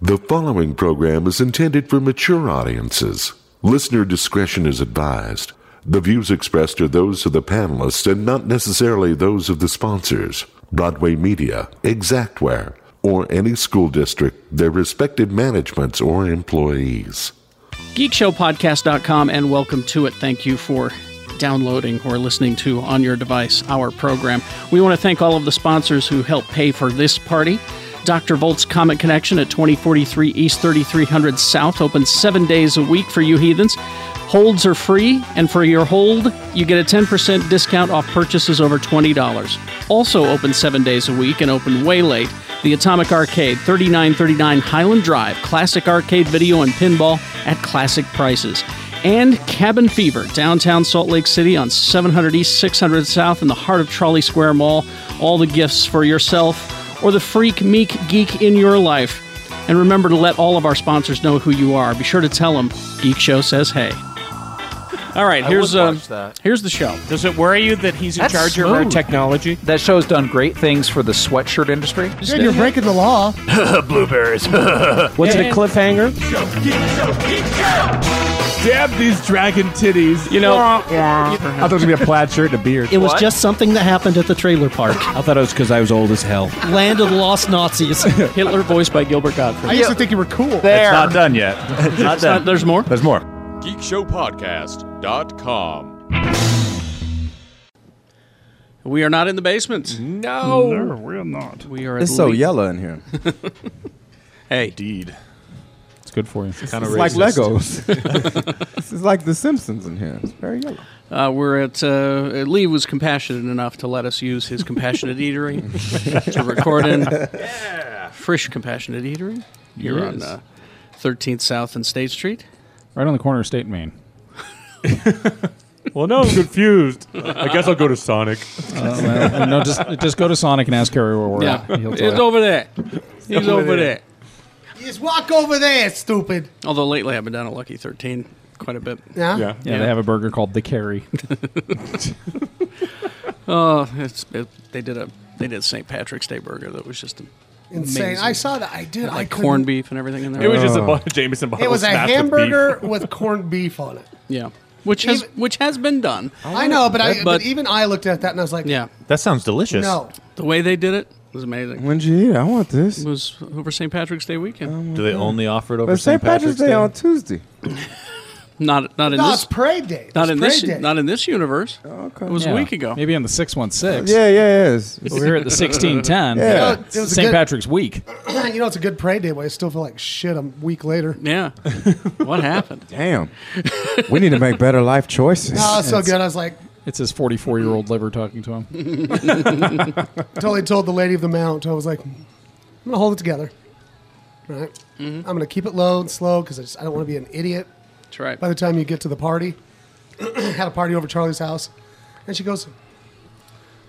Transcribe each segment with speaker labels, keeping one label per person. Speaker 1: The following program is intended for mature audiences. Listener discretion is advised. The views expressed are those of the panelists and not necessarily those of the sponsors, Broadway Media, Exactware, or any school district, their respective managements or employees.
Speaker 2: geekshowpodcast.com and welcome to it. Thank you for downloading or listening to on your device our program. We want to thank all of the sponsors who help pay for this party. Dr. Volt's Comic Connection at 2043 East 3300 South opens 7 days a week for you heathens. Holds are free and for your hold, you get a 10% discount off purchases over $20. Also open 7 days a week and open way late. The Atomic Arcade, 3939 Highland Drive, classic arcade video and pinball at classic prices and Cabin Fever, downtown Salt Lake City on 700 East, 600 South in the heart of Trolley Square Mall. All the gifts for yourself or the freak, meek, geek in your life. And remember to let all of our sponsors know who you are. Be sure to tell them Geek Show says hey. All right,
Speaker 3: I
Speaker 2: here's
Speaker 3: would
Speaker 2: uh,
Speaker 3: watch that.
Speaker 2: here's the show.
Speaker 4: Does it worry you that he's in
Speaker 3: That's
Speaker 4: charge of our
Speaker 3: smooth.
Speaker 4: technology?
Speaker 3: That show's done great things for the sweatshirt industry.
Speaker 5: Dude, you're breaking the law.
Speaker 6: Blueberries.
Speaker 4: What's it, a cliffhanger?
Speaker 6: Dab these dragon titties.
Speaker 4: You know,
Speaker 6: I thought it was going to be a plaid shirt and a beard.
Speaker 5: It was
Speaker 3: What?
Speaker 5: just something that happened at the trailer park.
Speaker 4: I thought it was because I was old as hell.
Speaker 5: Land of the Lost Nazis.
Speaker 2: Hitler voiced by Gilbert Godfrey.
Speaker 5: I used to think you were cool.
Speaker 3: There.
Speaker 6: Not done yet. Not
Speaker 2: Uh,
Speaker 6: done.
Speaker 2: there's more.
Speaker 6: There's more.
Speaker 7: geekshowpodcast.com.
Speaker 2: We are not in the basement.
Speaker 7: No.
Speaker 2: We are at
Speaker 8: It's so
Speaker 2: le-
Speaker 8: yellow in here.
Speaker 2: Hey,
Speaker 4: It's good for you. Kind
Speaker 8: It's like Legos. this is like The Simpsons in here. It's very yellow.
Speaker 2: uh, we're at uh, Lee was compassionate enough to let us use his compassionate eatery to record in. Frisch compassionate eatery. You're on uh, 13th South and State Street.
Speaker 4: Right on the corner of State and Main.
Speaker 6: Well, now I'm confused. I guess I'll go to Sonic.
Speaker 4: no, just just go to Sonic and ask Harry where we're
Speaker 2: Yeah,
Speaker 4: at. He'll
Speaker 2: it's
Speaker 4: tell you.
Speaker 2: over there. He's over, there.
Speaker 5: Just walk over there, Eh, stupid.
Speaker 2: Although lately I've been down to Lucky 13 quite a bit.
Speaker 5: Yeah.
Speaker 6: Yeah.
Speaker 4: Yeah, they have a burger called the Carry.
Speaker 2: Oh, it's, it, they did a they did St. Patrick's Day burger that was just a,
Speaker 5: Insane.
Speaker 2: Amazing.
Speaker 5: I saw that. I did. I
Speaker 2: like
Speaker 5: couldn't-
Speaker 2: corned beef and everything in there.
Speaker 6: It was just a bunch of Jameson bottles.
Speaker 5: It was a
Speaker 6: smashed with
Speaker 5: hamburger with corned beef on it.
Speaker 2: yeah, which has
Speaker 5: Even-
Speaker 2: which has been done.
Speaker 5: I know, but, I,
Speaker 2: But-
Speaker 5: but, even I looked at that and I was like,
Speaker 2: Yeah,
Speaker 9: That sounds delicious.
Speaker 5: no.
Speaker 2: the way they did it was amazing.
Speaker 8: When'd you eat it? I want this.
Speaker 2: It was over St. Patrick's Day weekend.
Speaker 9: Do they only offer it over
Speaker 8: But St. Patrick's Day on Tuesday.
Speaker 2: Not not in
Speaker 5: No, it's
Speaker 2: this
Speaker 5: parade day.
Speaker 2: not
Speaker 5: It's
Speaker 2: in
Speaker 5: parade
Speaker 2: this
Speaker 5: day.
Speaker 2: not in this universe.
Speaker 8: Okay.
Speaker 2: It was a week ago.
Speaker 4: Maybe on the 616.
Speaker 8: Yeah, yeah, yeah. It's,
Speaker 4: We were at the 1610.
Speaker 8: Yeah.
Speaker 5: You know, it was a
Speaker 4: St.
Speaker 5: good-
Speaker 4: Patrick's Week.
Speaker 5: you know, it's a good parade day, but I still feel like shit a week later.
Speaker 2: Yeah. what happened?
Speaker 8: damn. we need to make better life choices.
Speaker 5: Oh, it's so good. I was like,
Speaker 4: It's his 44 year old liver talking to him.
Speaker 5: totally told the lady of the mount. I was like, I'm gonna hold it together. All right.
Speaker 2: Mm-hmm.
Speaker 5: I'm gonna keep it low and slow because I just I don't want to be an idiot.
Speaker 2: That's right.
Speaker 5: By the time you get to the party, had a party over at Charlie's house, and she goes,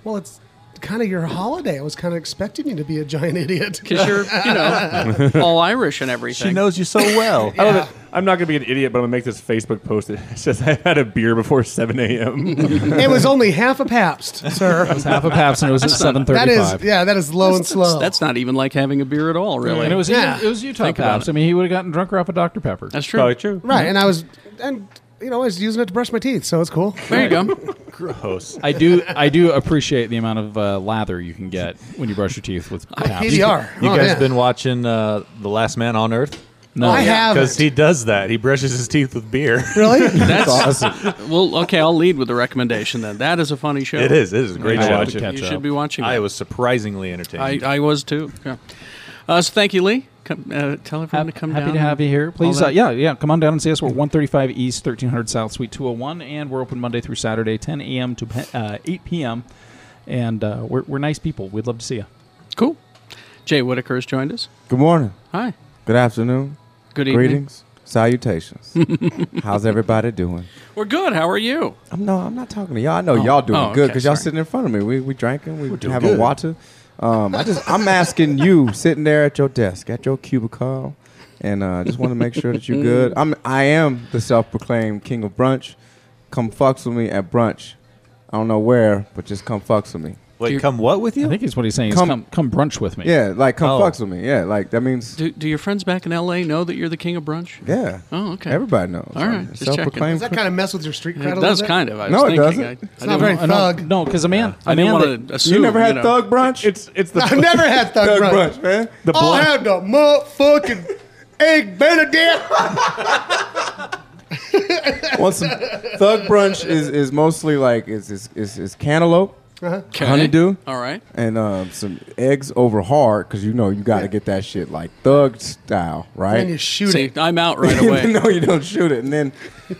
Speaker 5: "Well, it's kind of your holiday. I was kind of expecting you to be a giant idiot."
Speaker 2: Because you're, you know, all Irish and everything.
Speaker 9: She knows you so well.
Speaker 6: beef. I love it. I'm not going to be an idiot, but I'm going to make this Facebook post that says I had a beer before 7 a.m.
Speaker 5: it was ononly half a Pabst, sir.
Speaker 4: It was half a Pabst and it was at 735.
Speaker 5: that is yeah, that is low and slow.
Speaker 2: That's not even like having a beer at all, really.
Speaker 4: And it was,
Speaker 5: Yeah.
Speaker 4: it was Utah
Speaker 2: Think about
Speaker 4: Pabst. I mean, he would have gotten drunker off a Dr. Pepper.
Speaker 2: That's true.
Speaker 6: Probably true.
Speaker 5: right. And I was and you know I was using it to brush my teeth, so it's cool.
Speaker 2: There you go.
Speaker 9: Gross.
Speaker 4: I do I do appreciate the amount of uh, lather you can get when you brush your teeth with Pabst.
Speaker 5: PDR.
Speaker 9: You
Speaker 5: Oh,
Speaker 9: guys
Speaker 5: yeah.
Speaker 9: been watching uh, The Last Man on Earth?
Speaker 4: No.
Speaker 5: I
Speaker 9: Because
Speaker 5: have
Speaker 9: he does that. He brushes his teeth with beer.
Speaker 5: really.
Speaker 2: That's awesome. Well, okay, I'll lead with the recommendation then. That is a funny show.
Speaker 9: it is. It is a great
Speaker 4: I
Speaker 9: show.
Speaker 4: watch it.
Speaker 2: You
Speaker 4: Catch
Speaker 2: should
Speaker 4: up.
Speaker 2: be watching it.
Speaker 9: I was surprisingly
Speaker 2: I,
Speaker 9: entertained.
Speaker 2: I was too. Yeah. Uh, so thank you, Lee. Come, uh, tell everyone to come
Speaker 4: happy
Speaker 2: down.
Speaker 4: to have you here. Please,
Speaker 2: that.
Speaker 4: uh, yeah, yeah, come on down and see us. We're 135 East, 1300 South, Suite 201, and we're open Monday through Saturday, 10 a.m. to pe- uh, 8 p.m. And uh, we're, we're nice people. We'd love to see you.
Speaker 2: Cool. Jay Whitaker has joined us.
Speaker 8: Good morning.
Speaker 2: Hi.
Speaker 8: Good afternoon.
Speaker 2: Good evening.
Speaker 8: Greetings. Salutations. How's everybody doing?
Speaker 2: We're good. How are you?
Speaker 8: I'm no, I'm not talking to y'all. I know y'all doing
Speaker 2: oh,
Speaker 8: good
Speaker 2: okay,
Speaker 8: because y'all
Speaker 2: sorry.
Speaker 8: sitting in front of me. We we drinking. We having water. Um, I just I'm asking you sitting there at your desk at your cubicle, and uh, just want to make sure that you're good. I'm I am the self-proclaimed king of brunch. Come fucks with me at brunch. I don't know where, but just come fucks with me.
Speaker 10: Wait, come what with
Speaker 4: I
Speaker 10: you?
Speaker 4: think is what he's saying.
Speaker 8: Come-
Speaker 4: Come, is come, come brunch with me.
Speaker 8: Yeah, like come
Speaker 10: Oh.
Speaker 8: fucks with me. Yeah, like that means.
Speaker 2: Do, do your friends back in L.A. know that you're the king of brunch?
Speaker 8: Yeah.
Speaker 2: Oh, okay.
Speaker 8: Everybody knows.
Speaker 2: All right, just checking.
Speaker 8: Self-proclaimed
Speaker 5: Does that kind of mess with your street cred?
Speaker 2: It
Speaker 5: a
Speaker 2: does
Speaker 5: little bit?
Speaker 2: kind of. I
Speaker 8: No,
Speaker 2: was
Speaker 8: it
Speaker 2: thinking.
Speaker 8: doesn't.
Speaker 2: I,
Speaker 5: It's
Speaker 2: I
Speaker 5: not
Speaker 2: didn't,
Speaker 5: very
Speaker 4: I know,
Speaker 5: thug.
Speaker 4: no, because a man,
Speaker 2: I
Speaker 4: a
Speaker 2: didn't
Speaker 4: man that-
Speaker 2: want to assume.
Speaker 8: You never had
Speaker 2: know.
Speaker 8: thug brunch?
Speaker 6: It's it's the
Speaker 5: I've never had thug,
Speaker 8: thug
Speaker 5: brunch.
Speaker 8: brunch, man.
Speaker 6: the
Speaker 5: I
Speaker 6: blind.
Speaker 5: had the motherfucking egg Benedict.
Speaker 8: Want some thug brunch is, is mostly like is is, is, is cantaloupe,
Speaker 2: Okay.
Speaker 8: honeydew,
Speaker 2: All right.
Speaker 8: and um, some eggs over hard because you know you got to get that shit like thug style, right?
Speaker 5: And you shoot
Speaker 2: See,
Speaker 5: it.
Speaker 2: I'm out right
Speaker 8: And
Speaker 2: away.
Speaker 8: then- no, you don't shoot it, and then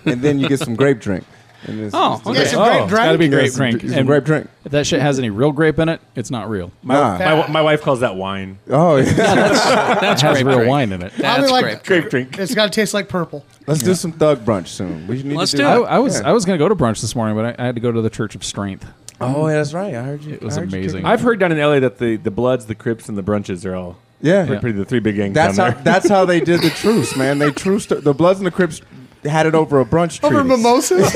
Speaker 8: and then you get some grape drink. And it's,
Speaker 2: Oh,
Speaker 8: it's-
Speaker 2: okay.
Speaker 5: Yes, a
Speaker 4: Oh,
Speaker 5: grape
Speaker 4: it's gotta
Speaker 5: drink.
Speaker 4: be grape
Speaker 8: it's-
Speaker 4: drink.
Speaker 8: it's a
Speaker 4: And
Speaker 8: grape drink.
Speaker 4: If that shit has any real grape in it, it's not real.
Speaker 8: Nah.
Speaker 6: My, wi- my wife calls that wine.
Speaker 8: Oh yeah.
Speaker 2: That's
Speaker 4: It has
Speaker 2: grape
Speaker 4: real
Speaker 2: drink.
Speaker 4: wine in it.
Speaker 2: That's
Speaker 5: Probably like-
Speaker 2: grape.
Speaker 6: Grape drink.
Speaker 5: It's got to taste like purple.
Speaker 8: Let's do some thug brunch soon. We need
Speaker 2: Let's
Speaker 8: to
Speaker 2: do
Speaker 8: do
Speaker 2: it.
Speaker 4: I,
Speaker 8: that.
Speaker 4: I was I was gonna go to brunch this morning, but I, I had to go to the Church of Strength.
Speaker 8: Oh, yeah, that's right. I heard you.
Speaker 4: It was
Speaker 8: I heard you
Speaker 4: amazing.
Speaker 8: kicking-
Speaker 6: I've heard down in LA that the, the Bloods, the Crips, and the Brunches are all
Speaker 8: Yeah.
Speaker 6: pretty, pretty the three big gangs
Speaker 8: That's how
Speaker 6: down there.
Speaker 8: that's how they did the truce, man. They truced the Bloods and the Crips had it over a brunch
Speaker 5: Over
Speaker 8: treatise.
Speaker 5: mimosas.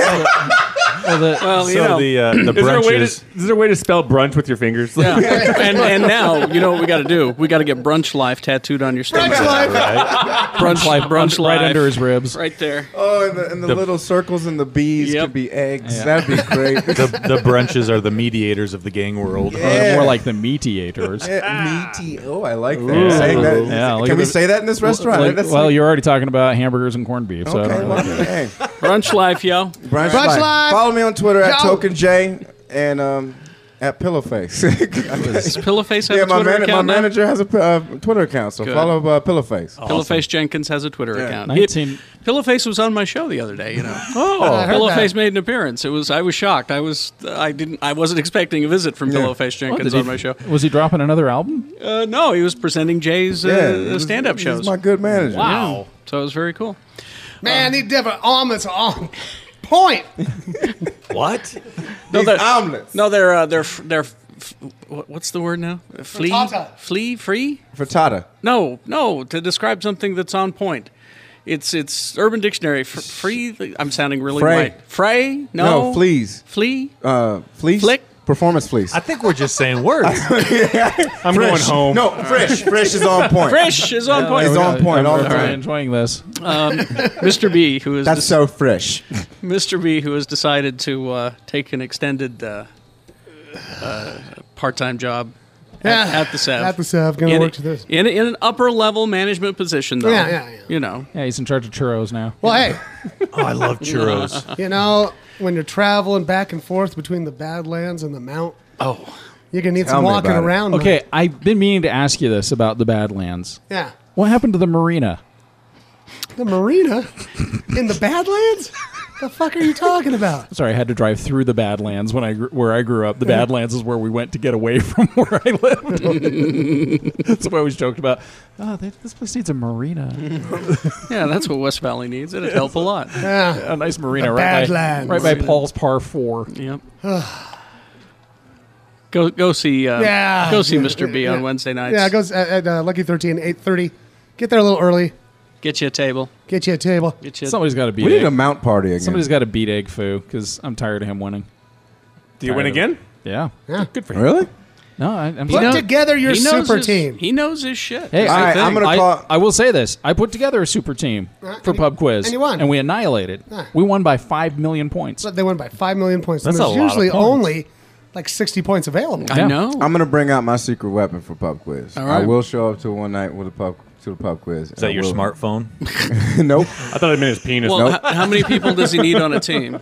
Speaker 4: Well, the,
Speaker 2: Well,
Speaker 10: so
Speaker 2: you know.
Speaker 10: the uh, the
Speaker 6: is there a way to
Speaker 10: brunches.
Speaker 6: is there a way to spell brunch with your fingers?
Speaker 2: yeah. and, and now you know what we got to do. We got to get brunch life tattooed on your stomach.
Speaker 5: Brunch life.
Speaker 2: Brunch life. Brunch life.
Speaker 4: right under his ribs.
Speaker 2: Right there.
Speaker 8: Oh, and the, and the, little circles and the bees
Speaker 2: Yep.
Speaker 8: could be eggs.
Speaker 4: Yeah.
Speaker 8: That'd be great.
Speaker 10: the, the brunches are the mediators of the gang world.
Speaker 4: Or
Speaker 8: Yeah.
Speaker 4: Uh, More like the meatiators.
Speaker 8: Yeah, meaty. Oh, I like that.
Speaker 4: Ooh.
Speaker 8: Saying that-
Speaker 4: Yeah, look
Speaker 8: can
Speaker 4: at
Speaker 8: we
Speaker 4: the-
Speaker 8: say that in this restaurant?
Speaker 4: Like-
Speaker 8: That's
Speaker 4: well,
Speaker 8: like-
Speaker 4: you're already talking about hamburgers and corned beef, so I
Speaker 8: okay.
Speaker 4: don't really-
Speaker 8: well, hey,
Speaker 2: Brunch life, yo.
Speaker 8: brunch,
Speaker 5: Brunch
Speaker 8: live.
Speaker 5: live.
Speaker 8: Follow me on Twitter at
Speaker 5: Yo.
Speaker 8: Token J and um, at Pillowface.
Speaker 2: Does Pillowface have
Speaker 8: yeah,
Speaker 2: a
Speaker 8: my,
Speaker 2: Twitter
Speaker 8: man- my
Speaker 2: account now?
Speaker 8: manager has a p- uh, Twitter account, so
Speaker 2: Good.
Speaker 8: follow uh, Pillowface.
Speaker 4: Oh.
Speaker 2: Pillowface Jenkins has a Twitter account.
Speaker 4: 19
Speaker 2: He- Pillowface was on my show the other day. You know, oh,
Speaker 5: heard
Speaker 2: Pillowface
Speaker 5: that.
Speaker 2: made an appearance. It was I was shocked. I was I didn't I wasn't expecting a visit from Pillowface Jenkins
Speaker 4: Oh, did he-
Speaker 2: on my show.
Speaker 4: Was he dropping another album?
Speaker 2: Uh, no, he was presenting Jay's uh,
Speaker 8: Yeah, he's-
Speaker 2: stand-up
Speaker 8: he's
Speaker 2: shows.
Speaker 8: my good manager.
Speaker 2: wow, so it was very cool.
Speaker 5: Man, these different omelets are on point.
Speaker 10: What?
Speaker 2: No,
Speaker 8: These omelets.
Speaker 2: No, they're uh, they're f- they're. f- f- what- What's the word now? Flea,
Speaker 5: Frittata.
Speaker 2: flea, free?
Speaker 8: Frittata.
Speaker 2: No, no. To describe something that's on point, it's it's Urban Dictionary. Fr- free. I'm sounding really
Speaker 8: Fray.
Speaker 2: white. Fray? No.
Speaker 8: No, fleas.
Speaker 2: Flea.
Speaker 8: Uh, fleece?
Speaker 2: Flick?
Speaker 8: Performance fleece.
Speaker 10: I think we're just saying words.
Speaker 6: I'm going home.
Speaker 8: No, fresh. Fresh is on point.
Speaker 2: Fresh is on point.
Speaker 8: It's on point all
Speaker 4: I'm
Speaker 8: the
Speaker 4: really
Speaker 8: time.
Speaker 4: enjoying this.
Speaker 2: Mr. B, who is
Speaker 8: That's so fresh.
Speaker 2: Mr. B, who has decided to uh, take an extended uh, uh, part-time job at,
Speaker 5: Yeah.
Speaker 2: at the Sev.
Speaker 5: At the Sev, gonna
Speaker 2: in
Speaker 5: work to this.
Speaker 2: In, in an upper level management position, though.
Speaker 5: Yeah, yeah, yeah.
Speaker 2: You know,
Speaker 4: Yeah, he's in charge of churros now.
Speaker 5: Well, hey,
Speaker 10: Oh, I love churros.
Speaker 5: you know, when you're traveling back and forth between the Badlands and the Mount, oh, you're gonna need
Speaker 8: Tell
Speaker 5: some
Speaker 8: me
Speaker 5: walking
Speaker 8: about it.
Speaker 5: around. man.
Speaker 4: Okay, I've been meaning to ask you this about the Badlands.
Speaker 5: Yeah.
Speaker 4: What happened to the marina?
Speaker 5: The marina in the Badlands? The fuck are you talking about?
Speaker 4: Sorry, I had to drive through the Badlands when I gr- where I grew up. The Badlands is where we went to get away from where I lived. That's what I always joked about. Oh, they, this place needs a marina,
Speaker 2: yeah, that's what West Valley needs. It'd help a lot.
Speaker 5: Yeah.
Speaker 4: a nice marina right by,
Speaker 5: Badlands.
Speaker 4: right by Paul's Par Four.
Speaker 2: Yep. go go see uh,
Speaker 5: Yeah.
Speaker 2: go see Mr. B on
Speaker 5: Yeah.
Speaker 2: Wednesday nights.
Speaker 5: Yeah, it goes at, at uh, Lucky 13, 8.30. Get there a little early.
Speaker 2: Get you a table.
Speaker 5: Get you a table.
Speaker 2: Get you.
Speaker 4: Somebody's got to beat.
Speaker 8: We need
Speaker 4: egg.
Speaker 8: a mount party again.
Speaker 4: Somebody's got to beat Egg Foo because I'm tired of him winning.
Speaker 6: Do you win
Speaker 4: Tired of
Speaker 6: again?
Speaker 4: it. Yeah.
Speaker 6: Good for you.
Speaker 8: really?
Speaker 4: No, I, I'm.
Speaker 5: Put
Speaker 4: sorry.
Speaker 5: together your
Speaker 2: he knows
Speaker 5: super
Speaker 2: his,
Speaker 5: team.
Speaker 2: He knows his shit.
Speaker 4: Hey,
Speaker 2: That's
Speaker 8: All
Speaker 2: the
Speaker 8: right,
Speaker 2: thing.
Speaker 8: I'm gonna
Speaker 4: I,
Speaker 8: call-
Speaker 4: I will say this: I put together a super team
Speaker 5: and
Speaker 4: for
Speaker 5: you-
Speaker 4: Pub Quiz,
Speaker 5: and you won.
Speaker 4: and we annihilated.
Speaker 5: Yeah.
Speaker 4: We won by five million points.
Speaker 5: But they won by 5 million points.
Speaker 10: That's
Speaker 5: and
Speaker 10: a
Speaker 5: there's
Speaker 10: lot of
Speaker 5: usually
Speaker 10: points.
Speaker 5: only like 60 points available.
Speaker 2: I
Speaker 4: Yeah.
Speaker 2: know.
Speaker 8: I'm gonna bring out my secret weapon for pub quiz.
Speaker 2: All right.
Speaker 8: I will show up to one night with a pub to the pub quiz.
Speaker 10: Is that your smartphone?
Speaker 8: nope.
Speaker 6: I thought it meant his penis.
Speaker 2: well, h- how many people does he need on a team?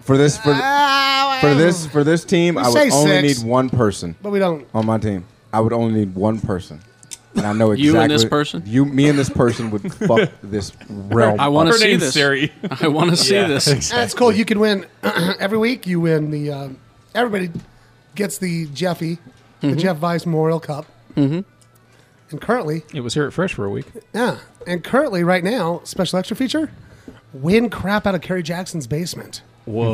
Speaker 8: For this for, th-
Speaker 5: Ah,
Speaker 8: for
Speaker 5: well,
Speaker 8: this for this team, I
Speaker 5: say
Speaker 8: would only
Speaker 5: six.
Speaker 8: need one person
Speaker 5: But we don't.
Speaker 8: on my team. I would only need one person. And I know exactly
Speaker 2: You and this person?
Speaker 8: You, me, and this person would fuck this realm.
Speaker 2: I want
Speaker 6: Her
Speaker 2: to see
Speaker 6: name's
Speaker 2: this.
Speaker 6: Sari.
Speaker 2: I want to see this.
Speaker 5: That's cool. You can win every week. You win the. Um, everybody gets the Jeffy,
Speaker 8: Mm-hmm.
Speaker 5: the Jeff Weiss Memorial Cup. Mm-hmm. And currently,
Speaker 4: It was here at Fresh for a week.
Speaker 5: yeah, and currently, right now, special extra feature: win crap out of Kerry Jackson's basement.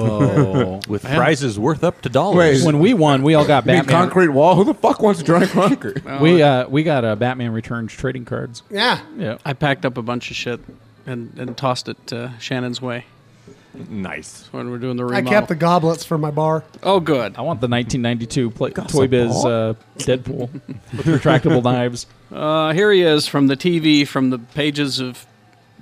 Speaker 4: Whoa!
Speaker 10: With prizes worth up to dollars.
Speaker 8: Wait.
Speaker 4: when we won, we all got
Speaker 8: Big
Speaker 4: Batman.
Speaker 8: concrete wall. Who the fuck wants to join concrete?
Speaker 4: We uh, we got uh, Batman Returns trading cards.
Speaker 5: Yeah,
Speaker 4: Yeah.
Speaker 2: I packed up a bunch of shit and, and tossed it uh, Shannon's way.
Speaker 6: Nice.
Speaker 2: when we're doing the
Speaker 5: I
Speaker 2: remodel.
Speaker 5: kept the goblets for my bar.
Speaker 2: oh, good.
Speaker 4: I want the 1992 play, Toy Biz uh, Deadpool with retractable knives.
Speaker 2: Uh, here he is from the TV, from the pages of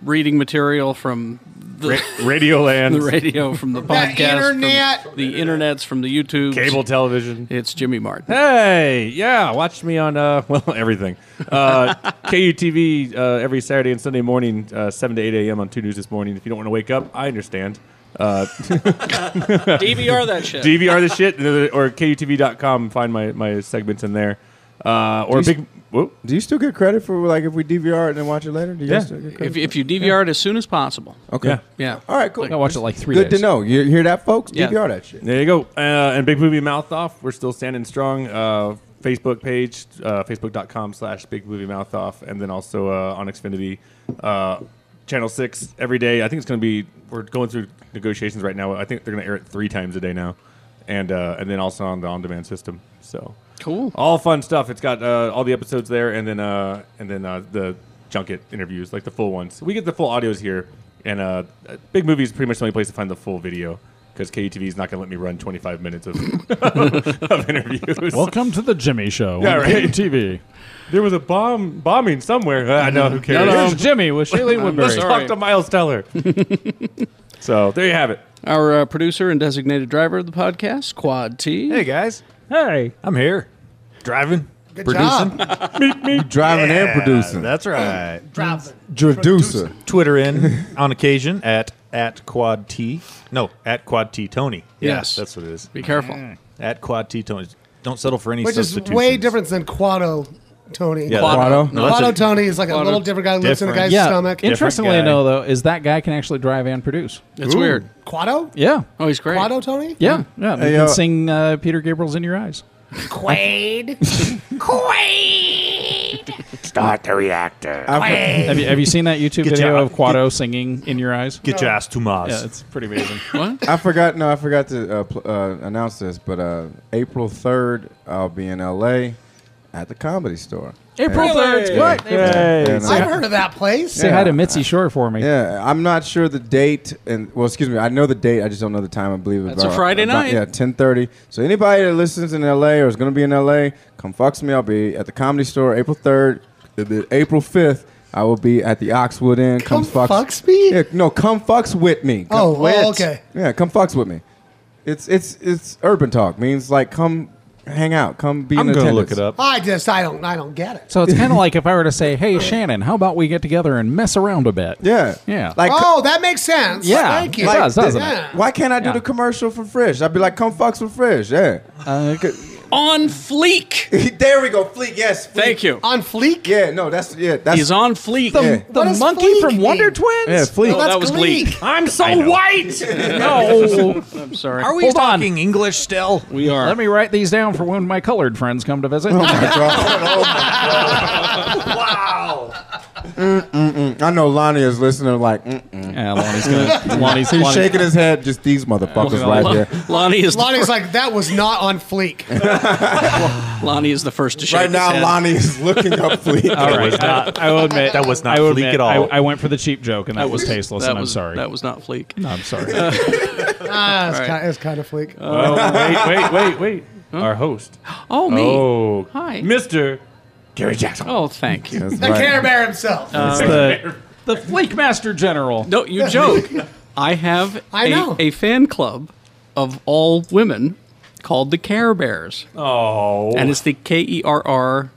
Speaker 2: reading material, from the,
Speaker 6: Radio Land.
Speaker 2: the radio, from the podcast, from
Speaker 5: internet.
Speaker 2: the internets, from the YouTube,
Speaker 6: Cable television.
Speaker 2: It's Jimmy Martin.
Speaker 6: Hey, yeah, watch me on uh, well everything. Uh, KUTV uh, every Saturday and Sunday morning, uh, seven to eight a.m. on Two News this morning. If you don't want to wake up, I understand. Uh,
Speaker 2: DVR that shit.
Speaker 6: DVR the shit or KUTV.com. Find my, my segments in there. Uh, or
Speaker 8: Do you
Speaker 6: big. Whoa.
Speaker 8: Do you still get credit for like if we DVR it and then watch it later? Do you
Speaker 6: Yeah.
Speaker 8: guys still get
Speaker 2: if,
Speaker 8: credit?
Speaker 2: if you DVR it as soon as possible.
Speaker 8: okay.
Speaker 6: Yeah.
Speaker 2: Yeah.
Speaker 8: All right. Cool.
Speaker 4: I watched it like three
Speaker 8: Good
Speaker 4: days.
Speaker 8: to know. You hear that, folks?
Speaker 2: Yeah.
Speaker 8: DVR that shit.
Speaker 6: There you go. Uh, and Big Movie Mouth Off. We're still standing strong. Uh, Facebook page, uh, facebook.com slash Big Movie Mouth Off. And then also uh, on Xfinity, uh, Channel 6 every day. I think it's going to be, we're going through negotiations right now. I think they're going to air it three times a day now. And, uh, and then also on the on demand system. So
Speaker 2: Cool.
Speaker 6: all fun stuff. It's got uh, all the episodes there, and then uh, and then uh, the junket interviews, like the full ones. We get the full audios here, and uh, uh, Big Movie is pretty much the only place to find the full video because KUTV is not going to let me run 25 minutes of, of interviews.
Speaker 11: Welcome to the Jimmy Show
Speaker 6: Yeah,
Speaker 11: on
Speaker 6: right.
Speaker 11: TV.
Speaker 6: there was a bomb bombing somewhere. I know who cares.
Speaker 11: Here's Jimmy with Shaylee
Speaker 6: Let's
Speaker 11: Woodbury.
Speaker 6: talk to Miles Teller. so there you have it.
Speaker 2: Our uh, producer and designated driver of the podcast, Quad T.
Speaker 10: Hey guys,
Speaker 4: Hey,
Speaker 10: I'm here, driving,
Speaker 5: Good
Speaker 10: producing.
Speaker 5: job.
Speaker 8: Driving and producing.
Speaker 10: That's right.
Speaker 5: Dropping.
Speaker 8: Producer.
Speaker 10: Twitter in on occasion at at quad t. No, at quad t Tony. Yeah,
Speaker 2: Yes.
Speaker 10: that's what it is.
Speaker 2: Be careful.
Speaker 4: Mm.
Speaker 10: At quad t Tony. Don't settle for any
Speaker 5: Which is
Speaker 10: substitutions.
Speaker 5: way different than Quado Tony.
Speaker 10: Yeah,
Speaker 2: Quad-
Speaker 8: Quado.
Speaker 10: No, that's
Speaker 5: Quado
Speaker 10: a-
Speaker 5: Tony is like a
Speaker 2: Quado-
Speaker 5: little different guy who lives in a
Speaker 10: Different.
Speaker 5: guy's
Speaker 4: yeah.
Speaker 5: stomach.
Speaker 4: Interestingly,
Speaker 10: guy.
Speaker 4: though, though, is that guy can actually drive and produce.
Speaker 2: It's weird.
Speaker 5: Quado?
Speaker 4: Yeah.
Speaker 2: Oh, he's great.
Speaker 5: Quado Tony?
Speaker 4: Yeah, yeah. You
Speaker 8: Hey,
Speaker 4: can
Speaker 8: uh,
Speaker 4: sing uh, Peter Gabriel's "In Your Eyes."
Speaker 8: I've-
Speaker 4: Have you, have you seen that YouTube
Speaker 10: Good
Speaker 4: video
Speaker 10: job.
Speaker 4: of Quado singing "In Your Eyes"?
Speaker 10: Get your ass to Mars.
Speaker 4: Yeah, it's pretty amazing.
Speaker 2: What?
Speaker 8: I forgot. No, I forgot to uh, pl- uh, announce this, but uh, April third, I'll be in L.A. at the Comedy Store.
Speaker 4: April third. What?
Speaker 8: And, uh,
Speaker 5: I've heard of that place.
Speaker 4: Say hi
Speaker 8: Yeah.
Speaker 4: to Mitzi Shore for me.
Speaker 8: yeah, I'm not sure the date, and well, excuse me, I know the date. I just don't know the time. I believe it's
Speaker 2: That's a Friday night.
Speaker 8: Yeah, 10:30. So anybody that listens in L.A. or is going to be in L.A., come fucks me. I'll be at the Comedy Store April third. April fifth, I will be at the Oxwood Inn. Come,
Speaker 5: Come
Speaker 8: fucks,
Speaker 5: fucks me?
Speaker 8: Yeah, no, come fucks with me. Come
Speaker 5: Oh, well, okay.
Speaker 8: Yeah, come fucks with me. It's it's it's urban talk. Means like come hang out, come be
Speaker 10: I'm
Speaker 8: in
Speaker 10: gonna
Speaker 8: attendance.
Speaker 10: look it up.
Speaker 5: I just I don't I don't get it.
Speaker 4: So it's kind of like if I were to say, "Hey, Shannon, how about we get together and mess around a bit?"
Speaker 8: Yeah,
Speaker 4: Yeah.
Speaker 8: Like,
Speaker 5: oh, that makes sense.
Speaker 4: Yeah,
Speaker 5: Thank you.
Speaker 4: it does, doesn't it?
Speaker 5: Yeah.
Speaker 8: why can't I do
Speaker 4: Yeah.
Speaker 8: the commercial for Fresh? I'd be like, come fucks with Fresh. Yeah,
Speaker 2: On fleek.
Speaker 8: there we go, Fleek. Yes, Fleek.
Speaker 2: Thank you.
Speaker 5: On fleek?
Speaker 8: Yeah, no, that's yeah, that's
Speaker 2: He's on fleek.
Speaker 8: Yeah.
Speaker 4: Um, The
Speaker 5: What does
Speaker 4: monkey
Speaker 5: Fleek
Speaker 4: from
Speaker 5: mean?
Speaker 4: Wonder Twins.
Speaker 8: yeah, Fleek.
Speaker 2: Oh, that was Gleek.
Speaker 6: I'm so white.
Speaker 4: No,
Speaker 2: I'm sorry.
Speaker 10: Are we
Speaker 4: Hold on.
Speaker 10: talking English still?
Speaker 2: We are.
Speaker 4: let me write these down for when my colored friends come to
Speaker 8: Oh
Speaker 4: visit.
Speaker 8: I know Lonnie is listening. Like, mm, mm-mm.
Speaker 4: yeah, Lonnie's gonna. Lonnie's,
Speaker 8: he's
Speaker 4: Lonnie-
Speaker 8: shaking his head. Just these motherfuckers right here.
Speaker 2: Lonnie is the,
Speaker 5: Lonnie's like, that was not on fleek.
Speaker 2: fir- Lonnie is the first to shake
Speaker 8: Right
Speaker 2: his
Speaker 8: now,
Speaker 2: head.
Speaker 8: Lonnie is looking up Fleek.
Speaker 4: All right,
Speaker 10: was not-
Speaker 4: I, I will admit
Speaker 10: that was not
Speaker 4: I will
Speaker 10: Fleek
Speaker 4: admit,
Speaker 10: at all.
Speaker 4: I, I went for the cheap joke, and that, was tasteless.
Speaker 2: That
Speaker 4: and
Speaker 2: was,
Speaker 4: I'm sorry.
Speaker 2: That was not fleek.
Speaker 4: I'm sorry.
Speaker 5: ah, it's,
Speaker 2: All right.
Speaker 5: kind, it's kind of fleek.
Speaker 4: Uh,
Speaker 6: wait, wait, wait, wait. Our host.
Speaker 2: Oh me.
Speaker 6: Oh,
Speaker 2: Hi.
Speaker 6: Mr.
Speaker 2: Oh, thank you.
Speaker 8: That's
Speaker 5: the
Speaker 8: right.
Speaker 5: Care Bear himself.
Speaker 4: It's the the Flake Master General.
Speaker 2: No, you joke. I have
Speaker 5: I
Speaker 2: a-
Speaker 5: know.
Speaker 2: a fan club of all women called the Care Bears.
Speaker 6: Oh.
Speaker 2: and it's the K E R R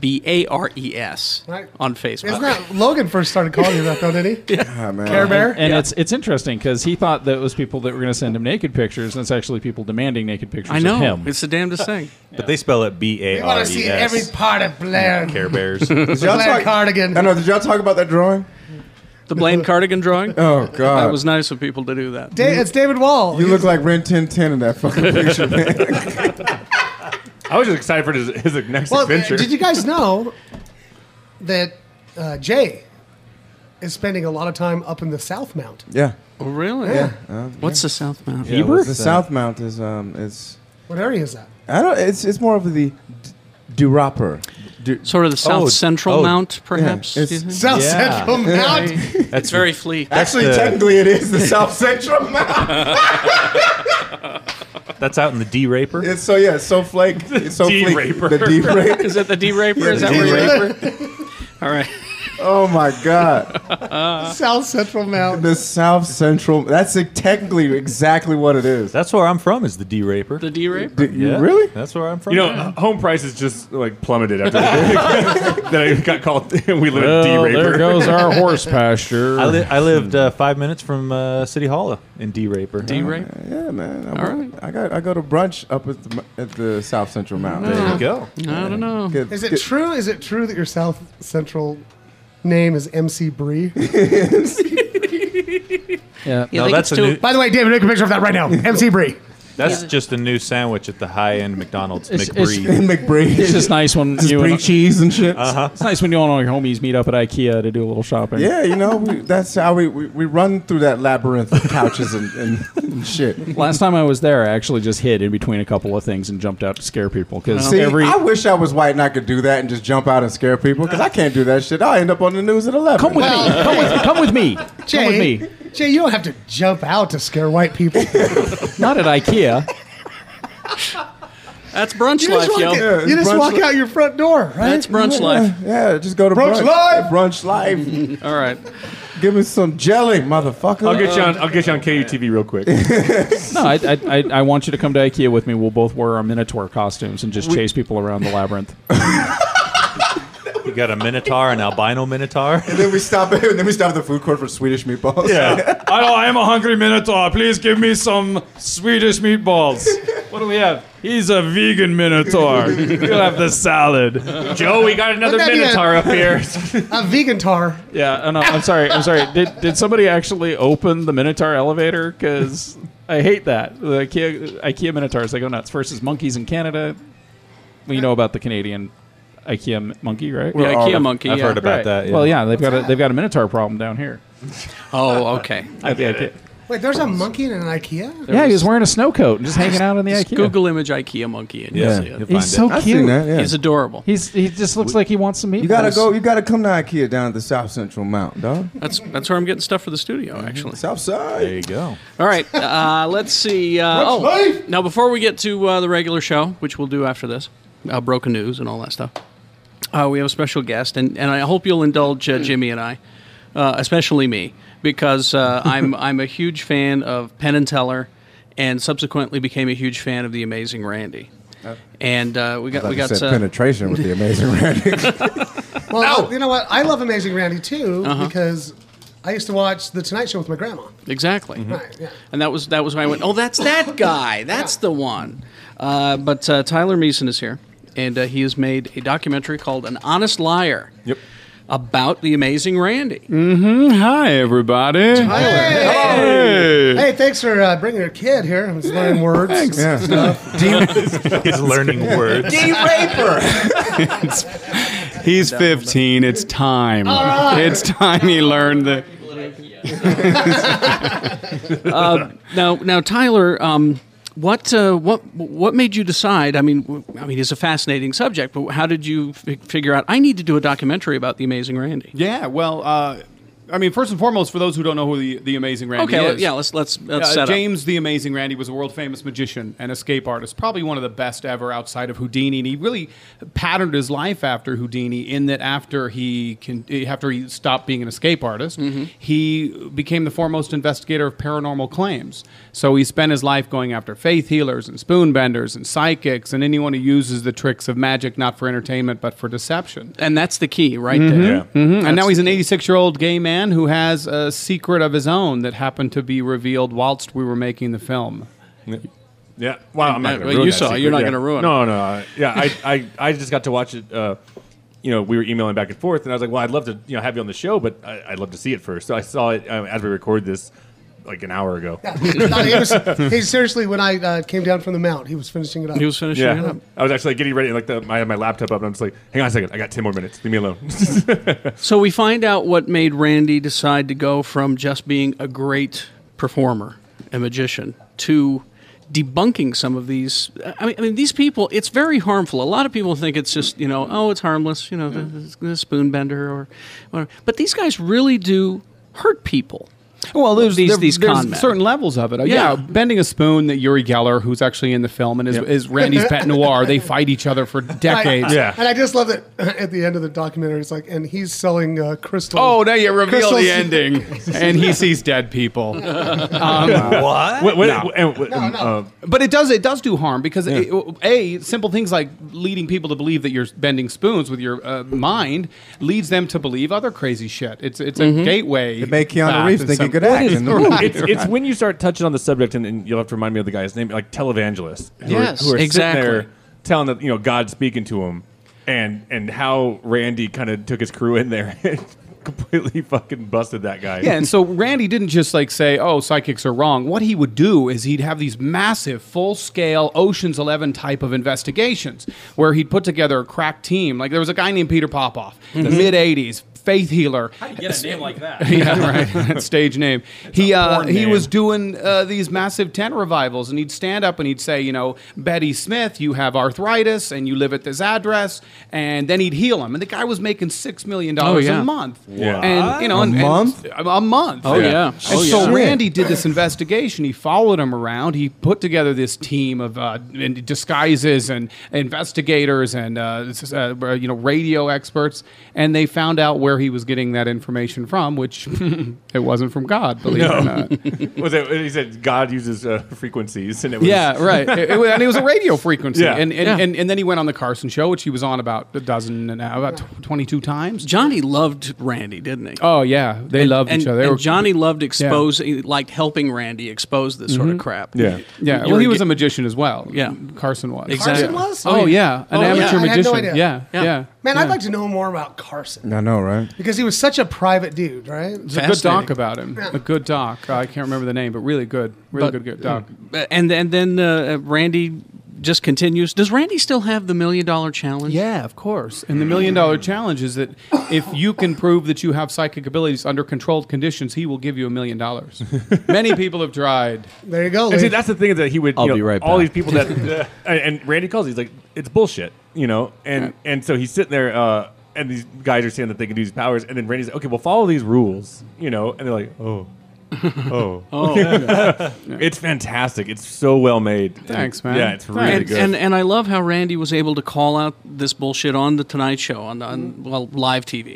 Speaker 2: B A R E S
Speaker 5: Right.
Speaker 2: on Facebook.
Speaker 5: Isn't that Logan first started calling you that though, didn't he?
Speaker 8: Yeah, man.
Speaker 5: Care Bear?
Speaker 4: And it's it's interesting because he thought that it was people that were going to send him naked pictures, and it's actually people demanding naked pictures
Speaker 2: I know.
Speaker 4: of him.
Speaker 2: It's the damnedest thing.
Speaker 10: But they spell it B A
Speaker 5: We want
Speaker 10: R
Speaker 5: to see
Speaker 10: E
Speaker 5: every
Speaker 10: S.
Speaker 5: part of Blair.
Speaker 10: Care Bears.
Speaker 8: Did y'all
Speaker 5: Blair
Speaker 8: talk-
Speaker 5: Cardigan.
Speaker 8: I know. Did y'all talk about that drawing?
Speaker 2: The Blaine cardigan drawing.
Speaker 10: Uh,
Speaker 8: Oh God,
Speaker 2: That was nice of people to do that.
Speaker 5: Da- it's David Wall.
Speaker 8: you look like Ren Tin Tin in that fucking picture, man.
Speaker 6: I was just excited for his, his next
Speaker 5: well,
Speaker 6: adventure.
Speaker 5: did you guys know that uh, Jay is spending a lot of time up in the South Mount?
Speaker 8: yeah.
Speaker 2: Oh, really?
Speaker 5: Yeah.
Speaker 2: What's the South Mount?
Speaker 8: What's The South Mount is um, it's
Speaker 5: What area is that?
Speaker 8: I don't. It's it's more of the d- duropper. Do-
Speaker 2: Sort of the South
Speaker 10: Oh,
Speaker 2: Central
Speaker 10: oh,
Speaker 2: Mount, perhaps.
Speaker 8: it's-
Speaker 2: do you think?
Speaker 5: South
Speaker 10: Yeah.
Speaker 5: Central Mount.
Speaker 2: It's very flea.
Speaker 8: Actually, technically, it is the South Central Mountain.
Speaker 10: That's out in the D Raper.
Speaker 8: It's so yeah, it's so flake. It's so flake.
Speaker 10: D-raper.
Speaker 8: The deep raper.
Speaker 2: Is it the D Raper? Is that where you All right.
Speaker 8: Oh my god,
Speaker 5: South Central Mount.
Speaker 8: the South Central. That's it- technically exactly what it is.
Speaker 10: That's where I'm from. Is the D Raper?
Speaker 2: The D Raper?
Speaker 8: Did you really?
Speaker 10: That's where I'm from.
Speaker 12: You know, home prices just like plummeted after that I got called. we live in
Speaker 4: Well,
Speaker 12: D
Speaker 4: there
Speaker 12: Raper.
Speaker 4: goes our horse pasture.
Speaker 10: I, li- I lived uh, five minutes from uh, City Hall in D Raper.
Speaker 2: D Raper.
Speaker 8: Yeah, man. I,
Speaker 2: All
Speaker 8: I got I go to brunch up at the at the South Central Mountain.
Speaker 10: There you go.
Speaker 2: I don't know.
Speaker 8: Get-
Speaker 5: Is it
Speaker 8: get-
Speaker 5: true? Is it true that your South Central name is MC Bree?
Speaker 13: Yeah.
Speaker 2: You
Speaker 10: No,
Speaker 2: think
Speaker 10: that's
Speaker 2: it's
Speaker 10: a
Speaker 2: too-
Speaker 10: new.
Speaker 5: By the way, David, make a picture of that right now. MC Bree.
Speaker 10: That's just a new sandwich at the high end McDonald's
Speaker 13: It's-
Speaker 10: McBree.
Speaker 8: and McBree.
Speaker 13: It's just nice when
Speaker 8: Just
Speaker 13: you
Speaker 8: bring
Speaker 13: and, Uh-huh.
Speaker 8: cheese and shit.
Speaker 13: it's nice when you and all your homies meet up at IKEA to do a little shopping.
Speaker 8: Yeah, you know, we, that's how we, we, we run through that labyrinth of couches and, and, and shit.
Speaker 13: Last time I was there, I actually just hid in between a couple of things and jumped out to scare people because
Speaker 8: See,
Speaker 13: every
Speaker 8: I wish I was white and I could do that and just jump out and scare people because I can't do that shit. I'll end up on the news at 11.
Speaker 13: come with me, come with, come with me, come with
Speaker 5: Jay,
Speaker 13: me.
Speaker 5: Jay, you don't have to jump out to scare white people.
Speaker 13: Not at IKEA.
Speaker 2: That's brunch
Speaker 5: You
Speaker 2: life,
Speaker 5: just walk,
Speaker 2: yo.
Speaker 8: Yeah,
Speaker 5: you just
Speaker 8: brunch
Speaker 5: walk
Speaker 8: li-
Speaker 5: out your front door, right?
Speaker 2: That's brunch life.
Speaker 8: Yeah, just go to
Speaker 5: Brunch
Speaker 8: brunch.
Speaker 5: live!
Speaker 8: Brunch live.
Speaker 2: All right.
Speaker 8: Give me some jelly, motherfucker.
Speaker 12: I'll get you on. I'll get you on KUTV real quick.
Speaker 13: No, I, I, I, I want you to come to IKEA with me. We'll both wear our Minotaur costumes and just chase people around the labyrinth.
Speaker 10: You got a Minotaur, an albino Minotaur.
Speaker 8: And then we stop. And then we stop at the food court for Swedish meatballs.
Speaker 4: Yeah. I, I am a hungry Minotaur. Please give me some Swedish meatballs. What do we have? He's a vegan Minotaur. You'll have the salad.
Speaker 12: Joe, we got another
Speaker 5: Wouldn't that be a-
Speaker 12: Minotaur up here.
Speaker 5: A vegan tar.
Speaker 4: Yeah, oh no, I'm sorry. I'm sorry. Did did somebody actually open the Minotaur elevator? Because I hate that. The IKEA, IKEA Minotaurs, they go nuts. Versus monkeys in Canada. We know about the Canadian IKEA m- monkey, right?
Speaker 2: The
Speaker 8: We're all-
Speaker 2: IKEA monkey.
Speaker 10: I've
Speaker 2: yeah.
Speaker 10: heard about that.
Speaker 13: Well, yeah, they've got a, they've got a Minotaur problem down here.
Speaker 2: Oh, okay.
Speaker 13: At the IKEA.
Speaker 5: Wait, there's a monkey in an IKEA?
Speaker 13: Yeah, he was wearing a snow coat and just hanging out in the
Speaker 2: Just
Speaker 13: IKEA.
Speaker 2: Google image IKEA monkey and you'll
Speaker 10: Yeah,
Speaker 2: see
Speaker 10: you'll
Speaker 2: it.
Speaker 10: find
Speaker 13: He's so
Speaker 8: I've
Speaker 13: cute.
Speaker 8: seen that. Yeah.
Speaker 2: He's adorable.
Speaker 13: He's he just looks like he wants some meatballs.
Speaker 8: you gotta go. You gotta come to IKEA down at the South Central Mount, dog.
Speaker 2: That's that's where I'm getting stuff for the studio,
Speaker 13: Mm-hmm.
Speaker 2: actually.
Speaker 8: South
Speaker 10: There
Speaker 8: Side.
Speaker 10: you go.
Speaker 2: All right, uh, let's see. Uh, oh, now before we get to uh, the regular show, which we'll do after this, uh, broken news and all that stuff, uh, we have a special guest, and, and I hope you'll indulge uh, Jimmy and I, uh, especially me, because uh, I'm I'm a huge fan of Penn and Teller, and subsequently became a huge fan of The Amazing Randy,
Speaker 13: Oh.
Speaker 2: and uh, we got
Speaker 8: Like
Speaker 2: we
Speaker 8: I
Speaker 2: got
Speaker 8: said,
Speaker 2: uh,
Speaker 8: penetration with the amazing Randy.
Speaker 5: Well, you know what? I love Amazing Randy too because I used to watch The Tonight Show with my grandma.
Speaker 2: exactly.
Speaker 13: Mm-hmm.
Speaker 5: Right, yeah.
Speaker 2: And that was that was when I went, oh, that's that guy. That's the one. Uh, but uh, Tyler Meeson is here, and uh, he has made a documentary called "An Honest Liar." Yep. About the amazing Randy.
Speaker 4: Hi, everybody.
Speaker 5: Hey, hey thanks for uh, bringing your kid here. I was learning words. Thanks.
Speaker 10: He's learning words.
Speaker 4: He's 15. It's time. It's time he learned that.
Speaker 2: Now, now, Tyler, um, what uh, what what made you decide? I mean, w- I mean, it's a fascinating subject, but how did you f- figure out? I need to do a documentary about the amazing Randy.
Speaker 6: Yeah, well, uh, I mean, first and foremost, for those who don't know who the, the Amazing Randy
Speaker 2: Okay,
Speaker 6: is,
Speaker 2: yeah, let's let's let's
Speaker 6: uh,
Speaker 2: set up.
Speaker 6: James the Amazing Randy was a world famous magician and escape artist, probably one of the best ever outside of Houdini. And he really patterned his life after Houdini, in that after he can, after he stopped being an escape artist,
Speaker 2: Mm-hmm.
Speaker 6: he became the foremost investigator of paranormal claims. So he spent his life going after faith healers and spoon benders and psychics and anyone who uses the tricks of magic not for entertainment but for deception.
Speaker 2: and that's the key, right there.
Speaker 12: Yeah.
Speaker 6: Mhm. And now he's an 86 year old gay man who has a secret of his own that happened to be revealed whilst we were making the film.
Speaker 12: Yeah. Well, I'm not
Speaker 2: Uh,
Speaker 12: gonna
Speaker 2: well,
Speaker 12: ruin
Speaker 2: you
Speaker 12: that
Speaker 2: saw it.
Speaker 12: secret,
Speaker 2: You're not
Speaker 12: yeah.
Speaker 2: gonna ruin
Speaker 12: No, no. I- Yeah, I, I, I just got to watch it. Uh, you know, we were emailing back and forth, and I was like, "Well, I'd love to, you know, have you on the show, but I, I'd love to see it first. So I saw it um, as we recorded this, like an hour ago.
Speaker 5: No, he, was, he seriously, when I uh, came down from the mount, he was finishing it up.
Speaker 2: He was finishing it
Speaker 12: Yeah,
Speaker 2: up.
Speaker 12: I was actually getting ready, like the, I had my laptop up, and I'm just like, "Hang on a second, I got ten more minutes. Leave me alone."
Speaker 2: So we find out what made Randy decide to go from just being a great performer and magician to debunking some of these. I mean, I mean, these people. It's very harmful. A lot of people think it's just you know, oh, it's harmless. You know, the, the, the spoon bender or whatever. But these guys really do hurt people.
Speaker 4: Well, there's
Speaker 2: These-
Speaker 4: there-
Speaker 2: these
Speaker 4: there's
Speaker 2: con men.
Speaker 4: certain levels of it. Uh,
Speaker 2: Yeah.
Speaker 4: yeah. bending a spoon that Yuri Geller, who's actually in the film, and is, is Randy's pet noir. They fight each other for decades.
Speaker 5: I- And I just love that at the end of the documentary, it's like, and he's selling uh, crystal.
Speaker 4: Oh, now you reveal
Speaker 5: crystals-
Speaker 4: the ending, and he sees dead people. Um,
Speaker 9: What?
Speaker 10: Wait, wait, and-
Speaker 12: um,
Speaker 10: and, uh,
Speaker 4: But it does it does do harm because it, a simple things like leading people to believe that you're bending spoons with your uh, mind leads them to believe other crazy shit. It's it's a gateway.
Speaker 8: It made Mm-hmm. Keanu
Speaker 4: back
Speaker 8: Reeves
Speaker 4: in
Speaker 8: think he
Speaker 4: some-
Speaker 8: could act
Speaker 4: What is-
Speaker 8: in the movie.
Speaker 10: it's, it's when you start touching on the subject, and, and you'll have to remind me of the guy's name, like televangelists. Who
Speaker 2: Yes,
Speaker 10: sitting
Speaker 2: exactly.
Speaker 10: there telling that you know God's speaking to him, and and how Randy kind of took his crew in there and completely fucking busted that guy.
Speaker 4: Yeah, and so Randy didn't just like say, "Oh, psychics are wrong." What he would do is he'd have these massive, full-scale Ocean's Eleven type of investigations where he'd put together a crack team. Like there was a guy named Peter Popoff,
Speaker 8: Mm-hmm.
Speaker 4: mid '80s, faith healer.
Speaker 14: Get a name like that.
Speaker 4: yeah, right. Stage name. he uh,
Speaker 10: porn
Speaker 4: he
Speaker 10: name.
Speaker 4: was doing uh, these massive tent revivals, and he'd stand up and he'd say, you know, Betty Smith, you have arthritis, and you live at this address, and then he'd heal him. And the guy was making six million dollars
Speaker 2: Oh, yeah.
Speaker 4: a month,
Speaker 10: Yeah.
Speaker 4: and you know,
Speaker 8: A
Speaker 4: and, and-
Speaker 8: month?
Speaker 4: a month.
Speaker 2: Oh, yeah.
Speaker 4: And
Speaker 2: Oh,
Speaker 4: so
Speaker 8: yeah.
Speaker 4: Randy did this investigation. He followed him around. He put together this team of uh, in- disguises and investigators and uh, s- uh, you know radio experts, and they found out where he was getting that information from, which it wasn't from God, believe it or not.
Speaker 10: was it? He said God uses uh, frequencies, and it was
Speaker 4: Yeah, right. It, it was, and it was a radio frequency.
Speaker 10: Yeah.
Speaker 4: And, and,
Speaker 2: Yeah.
Speaker 4: and and then he went on the Carson show, which he was on about a dozen and about tw- twenty two times.
Speaker 2: Johnny loved Randy, didn't he?
Speaker 4: Oh yeah, they loved
Speaker 2: and,
Speaker 4: each other. They
Speaker 2: and
Speaker 4: were-
Speaker 2: Johnny loved exposing, liked helping Randy expose this sort of crap.
Speaker 10: Yeah.
Speaker 4: Mm-hmm. Yeah,
Speaker 2: You
Speaker 4: well,
Speaker 2: were
Speaker 4: he was
Speaker 2: get-
Speaker 4: a magician as well.
Speaker 2: Yeah.
Speaker 4: Carson was.
Speaker 2: Exactly.
Speaker 5: Carson was?
Speaker 4: Oh, yeah, an
Speaker 5: Oh, yeah.
Speaker 4: amateur
Speaker 5: I had no
Speaker 4: magician.
Speaker 5: idea.
Speaker 4: Yeah,
Speaker 2: Yeah.
Speaker 4: yeah.
Speaker 5: Man,
Speaker 4: yeah.
Speaker 5: I'd like to know more about Carson
Speaker 8: I know, right?
Speaker 5: because he was such a private dude, right?
Speaker 4: There's a good
Speaker 2: Fascinating.
Speaker 4: doc about him. A good doc. I can't remember the name, but really good, really
Speaker 2: But-
Speaker 4: good, good doc.
Speaker 2: And and then uh, Randy just continues. Does Randy still have the million dollar challenge?
Speaker 4: Yeah, of course. And the million dollar challenge is that if you can prove that you have psychic abilities under controlled conditions, he will give you a million dollars. Many people have tried.
Speaker 5: There you go.
Speaker 10: And see,
Speaker 5: Lee.
Speaker 10: that's the thing is that he would.
Speaker 14: I'll
Speaker 10: you know,
Speaker 14: be right
Speaker 10: All
Speaker 14: back.
Speaker 10: these people that and and Randy calls. He's like, it's bullshit, you know. And and so he's sitting there, uh, and these guys are saying that they can do these powers, and then Randy's like, okay, well, follow these rules, you know. And they're like, oh, oh, oh. it's fantastic. It's so well made.
Speaker 4: Thanks,
Speaker 10: And-
Speaker 4: man.
Speaker 10: Yeah, it's really
Speaker 2: and,
Speaker 10: good.
Speaker 2: and and I love how Randy was able to call out this bullshit on the Tonight Show on, on well live TV.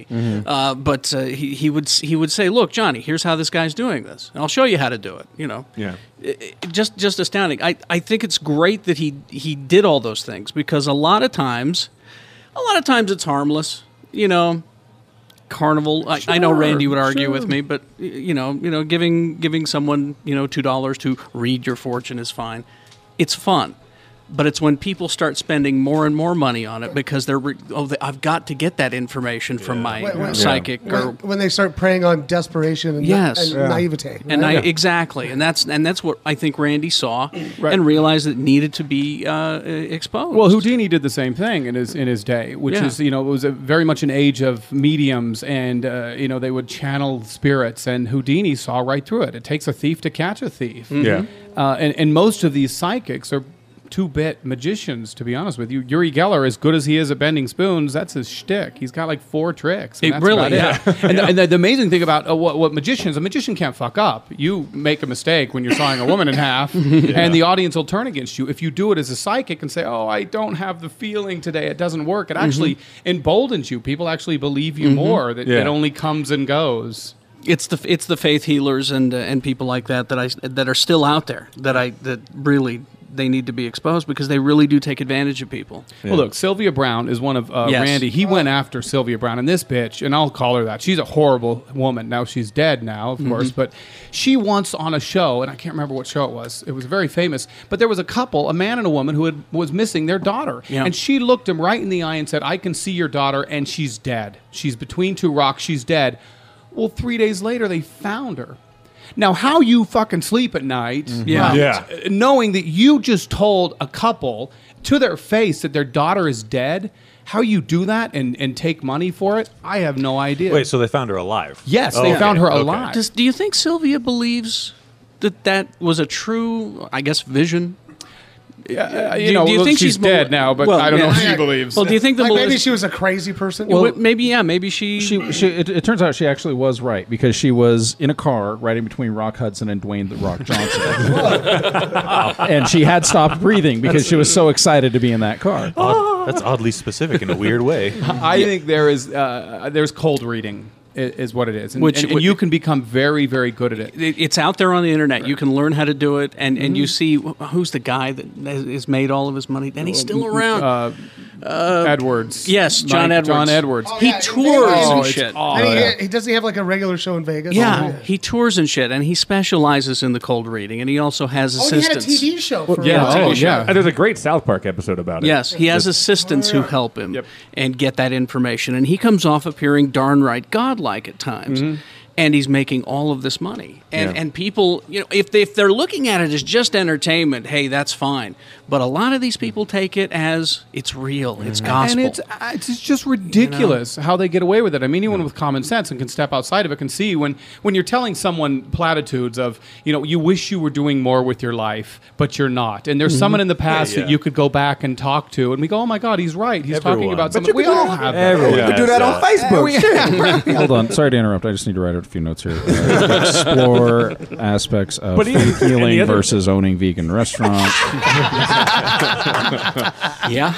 Speaker 2: Uh, but uh, he he would s- he would say, "Look, Johnny, here's how this guy's doing this, and I'll show you how to do it." You know,
Speaker 10: Yeah.
Speaker 2: It- it- just just astounding. I I think it's great that he he did all those things because a lot of times, a lot of times it's harmless. You know. Carnival. I, I know
Speaker 4: Sure,
Speaker 2: Randy would argue
Speaker 4: sure.
Speaker 2: with me, but y- you know, you know, giving giving someone you know two dollars to read your fortune is fine. It's fun, but it's when people start spending more and more money on it because they're re- oh, they, I've got to get that information from my
Speaker 5: Wait, wait.
Speaker 2: psychic
Speaker 5: when,
Speaker 2: or
Speaker 5: when they start preying on desperation and,
Speaker 2: Yes.
Speaker 5: and
Speaker 2: Yeah.
Speaker 5: naivete.
Speaker 2: and I
Speaker 5: right?
Speaker 2: exactly, and that's and that's what I think Randy saw and realized it needed to be uh, e- exposed.
Speaker 4: Well, Houdini did the same thing in his in his day, which
Speaker 2: Yeah.
Speaker 4: is you know it was a, very much an age of mediums, and uh, you know they would channel spirits, and Houdini saw right through it. It takes a thief to catch a thief.
Speaker 10: Yeah.
Speaker 4: uh, and and most of these psychics are two-bit magicians. To be honest with you, Yuri Geller, as good as he is at bending spoons, that's his shtick. He's got like four tricks. and
Speaker 2: It
Speaker 4: that's
Speaker 2: really-
Speaker 4: about
Speaker 2: yeah.
Speaker 4: and, the, and the, the amazing thing about uh, what, what magicians, a magician can't fuck up. You make a mistake when you're sawing a woman in half, and the audience will turn against you. If you do it as a psychic and say, "Oh, I don't have the feeling today," it doesn't work. It
Speaker 2: Mm-hmm.
Speaker 4: actually emboldens you. People actually believe you more. That
Speaker 10: Yeah.
Speaker 4: it only comes and goes.
Speaker 2: it's the it's the faith healers and uh, and people like that that I that are still out there that I that really they need to be exposed because they really do take advantage of people.
Speaker 4: Well, look, Sylvia Brown is one of uh,
Speaker 2: Yes.
Speaker 4: Randy. He went after Sylvia Brown, and this bitch, and I'll call her that. She's a horrible woman. Now she's dead now,
Speaker 2: Mm-hmm.
Speaker 4: of course, but she once on a show, and I can't remember what show it was. It was very famous, but there was a couple, a man and a woman, who had, was missing their daughter,
Speaker 2: Yeah.
Speaker 4: and she looked him right in the eye and said, "I can see your daughter, and she's dead. She's between two rocks. She's dead." Well, three days later, they found her. Now, how you fucking sleep at night?
Speaker 2: Yeah.
Speaker 10: Yeah.
Speaker 4: uh, knowing that you just told a couple to their face that their daughter is dead, how you do that and, and take money for it, I have no idea.
Speaker 9: Wait, so they found her alive?
Speaker 4: yes,
Speaker 9: Oh,
Speaker 4: they
Speaker 9: okay,
Speaker 4: found her
Speaker 9: okay.
Speaker 4: alive.
Speaker 2: Does do you think Sylvia believes that that was a true, I guess, vision?
Speaker 4: Yeah, Uh, you
Speaker 2: do,
Speaker 4: know,
Speaker 2: do you
Speaker 4: look,
Speaker 2: think
Speaker 4: she's,
Speaker 2: mil-
Speaker 4: dead now, but
Speaker 2: well,
Speaker 4: I don't know
Speaker 2: yeah.
Speaker 4: if she believes.
Speaker 2: Well, do you think the
Speaker 5: Like
Speaker 2: Melissa-
Speaker 5: maybe she was a crazy person.
Speaker 2: Well, maybe yeah, maybe she.
Speaker 14: She, she it, it turns out she actually was right because she was in a car riding between Rock Hudson and Dwayne the Rock Johnson, and she had stopped breathing because she was so excited to be in that
Speaker 9: Oh,
Speaker 14: car.
Speaker 9: Odd- that's oddly specific in a weird way.
Speaker 4: I think there is uh, there's cold reading i- is what it is, and,
Speaker 2: Which
Speaker 4: and- and
Speaker 2: would-
Speaker 4: you can become very very good at it.
Speaker 2: it- it's out there on the internet. You can learn how to do it, and, and
Speaker 4: Mm-hmm.
Speaker 2: you see wh- who's the guy that has has made all of his money, and he's still around.
Speaker 4: Edwards,
Speaker 2: yes, John
Speaker 4: uh, Mike-
Speaker 2: Edwards.
Speaker 4: John Edwards.
Speaker 5: Oh,
Speaker 2: he
Speaker 5: yeah,
Speaker 2: tours
Speaker 5: it's-
Speaker 2: and
Speaker 5: it's
Speaker 2: shit.
Speaker 5: and he, he doesn't he have like a regular show in Vegas.
Speaker 2: oh,
Speaker 5: Oh,
Speaker 2: Yeah, he tours and shit, and he specializes in the cold reading, and he also has
Speaker 5: Oh, he had a
Speaker 2: assistants.
Speaker 5: TV show. For
Speaker 4: yeah,
Speaker 5: a while.
Speaker 4: oh, yeah.
Speaker 10: And there's a great South Park episode about it.
Speaker 2: Yes, he has assistants who help him and get that information, and he comes off appearing darn right godlike at times. And he's making all of this money, and and people, you know, if they, if they're looking at it as just entertainment, hey, that's fine. But a lot of these people take it as it's real, it's gospel.
Speaker 4: And it's uh, it's just ridiculous how they get away with it. I mean, anyone with common sense and can step outside of it can see when when you're telling someone platitudes of you know you wish you were doing more with your life, but you're not. And there's someone in the past
Speaker 9: yeah.
Speaker 4: that you could go back and talk to, and we go, oh my god, he's right. He's talking
Speaker 9: Everyone.
Speaker 4: about
Speaker 9: But
Speaker 4: something we all have. that.
Speaker 8: We could do that on Facebook.
Speaker 14: Hold on, sorry to interrupt. I just need to write out a few notes here. Uh, explore aspects of
Speaker 10: But even-
Speaker 14: faith
Speaker 10: and the
Speaker 14: healing
Speaker 10: other-
Speaker 14: versus owning vegan restaurants.
Speaker 2: yeah,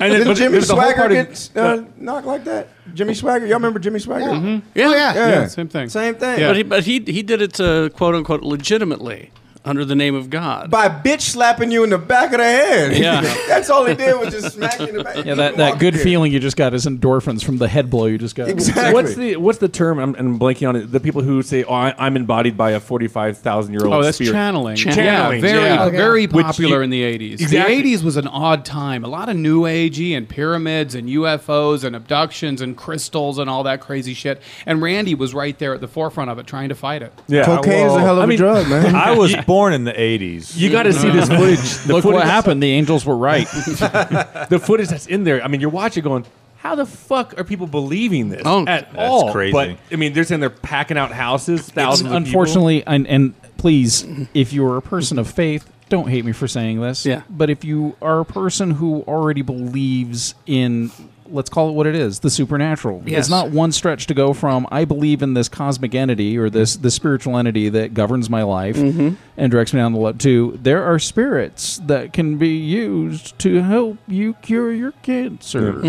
Speaker 10: And then,
Speaker 8: Did
Speaker 10: but
Speaker 8: Jimmy
Speaker 10: there's the whole
Speaker 8: Swagger
Speaker 10: part of-
Speaker 8: get uh, knocked like that? Jimmy Swagger, y'all remember Jimmy Swagger?
Speaker 5: Mm-hmm. Oh,
Speaker 2: yeah,
Speaker 8: Yeah.
Speaker 4: same thing.
Speaker 8: Same thing.
Speaker 2: But he, but he he did it uh, quote unquote legitimately under the name of God.
Speaker 8: By bitch slapping you in the back of the head.
Speaker 2: Yeah.
Speaker 8: That's all he did was just smack you in the back.
Speaker 14: yeah, that, that good feeling you just got is endorphins from the head blow you just got.
Speaker 8: Exactly.
Speaker 10: What's the what's the term? I'm, I'm blanking on it. The people who say, "Oh, I, I'm embodied by a 45,000 year old."
Speaker 4: Oh, that's
Speaker 10: spirit.
Speaker 4: channeling.
Speaker 2: Channeling,
Speaker 4: Yeah, very,
Speaker 10: yeah.
Speaker 5: Okay.
Speaker 4: very
Speaker 10: Which
Speaker 4: popular
Speaker 10: you-
Speaker 4: in the 80s.
Speaker 10: Exactly.
Speaker 4: The 80s was an odd time. A lot of new agey and pyramids and UFOs and abductions and crystals and all that crazy shit. And Randy was right there at the forefront of it trying to fight it.
Speaker 10: Yeah,
Speaker 8: Cocaine is a hell of a
Speaker 10: I mean,
Speaker 8: drug, man.
Speaker 9: I was born in the '80s.
Speaker 10: You got to see this footage. The
Speaker 14: Uh, Look
Speaker 10: footage,
Speaker 14: what happened. The angels were right.
Speaker 10: The footage that's in there. I mean, you're watching, going, "How the fuck are people believing this
Speaker 2: Oh,
Speaker 10: at
Speaker 9: that's
Speaker 10: all?"
Speaker 9: crazy.
Speaker 10: But I mean, they're saying they're packing out houses, thousands. of people.
Speaker 14: Unfortunately, and, and please, if you're a person of faith, don't hate me for saying this.
Speaker 2: Yeah.
Speaker 14: But if you are a person who already believes in, let's call it what it is, the supernatural,
Speaker 2: Yes.
Speaker 14: it's not one stretch to go from I believe in this cosmic entity or this this spiritual entity that governs my life and directs me down the left to there are spirits that can be used to help you cure your cancer.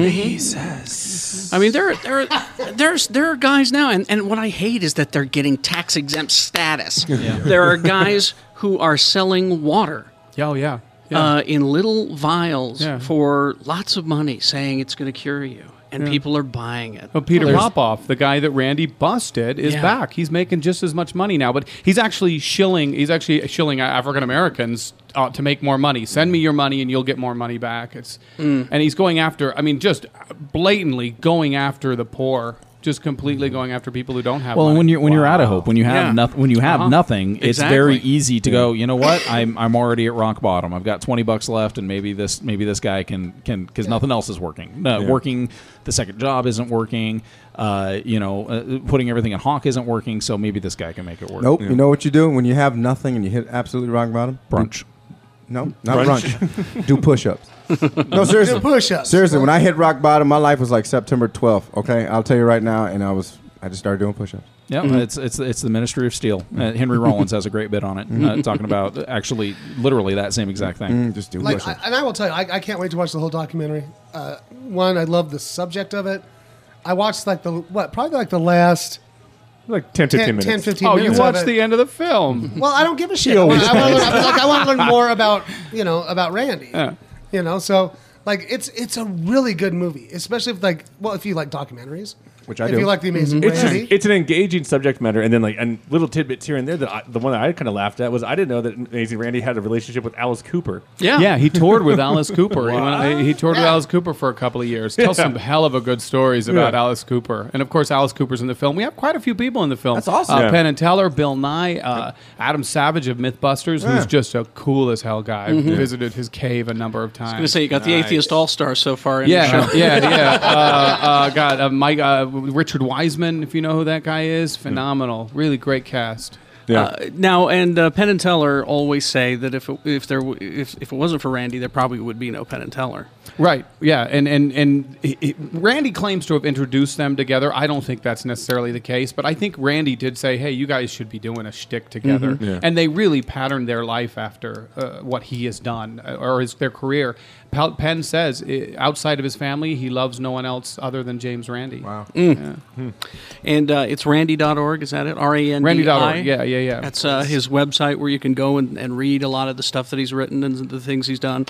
Speaker 2: I mean, there, there, there's there are guys now, and, and what I hate is that they're getting tax exempt status. There are guys who are selling water
Speaker 4: Yeah, oh, yeah. yeah.
Speaker 2: uh, in little vials
Speaker 4: Yeah.
Speaker 2: for lots of money, saying it's going to cure you, and people are buying it.
Speaker 4: Well, Oh, Peter Popoff, the guy that Randy busted, is
Speaker 2: Yeah.
Speaker 4: back. He's making just as much money now, but he's actually shilling. He's actually shilling African Americans uh, to make more money. Send me your money, and you'll get more money back. It's
Speaker 2: Mm.
Speaker 4: and he's going after. I mean, just blatantly going after the poor. Just completely going after people who don't have.
Speaker 14: Well,
Speaker 4: money.
Speaker 14: when you're when you're out of hope, when you have
Speaker 2: Yeah.
Speaker 14: nothing, when you have
Speaker 2: Uh-huh.
Speaker 14: nothing, it's very
Speaker 2: Exactly.
Speaker 14: easy to go. You know what? I'm I'm already at rock bottom. I've got 20 bucks left, and maybe this maybe this guy can can because nothing else is working. No, working the second job isn't working. Uh, you know, uh, putting everything in hawk isn't working. So maybe this guy can make it work.
Speaker 8: Nope. You know what you do when you have nothing and you hit absolutely rock bottom?
Speaker 14: Brunch.
Speaker 8: No, not brunch. do push ups. No, seriously.
Speaker 5: Do push-ups.
Speaker 8: Seriously, when I hit rock bottom, my life was like September 12th, okay? I'll tell you right now. And I was, I just started doing push ups.
Speaker 14: Yeah, it's it's it's the Ministry of Steel. Uh, Henry Rollins has a great bit on it, uh, talking about actually literally that same exact thing.
Speaker 8: Mm, Just do
Speaker 5: Like,
Speaker 8: push ups.
Speaker 5: I, and I will tell you, I, I can't wait to watch the whole documentary. Uh, one, I love the subject of it. I watched like the what, probably like the last
Speaker 10: like 10, 15
Speaker 5: 10, 10
Speaker 10: minutes.
Speaker 5: 15
Speaker 4: oh, you
Speaker 5: minutes. of
Speaker 4: watched
Speaker 5: it.
Speaker 4: the end of the film.
Speaker 5: Well, I don't give a shit. I want, I, want to learn, like, I want to learn more about you know about Randy. You know, so like it's it's a really good movie, especially if like well if you like documentaries,
Speaker 8: Which I
Speaker 5: if
Speaker 8: do.
Speaker 5: you like the Amazing
Speaker 4: Mm-hmm.
Speaker 10: It's just,
Speaker 5: Randy.
Speaker 10: it's an engaging subject matter, and then like and little tidbits here and there. That I, the one that I kind of laughed at was I didn't know that Amazing Randy had a relationship with Alice Cooper.
Speaker 2: Yeah,
Speaker 4: Yeah, he toured with Alice Cooper. He, went- he toured with Alice Cooper for a couple of years. Tells some hell of a good stories about
Speaker 10: Yeah.
Speaker 4: Alice Cooper, and of course, Alice Cooper's in the film. We have quite a few people in the film.
Speaker 8: That's awesome.
Speaker 4: Uh,
Speaker 10: Yeah.
Speaker 4: Penn and Teller, Bill Nye, uh, Adam Savage of MythBusters, who's just a cool as hell guy. I've Visited his cave a number of times.
Speaker 2: I'm gonna say you got the atheist all star so far. In the
Speaker 4: yeah,
Speaker 2: show.
Speaker 4: yeah, yeah. Uh, uh, God, uh, Mike, uh, Richard Wiseman, if you know who that guy is, phenomenal. Really great cast.
Speaker 9: Yeah.
Speaker 2: Uh, now and uh, Penn and Teller always say that if it, if there w- if, if it wasn't for Randy, there probably would be no Penn and Teller.
Speaker 4: Right. Yeah. And and and he- he- Randy claims to have introduced them together. I don't think that's necessarily the case, but I think Randy did say, "Hey, you guys should be doing a shtick together," and they really patterned their life after uh, what he has done uh, or his their career. Pal- Penn says, uh, outside of his family, he loves no one else other than James Randy. Wow.
Speaker 2: And uh, it's randy.org, is that it? R A N D I?
Speaker 4: Randy.org. Yeah. Yeah. Yeah.
Speaker 2: That's uh, his website where you can go and, and read a lot of the stuff that he's written and the things he's done.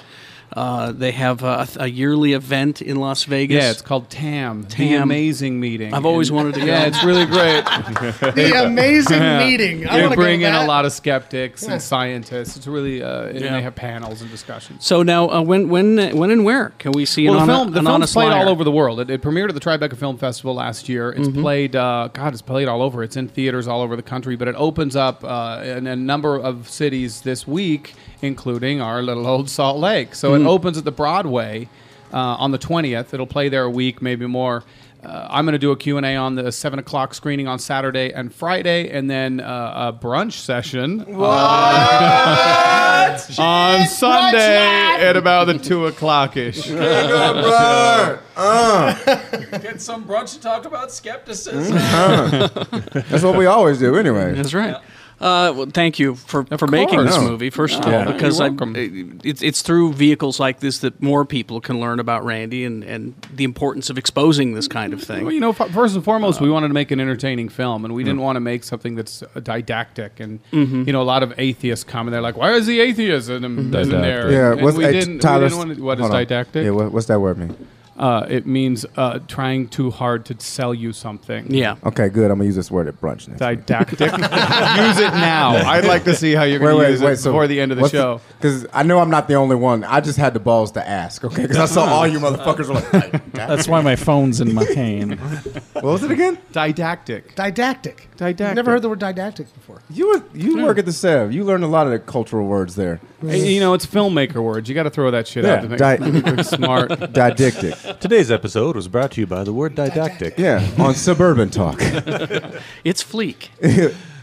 Speaker 2: Uh, they have a, a yearly event in Las Vegas.
Speaker 4: yeah, it's called TAM, the
Speaker 2: TAM.
Speaker 4: amazing meeting.
Speaker 2: I've always
Speaker 4: And-
Speaker 2: wanted to go.
Speaker 4: Yeah, it's really great.
Speaker 5: The amazing meeting. I
Speaker 4: They
Speaker 5: want to
Speaker 4: bring
Speaker 5: go
Speaker 4: in
Speaker 5: to
Speaker 4: a
Speaker 5: that.
Speaker 4: lot of skeptics
Speaker 5: Yeah.
Speaker 4: and scientists. It's really, uh, and
Speaker 2: Yeah.
Speaker 4: they have panels and discussions.
Speaker 2: so now, uh, when, when, when, and where can we see
Speaker 4: Well,
Speaker 2: an,
Speaker 4: the
Speaker 2: hon-
Speaker 4: film, the
Speaker 2: an
Speaker 4: film's
Speaker 2: honest
Speaker 4: played
Speaker 2: liar? Mm-hmm.
Speaker 4: all over the world. It, it premiered at the Tribeca Film Festival last year. It's played, uh, God, it's played all over. It's in theaters all over the country, but it opens up uh, in a number of cities this week, including our little old Salt Lake. So
Speaker 2: Mm-hmm.
Speaker 4: it opens at the Broadway uh, on the 20th. It'll play there a week, maybe more. Uh, I'm going to do a Q&A on the 7 o'clock screening on Saturday and Friday, and then uh, a brunch session uh, on Sunday at about the 2 o'clock ish.
Speaker 14: Get some brunch to talk about
Speaker 4: Hmm?
Speaker 14: skepticism.
Speaker 8: That's what we always do, anyway.
Speaker 2: That's right. Uh, well, thank you for, for making this
Speaker 8: course.
Speaker 2: movie, first of all, because I, it's, it's through vehicles like this that more people can learn about Randy and, and the importance of exposing this kind of thing.
Speaker 4: Well, you know, f- first and foremost, we wanted to make an entertaining film, and we didn't want to make something that's uh, didactic. And you know, a lot of atheists come and they're like, "Why is the atheist in, in there?"
Speaker 8: Yeah,
Speaker 4: and
Speaker 8: what's
Speaker 4: we
Speaker 8: hey,
Speaker 4: didn't,
Speaker 8: Tyler,
Speaker 4: we didn't want to, what is
Speaker 8: hold on.
Speaker 4: didactic?
Speaker 8: Yeah, what, what's that word mean?
Speaker 4: uh, it means uh, trying too hard to sell you something.
Speaker 2: yeah.
Speaker 8: Okay, good. I'm gonna use this word at brunch next. week.
Speaker 4: Didactic. use it now. I'd like to see how you're
Speaker 8: Wait,
Speaker 4: going to
Speaker 8: wait,
Speaker 4: use
Speaker 8: wait.
Speaker 4: it before the end of the show.
Speaker 8: because I know I'm not the only one. I just had the balls to ask. Okay, because I saw all you motherfuckers were like, "Hey, that-
Speaker 14: That's why my phone's in my hand.
Speaker 8: "What was it again?"
Speaker 4: Didactic.
Speaker 5: Didactic.
Speaker 4: Didactic.
Speaker 5: Never heard the word didactic before.
Speaker 8: You were, you work at the Sev. You learned a lot of the cultural words there.
Speaker 4: You know, it's filmmaker words. You got to throw that shit
Speaker 8: Yeah,
Speaker 4: out to make
Speaker 8: di-
Speaker 4: people smart.
Speaker 8: Didactic.
Speaker 9: Today's episode was brought to you by the word didactic.
Speaker 8: Yeah, on suburban talk,
Speaker 2: It's Fleek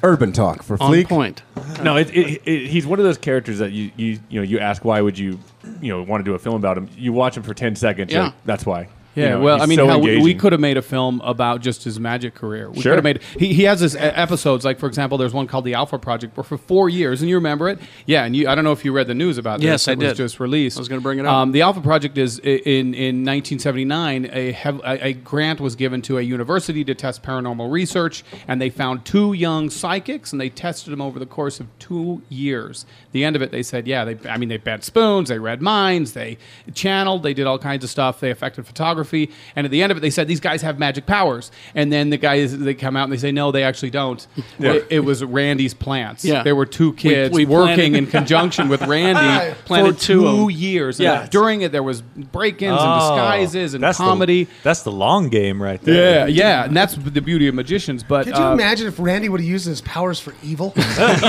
Speaker 8: urban talk for
Speaker 2: on
Speaker 8: fleek.
Speaker 2: point.
Speaker 10: no, it, it, it, he's one of those characters that you, you you know you ask why would you you know want to do a film about him. You watch him for ten seconds. you're
Speaker 2: Yeah.
Speaker 10: like, that's why.
Speaker 4: Yeah,
Speaker 10: You know,
Speaker 4: well,
Speaker 10: he's
Speaker 4: I mean,
Speaker 10: so
Speaker 4: how we, we
Speaker 10: engaging.
Speaker 4: could have made a film about just his magic career. We
Speaker 10: Sure.
Speaker 4: could have made. He, he has his e- episodes, like for example, there's one called the Alpha Project, where for four years, and you remember it, yeah. And you, I don't know if you read the news about this.
Speaker 2: Yes, I
Speaker 4: it was
Speaker 2: did.
Speaker 4: Just released.
Speaker 2: I was gonna bring it up.
Speaker 4: Um, the Alpha Project is i- in in 1979. A, hev- a a grant was given to a university to test paranormal research, and they found two young psychics, and they tested them over the course of two years. The end of it, they said, yeah, they. I mean, they bent spoons, they read minds, they channeled, they did all kinds of stuff. They affected photography, and at the end of it, they said these guys have magic powers. And then the guys they come out and they say, no, they actually don't. It, it was Randy's plants.
Speaker 2: Yeah.
Speaker 4: there were two kids
Speaker 2: we
Speaker 4: working
Speaker 2: planted-
Speaker 4: in conjunction with Randy
Speaker 2: Planted
Speaker 4: for
Speaker 2: two
Speaker 4: two
Speaker 2: of 'em.
Speaker 4: years. And
Speaker 2: Yeah.
Speaker 4: During it, there was break-ins
Speaker 10: Oh,
Speaker 4: and disguises and
Speaker 9: that's the-
Speaker 4: comedy.
Speaker 9: that's the long game right there.
Speaker 4: yeah, yeah, and that's the beauty of magicians. But
Speaker 5: Could you
Speaker 4: uh,
Speaker 5: imagine if Randy would have used his powers for evil?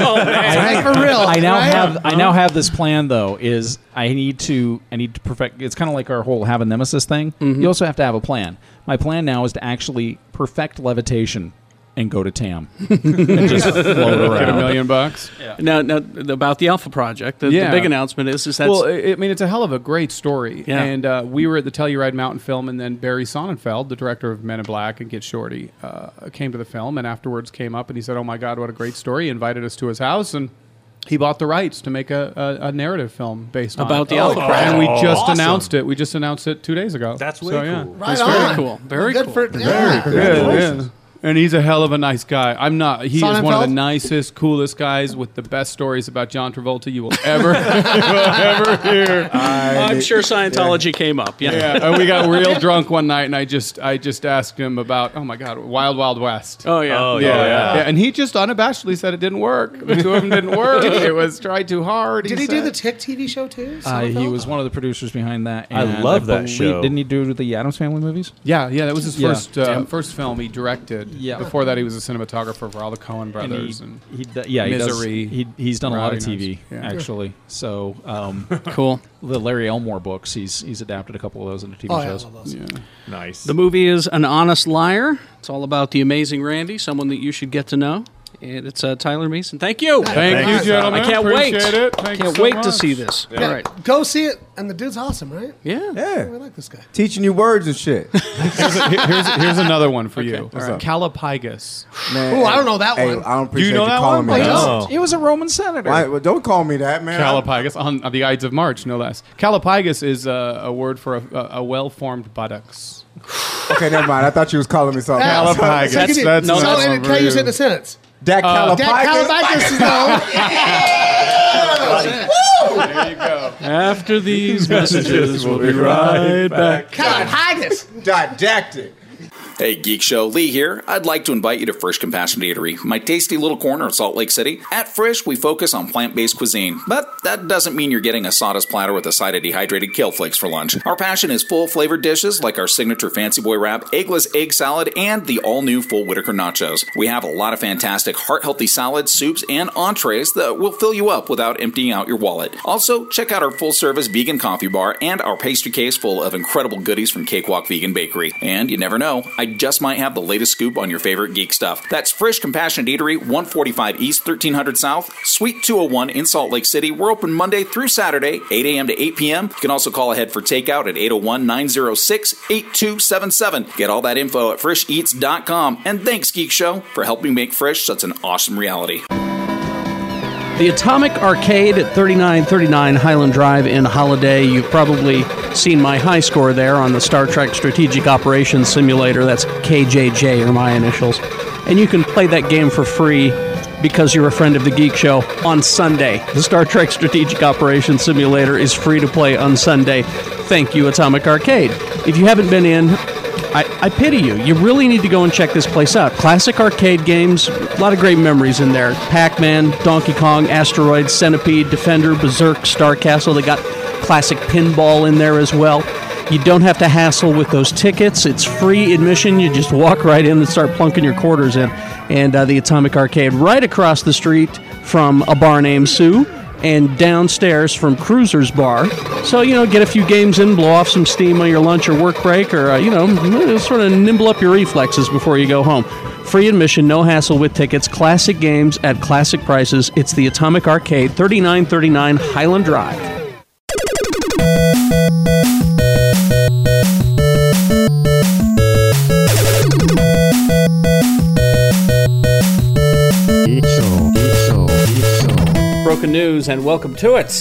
Speaker 5: Right, for real.
Speaker 14: I now
Speaker 5: right?
Speaker 14: have I now have this plan though. Is I need to I need to perfect. It's kind of like our whole have a nemesis thing.
Speaker 5: Mm-hmm.
Speaker 14: You also have to have a plan. My plan now is to actually perfect levitation and go to Tam and just
Speaker 4: get
Speaker 14: float
Speaker 4: a
Speaker 14: around.
Speaker 4: million bucks.
Speaker 2: Now, now, about the Alpha Project, the, the
Speaker 4: Yeah.
Speaker 2: big announcement is, is that's
Speaker 4: well, I I mean, it's a hell of a great story.
Speaker 2: Yeah.
Speaker 4: And uh, we were at the Telluride Mountain film, and then Barry Sonnenfeld, the director of Men in Black and Get Shorty, uh, came to the film and afterwards came up and he said, Oh my God, what a great story. He invited us to his house and he bought the rights to make a, a, a narrative film based on
Speaker 2: About
Speaker 4: it.
Speaker 2: the Alpha Oh, Project.
Speaker 4: And we just
Speaker 9: awesome.
Speaker 4: announced it. We just announced it two days ago.
Speaker 9: That's way
Speaker 4: So, yeah.
Speaker 9: cool.
Speaker 5: Right
Speaker 2: It's very
Speaker 5: on.
Speaker 2: cool. Very
Speaker 5: Good
Speaker 2: cool.
Speaker 5: For, yeah.
Speaker 4: Yeah, yeah. And he's a hell of a nice guy. I'm not. He is one of
Speaker 5: Sonnenfeld?
Speaker 4: the nicest, coolest guys with the best stories about John Travolta you will ever, ever hear.
Speaker 2: I'm sure Scientology came up. Yeah.
Speaker 4: Yeah, and we got real drunk one night, and I just I just asked him about oh my god, Wild Wild West.
Speaker 2: Oh yeah.
Speaker 9: Oh,
Speaker 4: yeah,
Speaker 9: yeah.
Speaker 4: yeah. and he just unabashedly said it didn't work. The two of them didn't work. It was tried too hard.
Speaker 5: Did he do
Speaker 4: said.
Speaker 5: the Tick TV show too?
Speaker 14: Uh, he
Speaker 5: Seinfeld?
Speaker 14: was one of the producers behind that.
Speaker 9: I
Speaker 14: and
Speaker 9: love that
Speaker 14: believe-
Speaker 9: show.
Speaker 14: Didn't he do the Adams Family movies?
Speaker 4: Yeah, yeah. That was his
Speaker 14: Yeah.
Speaker 4: first uh, first film he directed.
Speaker 14: Yeah.
Speaker 4: Before that, he was a cinematographer for all the Coen
Speaker 14: And he-
Speaker 4: brothers. And
Speaker 14: he, d- yeah,
Speaker 4: Misery,
Speaker 14: He does, he, he's done a lot of
Speaker 4: Rowdy
Speaker 14: TV
Speaker 4: Nights. Yeah.
Speaker 14: actually. So um,
Speaker 2: Cool.
Speaker 14: the Larry Elmore books, he's he's adapted a couple of those into TV
Speaker 5: Oh, yeah, I
Speaker 14: shows.
Speaker 5: love those.
Speaker 10: nice.
Speaker 2: The movie is An Honest Liar. It's all about the amazing Randy, someone that you should get to know. And it's uh, Tyler Mason. Thank you.
Speaker 5: Thank you,
Speaker 2: I
Speaker 5: gentlemen.
Speaker 2: can't wait.
Speaker 15: Appreciate it. Thank you
Speaker 2: can't
Speaker 15: so
Speaker 2: wait to
Speaker 15: much.
Speaker 2: see this. All right.
Speaker 5: Go see it, and the dude's awesome, right?
Speaker 2: Yeah.
Speaker 8: Yeah.
Speaker 5: I like this guy.
Speaker 8: Teaching you words and shit.
Speaker 4: Here's, here's, here's another one for you.
Speaker 8: What's up?
Speaker 4: Calipagus.
Speaker 8: Man,
Speaker 5: Ooh, I don't know that
Speaker 8: hey,
Speaker 5: one.
Speaker 8: I don't appreciate you,
Speaker 4: know that
Speaker 8: calling
Speaker 4: one?
Speaker 8: me
Speaker 4: I
Speaker 8: that.
Speaker 4: don't.
Speaker 16: Oh.
Speaker 17: He was a Roman senator.
Speaker 8: Why- well, don't call me that, man.
Speaker 4: Calipagus on, on the Ides of March, no less. Calipagus is a, a word for a, a, a well-formed buttocks.
Speaker 8: okay, never mind. I thought you was calling me something. else.
Speaker 4: That's-
Speaker 5: Calipagus. That's,
Speaker 4: that's
Speaker 5: so,
Speaker 4: not
Speaker 5: and can I use it in a sentence?
Speaker 8: Dak Calipagus.
Speaker 5: Dak Calipagus is no.
Speaker 2: After these messages, we'll be right back.
Speaker 5: Calipagus.
Speaker 8: Didactic.
Speaker 14: Hey, Geek Show, Lee here. I'd like to invite you to Fresh Compassion Eatery, my tasty little corner of Salt Lake City. At Fresh, we focus on plant based cuisine, but that doesn't mean you're getting a sawdust platter with a side of dehydrated kale flakes for lunch. Our passion is full flavored dishes like our signature Fancy Boy Wrap, eggless egg salad, and the all new Full Whitaker Nachos. We have a lot of fantastic heart healthy salads, soups, and entrees that will fill you up without emptying out your wallet. Also, check out our full service vegan coffee bar and our pastry case full of incredible goodies from Cakewalk Vegan Bakery. And you never know, I just might have the latest scoop on your favorite geek stuff. That's Fresh Compassionate Eatery, 145 East, 1300 South, Suite 201 in Salt Lake City. We're open Monday through Saturday, 8 a.m. to 8 p.m. You can also call ahead for takeout at 801 906 8277. Get all that info at fresheats.com. And thanks, Geek Show, for helping make Fresh such an awesome reality.
Speaker 2: The Atomic Arcade at 3939 Highland Drive in Holiday. You've probably seen my high score there on the Star Trek Strategic Operations Simulator. That's KJJ, are my initials. And you can play that game for free because you're a friend of the Geek Show on Sunday. The Star Trek Strategic Operations Simulator is free to play on Sunday. Thank you, Atomic Arcade. If you haven't been in, I, I pity you. You really need to go and check this place out. Classic arcade games, a lot of great memories in there. Pac Man, Donkey Kong, Asteroid, Centipede, Defender, Berserk, Star Castle. They got classic pinball in there as well. You don't have to hassle with those tickets. It's free admission. You just walk right in and start plunking your quarters in. And uh, the Atomic Arcade, right across the street from a bar named Sue and downstairs from Cruiser's Bar. So, you know, get a few games in, blow off some steam on your lunch or work break, or, uh, you know, sort of nimble up your reflexes before you go home. Free admission, no hassle with tickets, classic games at classic prices. It's the Atomic Arcade, 3939 Highland Drive. Broken News, and welcome to it.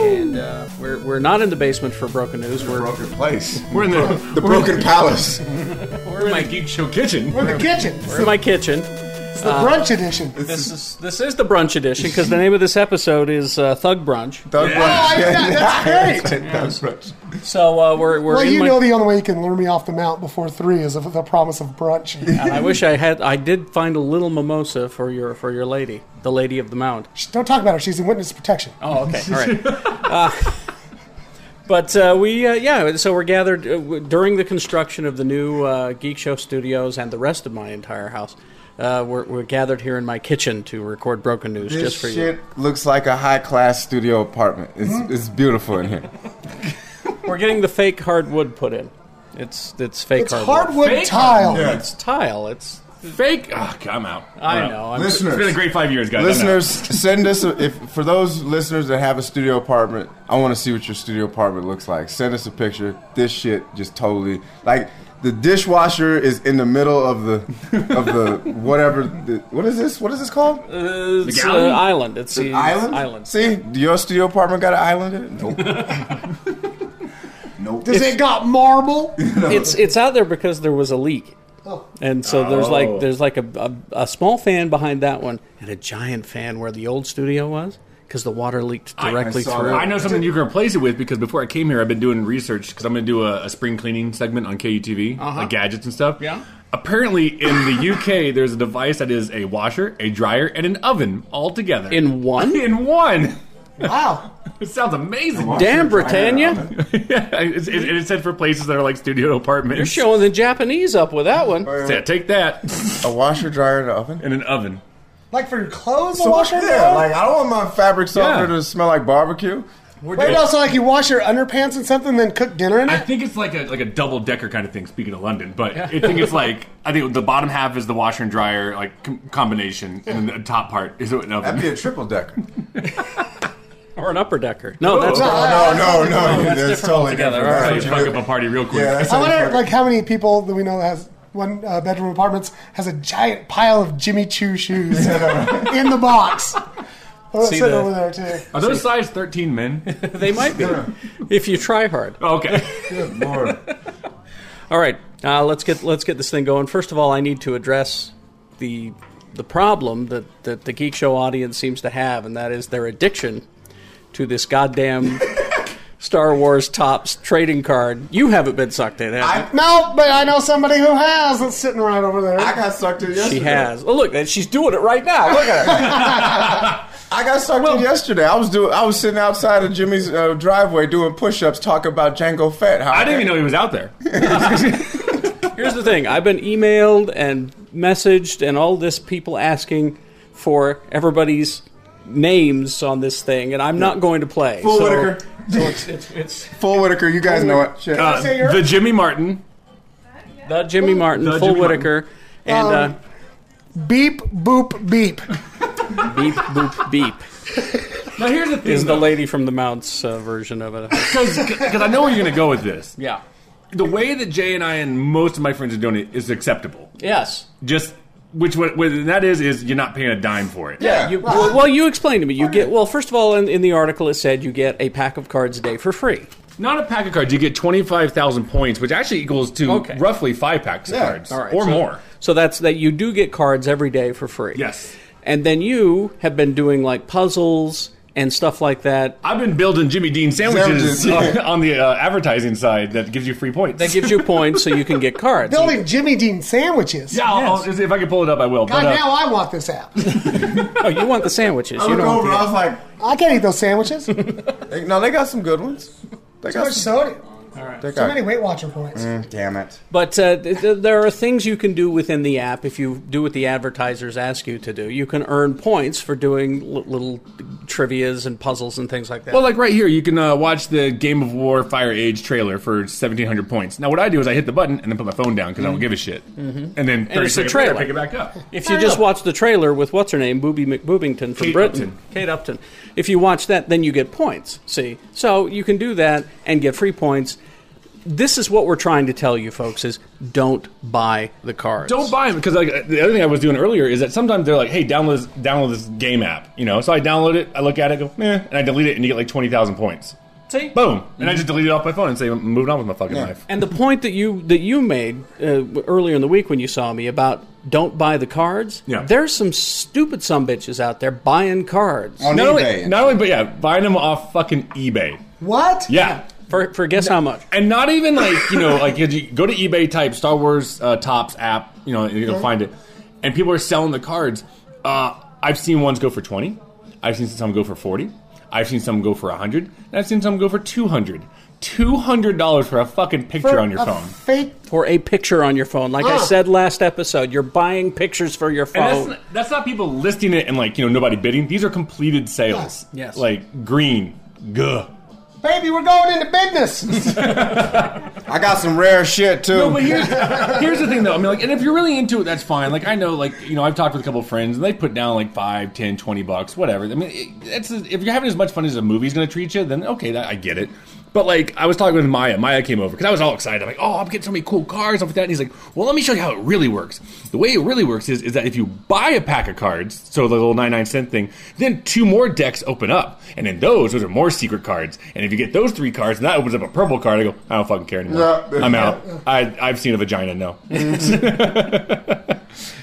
Speaker 2: And uh, we're, we're not in the basement for Broken News. We're,
Speaker 8: Broken place.
Speaker 6: We're in the
Speaker 8: The broken palace.
Speaker 2: we're in my geek show
Speaker 6: kitchen.
Speaker 5: We're in the kitchen.
Speaker 2: We're in my kitchen.
Speaker 5: It's the brunch edition.
Speaker 2: This is this is the brunch edition because the name of this episode is uh, Thug Brunch.
Speaker 8: Thug brunch.
Speaker 5: that's great.
Speaker 8: Thug brunch.
Speaker 2: So uh, we're we're
Speaker 5: Well,
Speaker 2: in
Speaker 5: you
Speaker 2: my,
Speaker 5: know the only way you can lure me off the mount before three is of the promise of brunch.
Speaker 2: I wish I had. I did find a little mimosa for your for your lady, the lady of the mound.
Speaker 5: Shh, Don't talk about her. She's in witness protection.
Speaker 2: Oh, okay, all right. Uh, but uh, we, uh, yeah, so we're gathered uh, w- during the construction of the new uh, Geek Show Studios and the rest of my entire house. Uh, we're, we're gathered here in my kitchen to record Broken News
Speaker 8: This
Speaker 2: just for
Speaker 8: shit looks like a high class studio apartment. It's, it's beautiful in here.
Speaker 2: you. We're getting the fake hardwood put in. It's it's fake
Speaker 5: It's
Speaker 2: hardwood.
Speaker 5: hardwood tile.
Speaker 2: It's tile. It's
Speaker 6: Fake. Ugh, I'm out.
Speaker 2: I
Speaker 6: I'm out.
Speaker 2: know. I'm
Speaker 8: Listeners,
Speaker 6: It's been a great five years, guys. I'm out.
Speaker 8: listeners, send us a, if for those listeners that have a studio apartment. I want to see what your studio apartment looks like. Send us a picture. This shit just totally like the dishwasher is in the middle of the of the whatever. The, what is this? What is this called?
Speaker 2: It's an
Speaker 6: galley?
Speaker 2: island. It's the
Speaker 8: island.
Speaker 2: Island.
Speaker 8: See, your studio apartment got an island in it. Nope. nope.
Speaker 5: Does it got marble?
Speaker 2: It's it's out there because there was a leak, and so there's like there's like a, a a small fan behind that one and a giant fan where the old studio was because the water leaked directly
Speaker 8: saw
Speaker 2: through.
Speaker 8: that.
Speaker 6: I know something you can replace it with because before I came here, I've been doing research because I'm going to do a, a spring cleaning segment on KUTV, like gadgets and stuff.
Speaker 2: Yeah.
Speaker 6: Apparently, in the UK, there's a device that is a washer, a dryer, and an oven all together
Speaker 2: In one?
Speaker 6: In one.
Speaker 5: Wow.
Speaker 6: It sounds amazing.
Speaker 2: Damn, Britannia!
Speaker 6: yeah, it's, it, it said for places that are like studio apartments.
Speaker 2: You're showing the Japanese up with that one.
Speaker 6: Yeah, take that
Speaker 8: A washer, dryer, and an oven.
Speaker 6: and an oven.
Speaker 5: Like for your clothes, a washer? and
Speaker 8: yeah,
Speaker 5: dryer?
Speaker 8: like I don't want my fabric softener
Speaker 6: Yeah.
Speaker 8: to smell like barbecue.
Speaker 6: We're
Speaker 5: Wait,
Speaker 6: doing-
Speaker 5: no, so like you wash your underpants and something, then cook dinner in
Speaker 6: I
Speaker 5: it?
Speaker 6: think it's like a like a double decker kind of thing. Speaking of London, but I think it's like I think the bottom half is the washer and dryer like com- combination, and then the top part is an oven.
Speaker 8: That'd be a triple decker.
Speaker 2: or an upper decker. Oh. No, that's
Speaker 8: no, no, no, no.
Speaker 2: that's
Speaker 8: That's,
Speaker 2: different
Speaker 8: totally
Speaker 2: altogether.
Speaker 8: different.
Speaker 2: All
Speaker 8: That's
Speaker 2: right.
Speaker 8: what you
Speaker 6: Fuck
Speaker 8: do.
Speaker 6: up a party real quick.
Speaker 8: Yeah, that's
Speaker 5: I
Speaker 8: how you
Speaker 5: wonder,
Speaker 8: fuck-
Speaker 5: like, how many people that we know that has one uh, bedroom apartments has a giant pile of Jimmy Choo shoes in the box. Oh,
Speaker 2: See
Speaker 5: it's sitting
Speaker 2: the-
Speaker 5: over there too.
Speaker 6: Are those size thirteen men?
Speaker 2: They might be if you try hard.
Speaker 6: Oh, okay.
Speaker 8: Good lord.
Speaker 2: All right, uh, let's get let's get this thing going. First of all, I need to address the the problem that, that the geek show audience seems to have, and that is their addiction to this goddamn Star Wars tops trading card. You haven't been sucked in, have you?
Speaker 8: I,
Speaker 5: No, but I know somebody who has that's sitting right over there.
Speaker 8: I got sucked in yesterday.
Speaker 2: She has. Oh, look, she's doing it right now.
Speaker 8: Look at her. I got sucked in yesterday. I was doing. I was sitting outside of Jimmy's uh, driveway doing push-ups, talking about Django Fett. How
Speaker 6: I didn't even know he was out there.
Speaker 2: Here's the thing: I've been emailed and messaged and all this people asking for everybody's names on this thing, and I'm not going to play.
Speaker 8: Full
Speaker 2: so-
Speaker 8: Whitaker.
Speaker 2: so it's, it's, it's
Speaker 8: Full Whitaker. You guys know it. Shit.
Speaker 6: Uh, the Jimmy Martin.
Speaker 2: the Jimmy Martin,
Speaker 6: The
Speaker 2: Full
Speaker 6: Jimmy
Speaker 2: Whitaker, and
Speaker 5: Um, Beep, boop, beep.
Speaker 2: uh, beep boop beep
Speaker 6: Now here's the thing,
Speaker 2: is the lady from the Mounts uh, version of it.
Speaker 6: because I know where you're gonna go with this.
Speaker 2: Yeah.
Speaker 6: The way that Jay and I and most of my friends are doing it is acceptable.
Speaker 2: Yes.
Speaker 6: Just which what, what that is is you're not paying a dime for it.
Speaker 8: Yeah.
Speaker 2: You, well, well, you explain to me. You get well. First of all, in, in the article it said you get a pack of cards a day for free.
Speaker 6: Not a pack of cards. You get twenty five thousand points, which actually equals to
Speaker 2: Okay.
Speaker 6: roughly five packs of cards
Speaker 2: All right,
Speaker 6: or
Speaker 2: so-
Speaker 6: more.
Speaker 2: So that's that you do get cards every day for free.
Speaker 6: Yes.
Speaker 2: And then you have been doing like puzzles and stuff like that.
Speaker 6: I've been building Jimmy Dean sandwiches
Speaker 8: Sandwiches, yeah.
Speaker 6: on, on the uh, advertising side that gives you free points.
Speaker 2: That gives you points so you can get cards.
Speaker 5: Building Jimmy Dean sandwiches.
Speaker 6: Yeah, I'll, I'll- if I can pull it up, I will.
Speaker 5: God,
Speaker 6: but, uh,
Speaker 5: now I want this app.
Speaker 2: Oh, you want the sandwiches.
Speaker 8: I
Speaker 2: You
Speaker 8: looked
Speaker 2: don't want
Speaker 8: over.
Speaker 2: the-
Speaker 8: I was like,
Speaker 5: I can't eat those sandwiches. Too
Speaker 8: they- no, they got some good ones. They got
Speaker 5: much
Speaker 8: some.
Speaker 5: sodium.
Speaker 8: They
Speaker 5: Too
Speaker 8: got,
Speaker 5: many Weight Watcher points.
Speaker 8: Damn it.
Speaker 2: But uh, th- th- there are things you can do within the app if you do what the advertisers ask you to do. You can earn points for doing l- little trivia's and puzzles and things like that.
Speaker 6: Well, like right here, you can uh, watch the Game of War Fire Age trailer for seventeen hundred points. Now, what I do is I hit the button and then put my phone down because I don't give a shit. And then
Speaker 2: Mm-hmm. it's a
Speaker 6: thirty seconds later,
Speaker 2: trailer.
Speaker 6: I pick it back up.
Speaker 2: if you just watch the trailer with what's her name, Booby McBoobington from
Speaker 6: Kate
Speaker 2: Britain,
Speaker 6: Upton.
Speaker 2: Kate Upton, if you watch that, then you get points. See, so you can do that and get free points. This is what we're trying to tell you, folks: is don't buy the cards.
Speaker 6: Don't buy them because like uh, the other thing I was doing earlier is that sometimes they're like, "Hey, download this, download this game app," you know. So I download it, I look at it, go, "Meh," and I delete it, and you get like twenty thousand points.
Speaker 2: See?
Speaker 6: Boom, and I just delete it off my phone and say, "I'm moving on with my fucking life."
Speaker 2: Mm-hmm. And the point that you that you made uh, w- earlier in the week when you saw me about don't buy the cards.
Speaker 6: Yeah.
Speaker 2: There's some stupid sumbitches out there buying cards.
Speaker 8: On
Speaker 6: Not
Speaker 8: eBay.
Speaker 6: only, not only, but yeah, buying them off fucking eBay.
Speaker 5: What?
Speaker 6: Yeah.
Speaker 2: For, for guess how much?
Speaker 6: And not even like you know, like you go to eBay type Star Wars uh, tops app, you know, and you'll find it. And people are selling the cards. Uh, I've seen ones go for twenty. I've seen some go for forty. I've seen some go for hundred. And I've seen some go for two hundred. Two hundred dollars for a fucking picture on your
Speaker 5: a
Speaker 6: phone.
Speaker 5: Fake.
Speaker 2: For a picture on your phone. Like I
Speaker 5: Ah.
Speaker 2: said last episode, you're buying pictures for your
Speaker 6: And that's
Speaker 2: phone.
Speaker 6: not, that's not people listing it and like you know nobody bidding. These are completed sales.
Speaker 2: Yes.
Speaker 6: Like green. Guh.
Speaker 5: Baby, we're going into business.
Speaker 8: I got some rare shit too.
Speaker 6: No, but here's, here's the thing, though. I mean, like, and if you're really into it, that's fine. Like, I know, like, you know, I've talked with a couple of friends, and they put down like five, ten, twenty bucks, whatever. I mean, it, it's if you're having as much fun as a movie's going to treat you, then okay, that, I get it. But like, I was talking with Maya. Maya came over because I was all excited. I'm like, oh, I'm getting so many cool cards stuff like that. And he's like, well, let me show you how it really works. The way it really works is is that if you buy a pack of cards, so the little 99 cent thing, then two more decks open up, and then those those are more secret cards. And if you get those three cards, and that opens up a purple card, I go, I don't fucking care anymore.
Speaker 8: Yeah.
Speaker 6: I'm out. I, I've seen a vagina. No,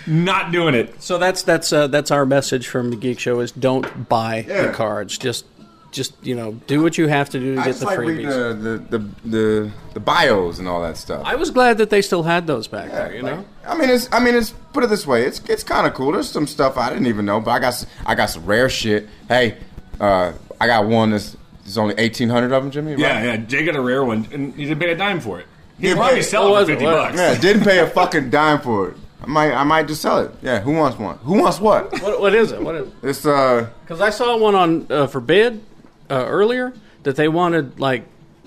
Speaker 6: not doing it.
Speaker 2: so that's that's uh, that's our message from the Geek Show is don't buy the
Speaker 8: Yeah.
Speaker 2: cards. Just just you know, do what you have to do to
Speaker 8: I
Speaker 2: get
Speaker 8: just
Speaker 2: the
Speaker 8: like
Speaker 2: freebies.
Speaker 8: reading the the, the the the bios and all that stuff.
Speaker 2: I was glad that they still had those back there, you
Speaker 8: Like,
Speaker 2: know?
Speaker 8: I mean, it's. I mean, it's. Put it this way, it's. It's kind of cool. There's some stuff I didn't even know, but I got. s- I got some rare shit. Hey, uh, I got one that's. There's only 1,800 of them, Jimmy. right?
Speaker 6: Yeah, yeah. Jay got a rare one, and he didn't pay a dime for it. He
Speaker 8: Yeah,
Speaker 6: could probably
Speaker 8: right.
Speaker 6: sell it
Speaker 2: What
Speaker 6: for
Speaker 2: was it?
Speaker 6: fifty
Speaker 2: What?
Speaker 6: bucks.
Speaker 8: Yeah, didn't pay a fucking dime for it. I might. I might just sell it. Yeah. Who wants one? Who wants what?
Speaker 2: What, what is it? What is it?
Speaker 8: It's uh.
Speaker 2: Because I saw one on uh, Forbid uh, earlier that they wanted like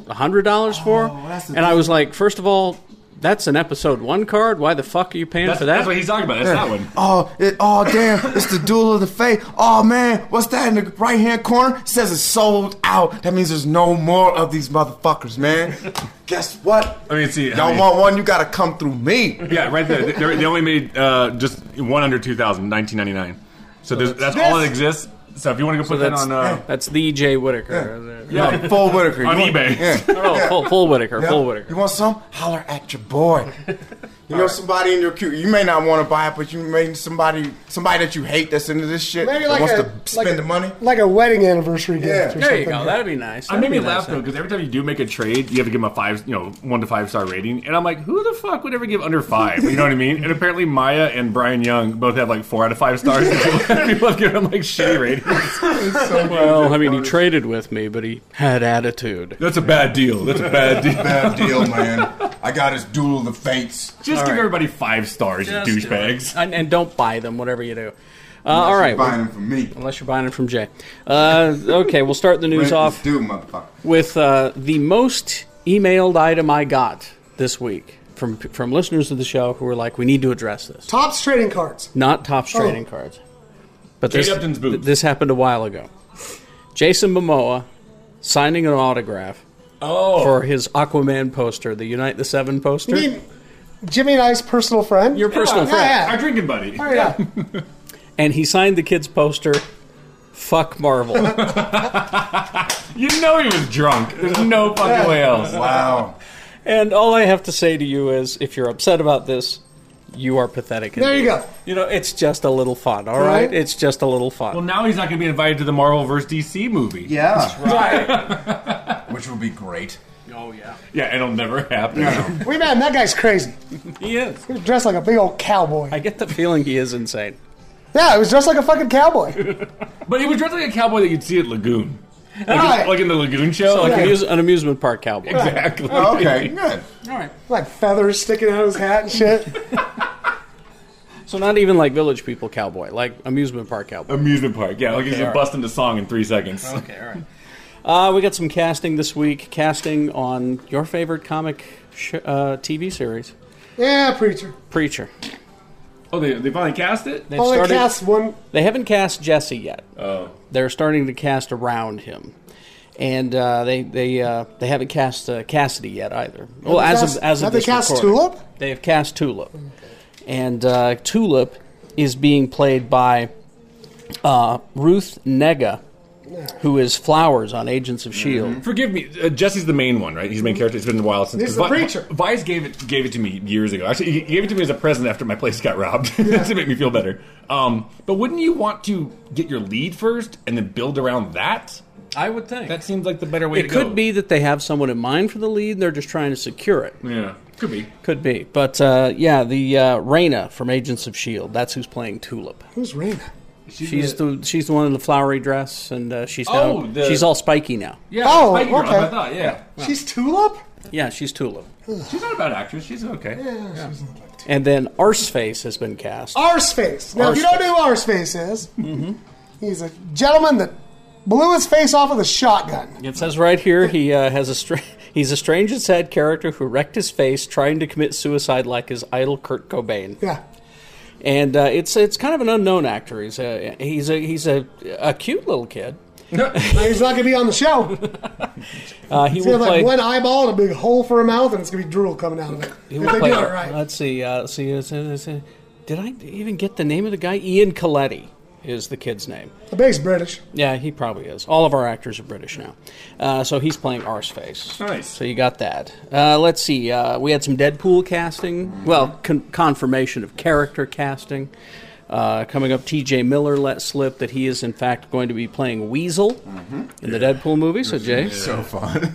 Speaker 2: hundred dollars for,
Speaker 18: that's the
Speaker 2: and I was like, first of all, that's an episode one card. Why the fuck are you paying
Speaker 19: That's-
Speaker 2: for that?
Speaker 19: that's what he's talking about. That's that one.
Speaker 8: Oh, it, oh damn! It's the duel of the fate. Oh man, what's that in the right hand corner? It says it's sold out. That means there's no more of these motherfuckers, man. Guess what?
Speaker 6: I mean, see,
Speaker 8: Y'all
Speaker 6: how many-
Speaker 8: want one? You gotta come through me.
Speaker 6: Yeah, right there. They- They, they only made uh, just one under 2,000, 1999. So there's, that's all that exists. So if you want to go put that
Speaker 2: that's-
Speaker 6: on, uh,
Speaker 2: that's the Jay Whitaker.
Speaker 6: Yeah. Yeah. Full Whitaker.
Speaker 8: On You want-
Speaker 6: eBay.
Speaker 8: Yeah.
Speaker 2: Oh, full, full Whitaker.
Speaker 8: Yeah.
Speaker 2: Full Whitaker.
Speaker 8: You want some? Holler at your boy. You know somebody in your queue. You may not want to buy it, but you may somebody somebody that you hate that's into this shit.
Speaker 5: Maybe
Speaker 8: that
Speaker 5: like
Speaker 8: wants
Speaker 5: a-
Speaker 8: to spend the money.
Speaker 5: Like a wedding anniversary gift. Or
Speaker 2: There you
Speaker 5: something.
Speaker 2: go. That'd be nice.
Speaker 6: I made me
Speaker 2: That'd be
Speaker 6: laugh
Speaker 2: nice.
Speaker 6: though because every time you do make a trade, you have to give them a five, you know, one to five star rating, and I'm like, who the fuck would ever give under five? You know what I mean? And apparently Maya and Brian Young both have like four out of five stars. People have given them like shitty ratings.
Speaker 2: Well, I mean, he traded with me, but he had attitude.
Speaker 6: That's a bad deal. That's a bad deal.
Speaker 8: Bad deal, man. I got his duel of the fates.
Speaker 6: Just
Speaker 2: All
Speaker 6: give
Speaker 2: right.
Speaker 6: everybody five stars, you
Speaker 2: Just do it.
Speaker 6: douchebags.
Speaker 2: And, and don't buy them, whatever you do. Uh, all right.
Speaker 8: buying them from me.
Speaker 2: Unless you're buying them from Jay. Uh, okay, we'll start the news
Speaker 8: Rent
Speaker 2: off
Speaker 8: this dude, motherfucker.
Speaker 2: with uh, the most emailed item I got this week from from listeners of the show who were like, "We need to address this."
Speaker 5: Tops trading cards.
Speaker 2: Not
Speaker 5: Oh.
Speaker 2: top trading cards, but
Speaker 6: Jay
Speaker 2: this
Speaker 6: Upton's booth.
Speaker 2: th- this happened a while ago. Jason Momoa signing an autograph
Speaker 6: Oh,
Speaker 2: for his Aquaman poster, the Unite the Seven poster.
Speaker 5: You mean Jimmy and I's personal friend?
Speaker 2: Your personal
Speaker 5: yeah,
Speaker 2: friend.
Speaker 5: Yeah.
Speaker 6: our drinking buddy.
Speaker 5: Oh, yeah.
Speaker 2: and he signed the kid's poster. Fuck Marvel.
Speaker 6: You know he was drunk. There's no fucking way else.
Speaker 8: Wow.
Speaker 2: and all I have to say to you is, if you're upset about this, you are pathetic.
Speaker 5: There you
Speaker 2: indeed.
Speaker 5: go.
Speaker 2: You know, it's just a little fun, all
Speaker 5: Right.
Speaker 2: right? It's just a little fun.
Speaker 6: Well, now he's not going to be invited to the Marvel vs. DC movie.
Speaker 8: Yeah.
Speaker 2: right.
Speaker 8: Which would be great.
Speaker 2: oh, yeah.
Speaker 6: Yeah, it'll never happen.
Speaker 5: We met him. That guy's crazy.
Speaker 2: He is.
Speaker 5: He was dressed like a big old cowboy.
Speaker 2: I get the feeling he is insane.
Speaker 5: yeah, he was dressed like a fucking cowboy.
Speaker 6: But he was dressed like a cowboy that you'd see at Lagoon. Like, in-
Speaker 5: Right.
Speaker 6: like in the Lagoon show.
Speaker 2: Like
Speaker 6: like,
Speaker 2: amuse- an amusement park cowboy.
Speaker 6: Exactly.
Speaker 5: Oh,
Speaker 8: Okay, good.
Speaker 2: All right.
Speaker 5: like feathers sticking out of his hat and shit.
Speaker 2: So, not even like village people cowboy, like amusement park cowboy.
Speaker 6: Amusement park. Yeah, like he's
Speaker 2: all
Speaker 6: gonna
Speaker 2: right.
Speaker 6: bust into song in three seconds.
Speaker 2: Okay, all right. Uh, we got some casting this week. Casting on your favorite comic sh- uh, TV series,
Speaker 5: yeah, preacher.
Speaker 2: Preacher.
Speaker 6: Oh, they, they finally cast it?
Speaker 2: They've
Speaker 5: Only
Speaker 2: started-
Speaker 5: cast one.
Speaker 2: They haven't cast Jesse yet.
Speaker 6: Oh.
Speaker 2: They're starting to cast around him, and uh, they they uh, they haven't cast uh, Cassidy yet either. Well,
Speaker 5: they
Speaker 2: as
Speaker 5: cast-
Speaker 2: of as of
Speaker 5: have they
Speaker 2: this
Speaker 5: cast
Speaker 2: recording.
Speaker 5: Tulip?
Speaker 2: They have cast Tulip, and uh, Tulip is being played by uh, Ruth Nega, who is Flowers on Agents of Shield.
Speaker 6: Forgive me. Uh, Jesse's the main one, right? He's the main character. It's been a while since.
Speaker 5: He's the
Speaker 6: Vi-
Speaker 5: preacher.
Speaker 6: Vice gave it gave it to me years ago. Actually, he he gave it to me as a present after my place got robbed to make me feel better. Um, but wouldn't you want to get your lead first and then build around that?
Speaker 2: I would think
Speaker 6: That seems like the better way.
Speaker 2: it
Speaker 6: to
Speaker 2: could
Speaker 6: go.
Speaker 2: be that they have someone in mind for the lead. and They're just trying to secure it.
Speaker 6: Yeah, could be.
Speaker 2: Could be, but uh, yeah, the uh, Raina from Agents of Shield. E That's who's playing Tulip.
Speaker 5: Who's Raina?
Speaker 2: She's the she's the one in the flowery dress, and uh, she's now,
Speaker 6: Oh, the-
Speaker 2: she's all spiky now.
Speaker 6: Yeah.
Speaker 5: Oh,
Speaker 6: Spider Girl,
Speaker 5: okay.
Speaker 6: I thought. Yeah.
Speaker 5: She's Tulip?
Speaker 2: Yeah, she's Tulip.
Speaker 6: She's not a bad actress. She's okay.
Speaker 2: And then Arseface has been cast.
Speaker 6: Oh.
Speaker 5: Arseface. Now, if you don't know who Arseface is, he's a gentleman that blew his face off with a shotgun.
Speaker 2: It says right here he uh, has a str- he's a strange and sad character who wrecked his face trying to commit suicide like his idol Kurt Cobain.
Speaker 5: Yeah.
Speaker 2: And uh, it's it's kind of an unknown actor. He's a he's a he's a, a cute little kid.
Speaker 5: Now, he's not going to be on the show. He's
Speaker 2: Uh, he will
Speaker 5: going to have like
Speaker 2: play.
Speaker 5: one eyeball and a big hole for a mouth, and it's going to be drool coming out of it.
Speaker 2: he
Speaker 5: If
Speaker 2: will
Speaker 5: they
Speaker 2: play-
Speaker 5: do it right.
Speaker 2: Let's see. Uh, let's see. uh, uh, uh, did I even get the name of the guy? Ian Coletti is the kid's name.
Speaker 5: The base British.
Speaker 2: Yeah, he probably is. All of our actors are British now. Uh, so he's playing Arseface.
Speaker 6: Nice.
Speaker 2: So you got that. Uh, let's see. Uh, we had some Deadpool casting. Well, con- confirmation of character casting. Uh, coming up, TJ Miller let slip that he is, in fact, going to be playing Weasel
Speaker 6: Mm-hmm.
Speaker 2: in the Deadpool movie. So, Jay,
Speaker 8: So fun.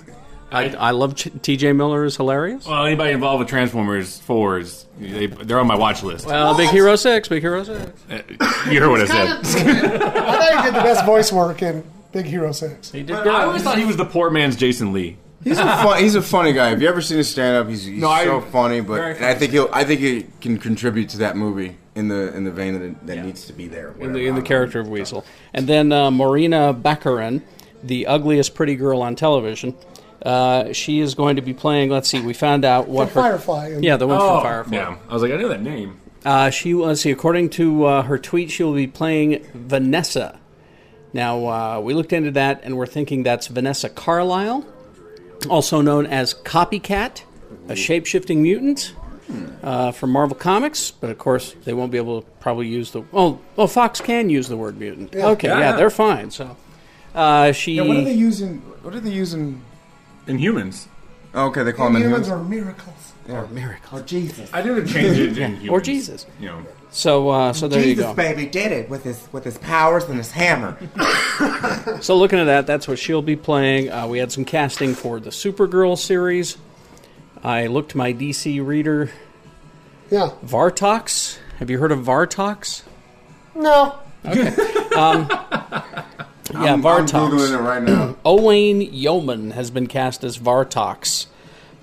Speaker 2: I, I love Ch- TJ Miller, is hilarious.
Speaker 6: Well, anybody involved with Transformers Four is they, they're on my watch list.
Speaker 2: Uh, Big Hero 6, Big Hero 6.
Speaker 6: you heard what I said.
Speaker 5: I thought he did the best voice work in Big Hero 6.
Speaker 2: He did
Speaker 6: I
Speaker 2: great.
Speaker 6: always thought he was the poor man's Jason Lee.
Speaker 8: He's a fun, he's a funny guy. Have you ever seen his stand up? He's, he's
Speaker 6: No, I-
Speaker 8: so funny, but
Speaker 2: Very
Speaker 8: and I think he'll I think he can contribute to that movie in the in the vein that, it, that needs to be there.
Speaker 2: in the, in the character of Weasel. And then uh, Marina Baccarin the ugliest pretty girl on television. Uh, she is going to be playing. Let's see. We found out what
Speaker 5: From
Speaker 2: her-
Speaker 5: Firefly and-
Speaker 2: Yeah, the one
Speaker 6: Oh,
Speaker 2: from Firefly.
Speaker 6: yeah. I was like, I know that name.
Speaker 2: Uh, she let's see. According to uh, her tweet, she will be playing Vanessa. Now uh, we looked into that, and we're thinking that's Vanessa Carlisle, also known as Copycat, a shape-shifting mutant
Speaker 20: Hmm.
Speaker 2: uh, from Marvel Comics. But of course, they won't be able to probably use the. Oh, oh, Fox can use the word mutant.
Speaker 20: Yeah.
Speaker 2: Okay, yeah.
Speaker 20: Yeah.
Speaker 2: they're fine. So uh, she.
Speaker 20: Yeah, what are they using? What are they using?
Speaker 6: In humans.
Speaker 20: Okay, they call them
Speaker 5: Humans
Speaker 20: humans.
Speaker 5: are miracles.
Speaker 20: Yeah.
Speaker 2: Or miracles.
Speaker 20: Or Jesus.
Speaker 6: I didn't change it in humans.
Speaker 2: Or oh, Jesus.
Speaker 6: You know.
Speaker 2: So uh, so there
Speaker 20: Jesus
Speaker 2: you go.
Speaker 20: baby did it with his with his powers and his hammer.
Speaker 2: So looking at that, that's what she'll be playing. Uh, we had some casting for the Supergirl series. I looked my DC reader.
Speaker 5: Yeah.
Speaker 2: Vartox. Have you heard of Vartox?
Speaker 5: No.
Speaker 2: Um, yeah,
Speaker 20: I'm- I'm
Speaker 2: Vartox.
Speaker 20: Googling it right now.
Speaker 2: Owain Yeoman has been cast as Vartox.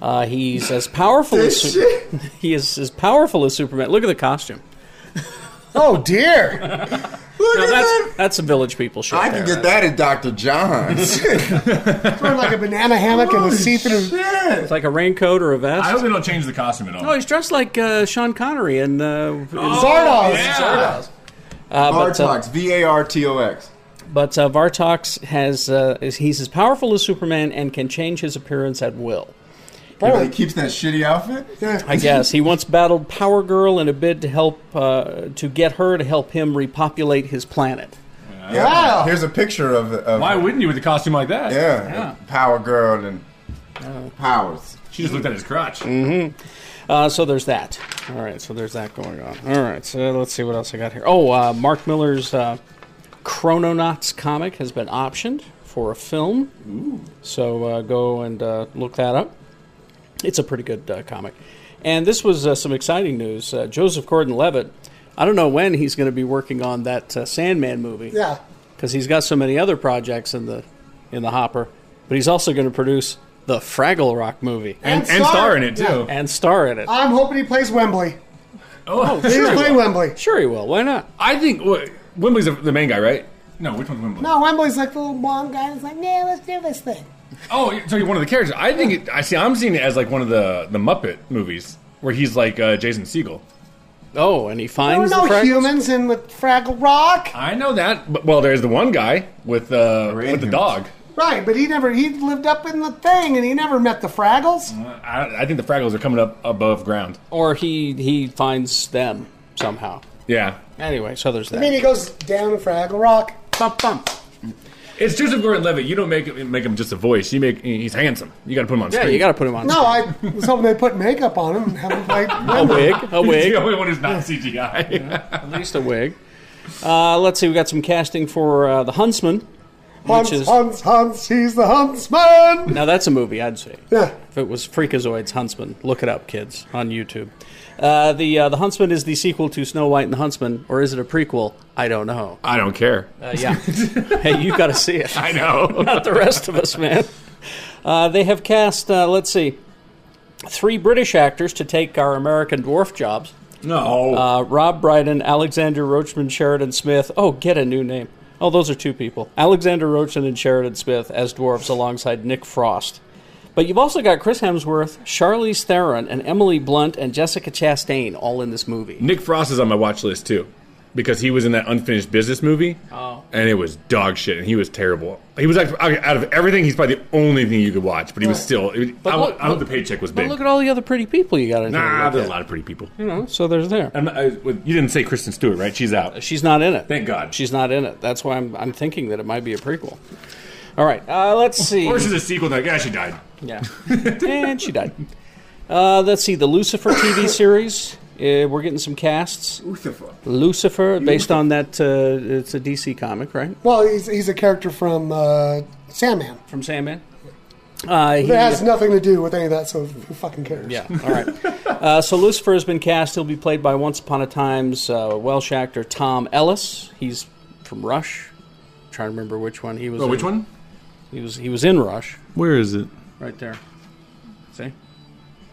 Speaker 2: Uh, he's as powerful as
Speaker 5: This
Speaker 2: Su- he is as powerful as Superman. Look at the costume.
Speaker 5: Oh dear.
Speaker 2: Now, that's that's some village people shit.
Speaker 20: I can
Speaker 2: there.
Speaker 20: get that at Dr. John's.
Speaker 5: Wearing like a banana hammock and a see-through.
Speaker 2: It's like a raincoat or a vest.
Speaker 6: I hope they don't change the costume at all.
Speaker 2: No, he's dressed like uh, Sean Connery and uh, in-
Speaker 5: Zardoz.
Speaker 6: yeah.
Speaker 2: Zardoz. Uh, but, uh,
Speaker 20: Vartox, V A R T O X.
Speaker 2: But uh, Vartox has uh, is, he's as powerful as Superman and can change his appearance at will.
Speaker 20: He keeps that shitty outfit.
Speaker 2: I guess he once battled Power Girl in a bid to help uh, to get her to help him repopulate his planet.
Speaker 20: Yeah.
Speaker 5: Wow.
Speaker 20: Here's a picture of, of
Speaker 6: Why wouldn't you with a costume like that?
Speaker 20: yeah,
Speaker 6: Yeah.
Speaker 20: Power Girl and
Speaker 2: Oh.
Speaker 20: powers.
Speaker 6: She just looked at his crotch.
Speaker 2: Uh, so there's that. All right, so there's that going on. All right, so let's see what else I got here. Oh, uh, Mark Miller's uh, Chrononauts comic has been optioned for a film. So uh, go and uh, look that up. It's a pretty good uh, comic. And this was uh, some exciting news. Uh, Joseph Gordon Levitt, I don't know when he's going to be working on that uh, Sandman movie
Speaker 5: Yeah.
Speaker 2: because he's got so many other projects in the in the hopper. But he's also going to produce the Fraggle Rock movie
Speaker 6: And,
Speaker 5: And
Speaker 6: and star
Speaker 5: star.
Speaker 6: in it, too.
Speaker 5: Yeah.
Speaker 2: and star in it.
Speaker 5: I'm hoping he plays Wembley.
Speaker 6: Oh,
Speaker 5: He's playing Wembley.
Speaker 2: Sure, he will. Why not?
Speaker 6: I think wh- Wembley's the- the main guy, right? No, which one's Wembley?
Speaker 5: No, Wembley's like the little blonde guy. He's like, yeah, let's do this thing.
Speaker 6: Oh, so you're one of the characters. I think it, I see. I'm seeing it as like one of the the Muppet movies where he's like uh, Jason Siegel.
Speaker 2: Oh, and he
Speaker 5: There were
Speaker 2: finds
Speaker 5: no
Speaker 2: the Fraggles?
Speaker 5: humans in the Fraggle Rock.
Speaker 6: I know that. But, well, there's the one guy with uh, with the
Speaker 20: humans.
Speaker 6: dog.
Speaker 5: Right, but he never he lived up in the thing and he never met the Fraggles.
Speaker 6: I, I think the Fraggles are coming up above ground.
Speaker 2: or he he finds them somehow.
Speaker 6: Yeah,
Speaker 2: Anyway, so there's
Speaker 5: I mean,
Speaker 2: that.
Speaker 5: he goes down to Fraggle Rock.
Speaker 2: Bump, bump.
Speaker 6: it's Joseph Gordon-Levitt. You don't make him- make him just a voice. You make he's handsome. You got to put him on
Speaker 2: Yeah,
Speaker 6: screen.
Speaker 2: you got to put him on.
Speaker 5: No, I was hoping they put makeup on him and have him play.
Speaker 2: a wig, a
Speaker 6: He's
Speaker 2: wig,
Speaker 6: the only one who's not CGI.
Speaker 2: at least a wig. Uh, let's see, we got some casting for uh, the Huntsman,
Speaker 5: Hunts,
Speaker 2: which is
Speaker 5: Hunts, Hunts, he's the huntsman.
Speaker 2: now that's a movie I'd see.
Speaker 5: Yeah.
Speaker 2: If it was Freakazoid's Huntsman, look it up, kids, on YouTube. Uh, the uh, the Huntsman is the sequel to Snow White and the Huntsman, or is it a prequel? I don't know.
Speaker 6: I don't care.
Speaker 2: Uh, yeah, hey, you got to see it.
Speaker 6: I know.
Speaker 2: not the rest of us, man. Uh, they have cast, uh, let's see, three British actors to take our American dwarf jobs.
Speaker 6: No.
Speaker 2: Uh, Rob Brydon, Alexander Roachman, Sheridan Smith. Oh, get a new name. Oh, those are two people. Alexander Roachman and Sheridan Smith as dwarfs alongside Nick Frost. But you've also got Chris Hemsworth, Charlize Theron, and Emily Blunt and Jessica Chastain all in this movie.
Speaker 6: Nick Frost is on my watch list too, because he was in that unfinished business movie,
Speaker 2: Oh.
Speaker 6: and it was dog shit, and he was terrible. He was like out of everything, he's probably the only thing you could watch, but he was still. it-
Speaker 2: But
Speaker 6: I,
Speaker 2: look-
Speaker 6: I hope
Speaker 2: look-
Speaker 6: the paycheck was
Speaker 2: But
Speaker 6: big.
Speaker 2: look at all the other pretty people you got in
Speaker 6: nah,
Speaker 2: here.
Speaker 6: there's a lot of pretty people.
Speaker 2: You know, so there's there.
Speaker 6: I'm not, I, with- you didn't say Kristen Stewart, right? She's out.
Speaker 2: She's not in it.
Speaker 6: Thank God.
Speaker 2: She's not in it. That's why I'm, I'm thinking that it might be a prequel. All right, uh, let's see.
Speaker 6: Or she's a sequel. Like, yeah, she died.
Speaker 2: yeah, and she died. Uh, let's see the Lucifer TV series. Uh, we're getting some casts.
Speaker 20: Lucifer.
Speaker 2: Lucifer, based on that, uh, it's a DC comic, right?
Speaker 5: Well, he's, he's a character from uh, Sandman.
Speaker 2: From Sandman. Uh, he,
Speaker 5: That has nothing to do with any of that, so who fucking cares?
Speaker 2: yeah, all right. Uh, so Lucifer has been cast. He'll be played by Once Upon a Time's uh, Welsh actor Tom Ellis. He's from Rush. trying to remember which one he was.
Speaker 6: Oh,
Speaker 2: in.
Speaker 6: which one?
Speaker 2: He was. He was in Rush.
Speaker 7: Where is it?
Speaker 2: Right there. See?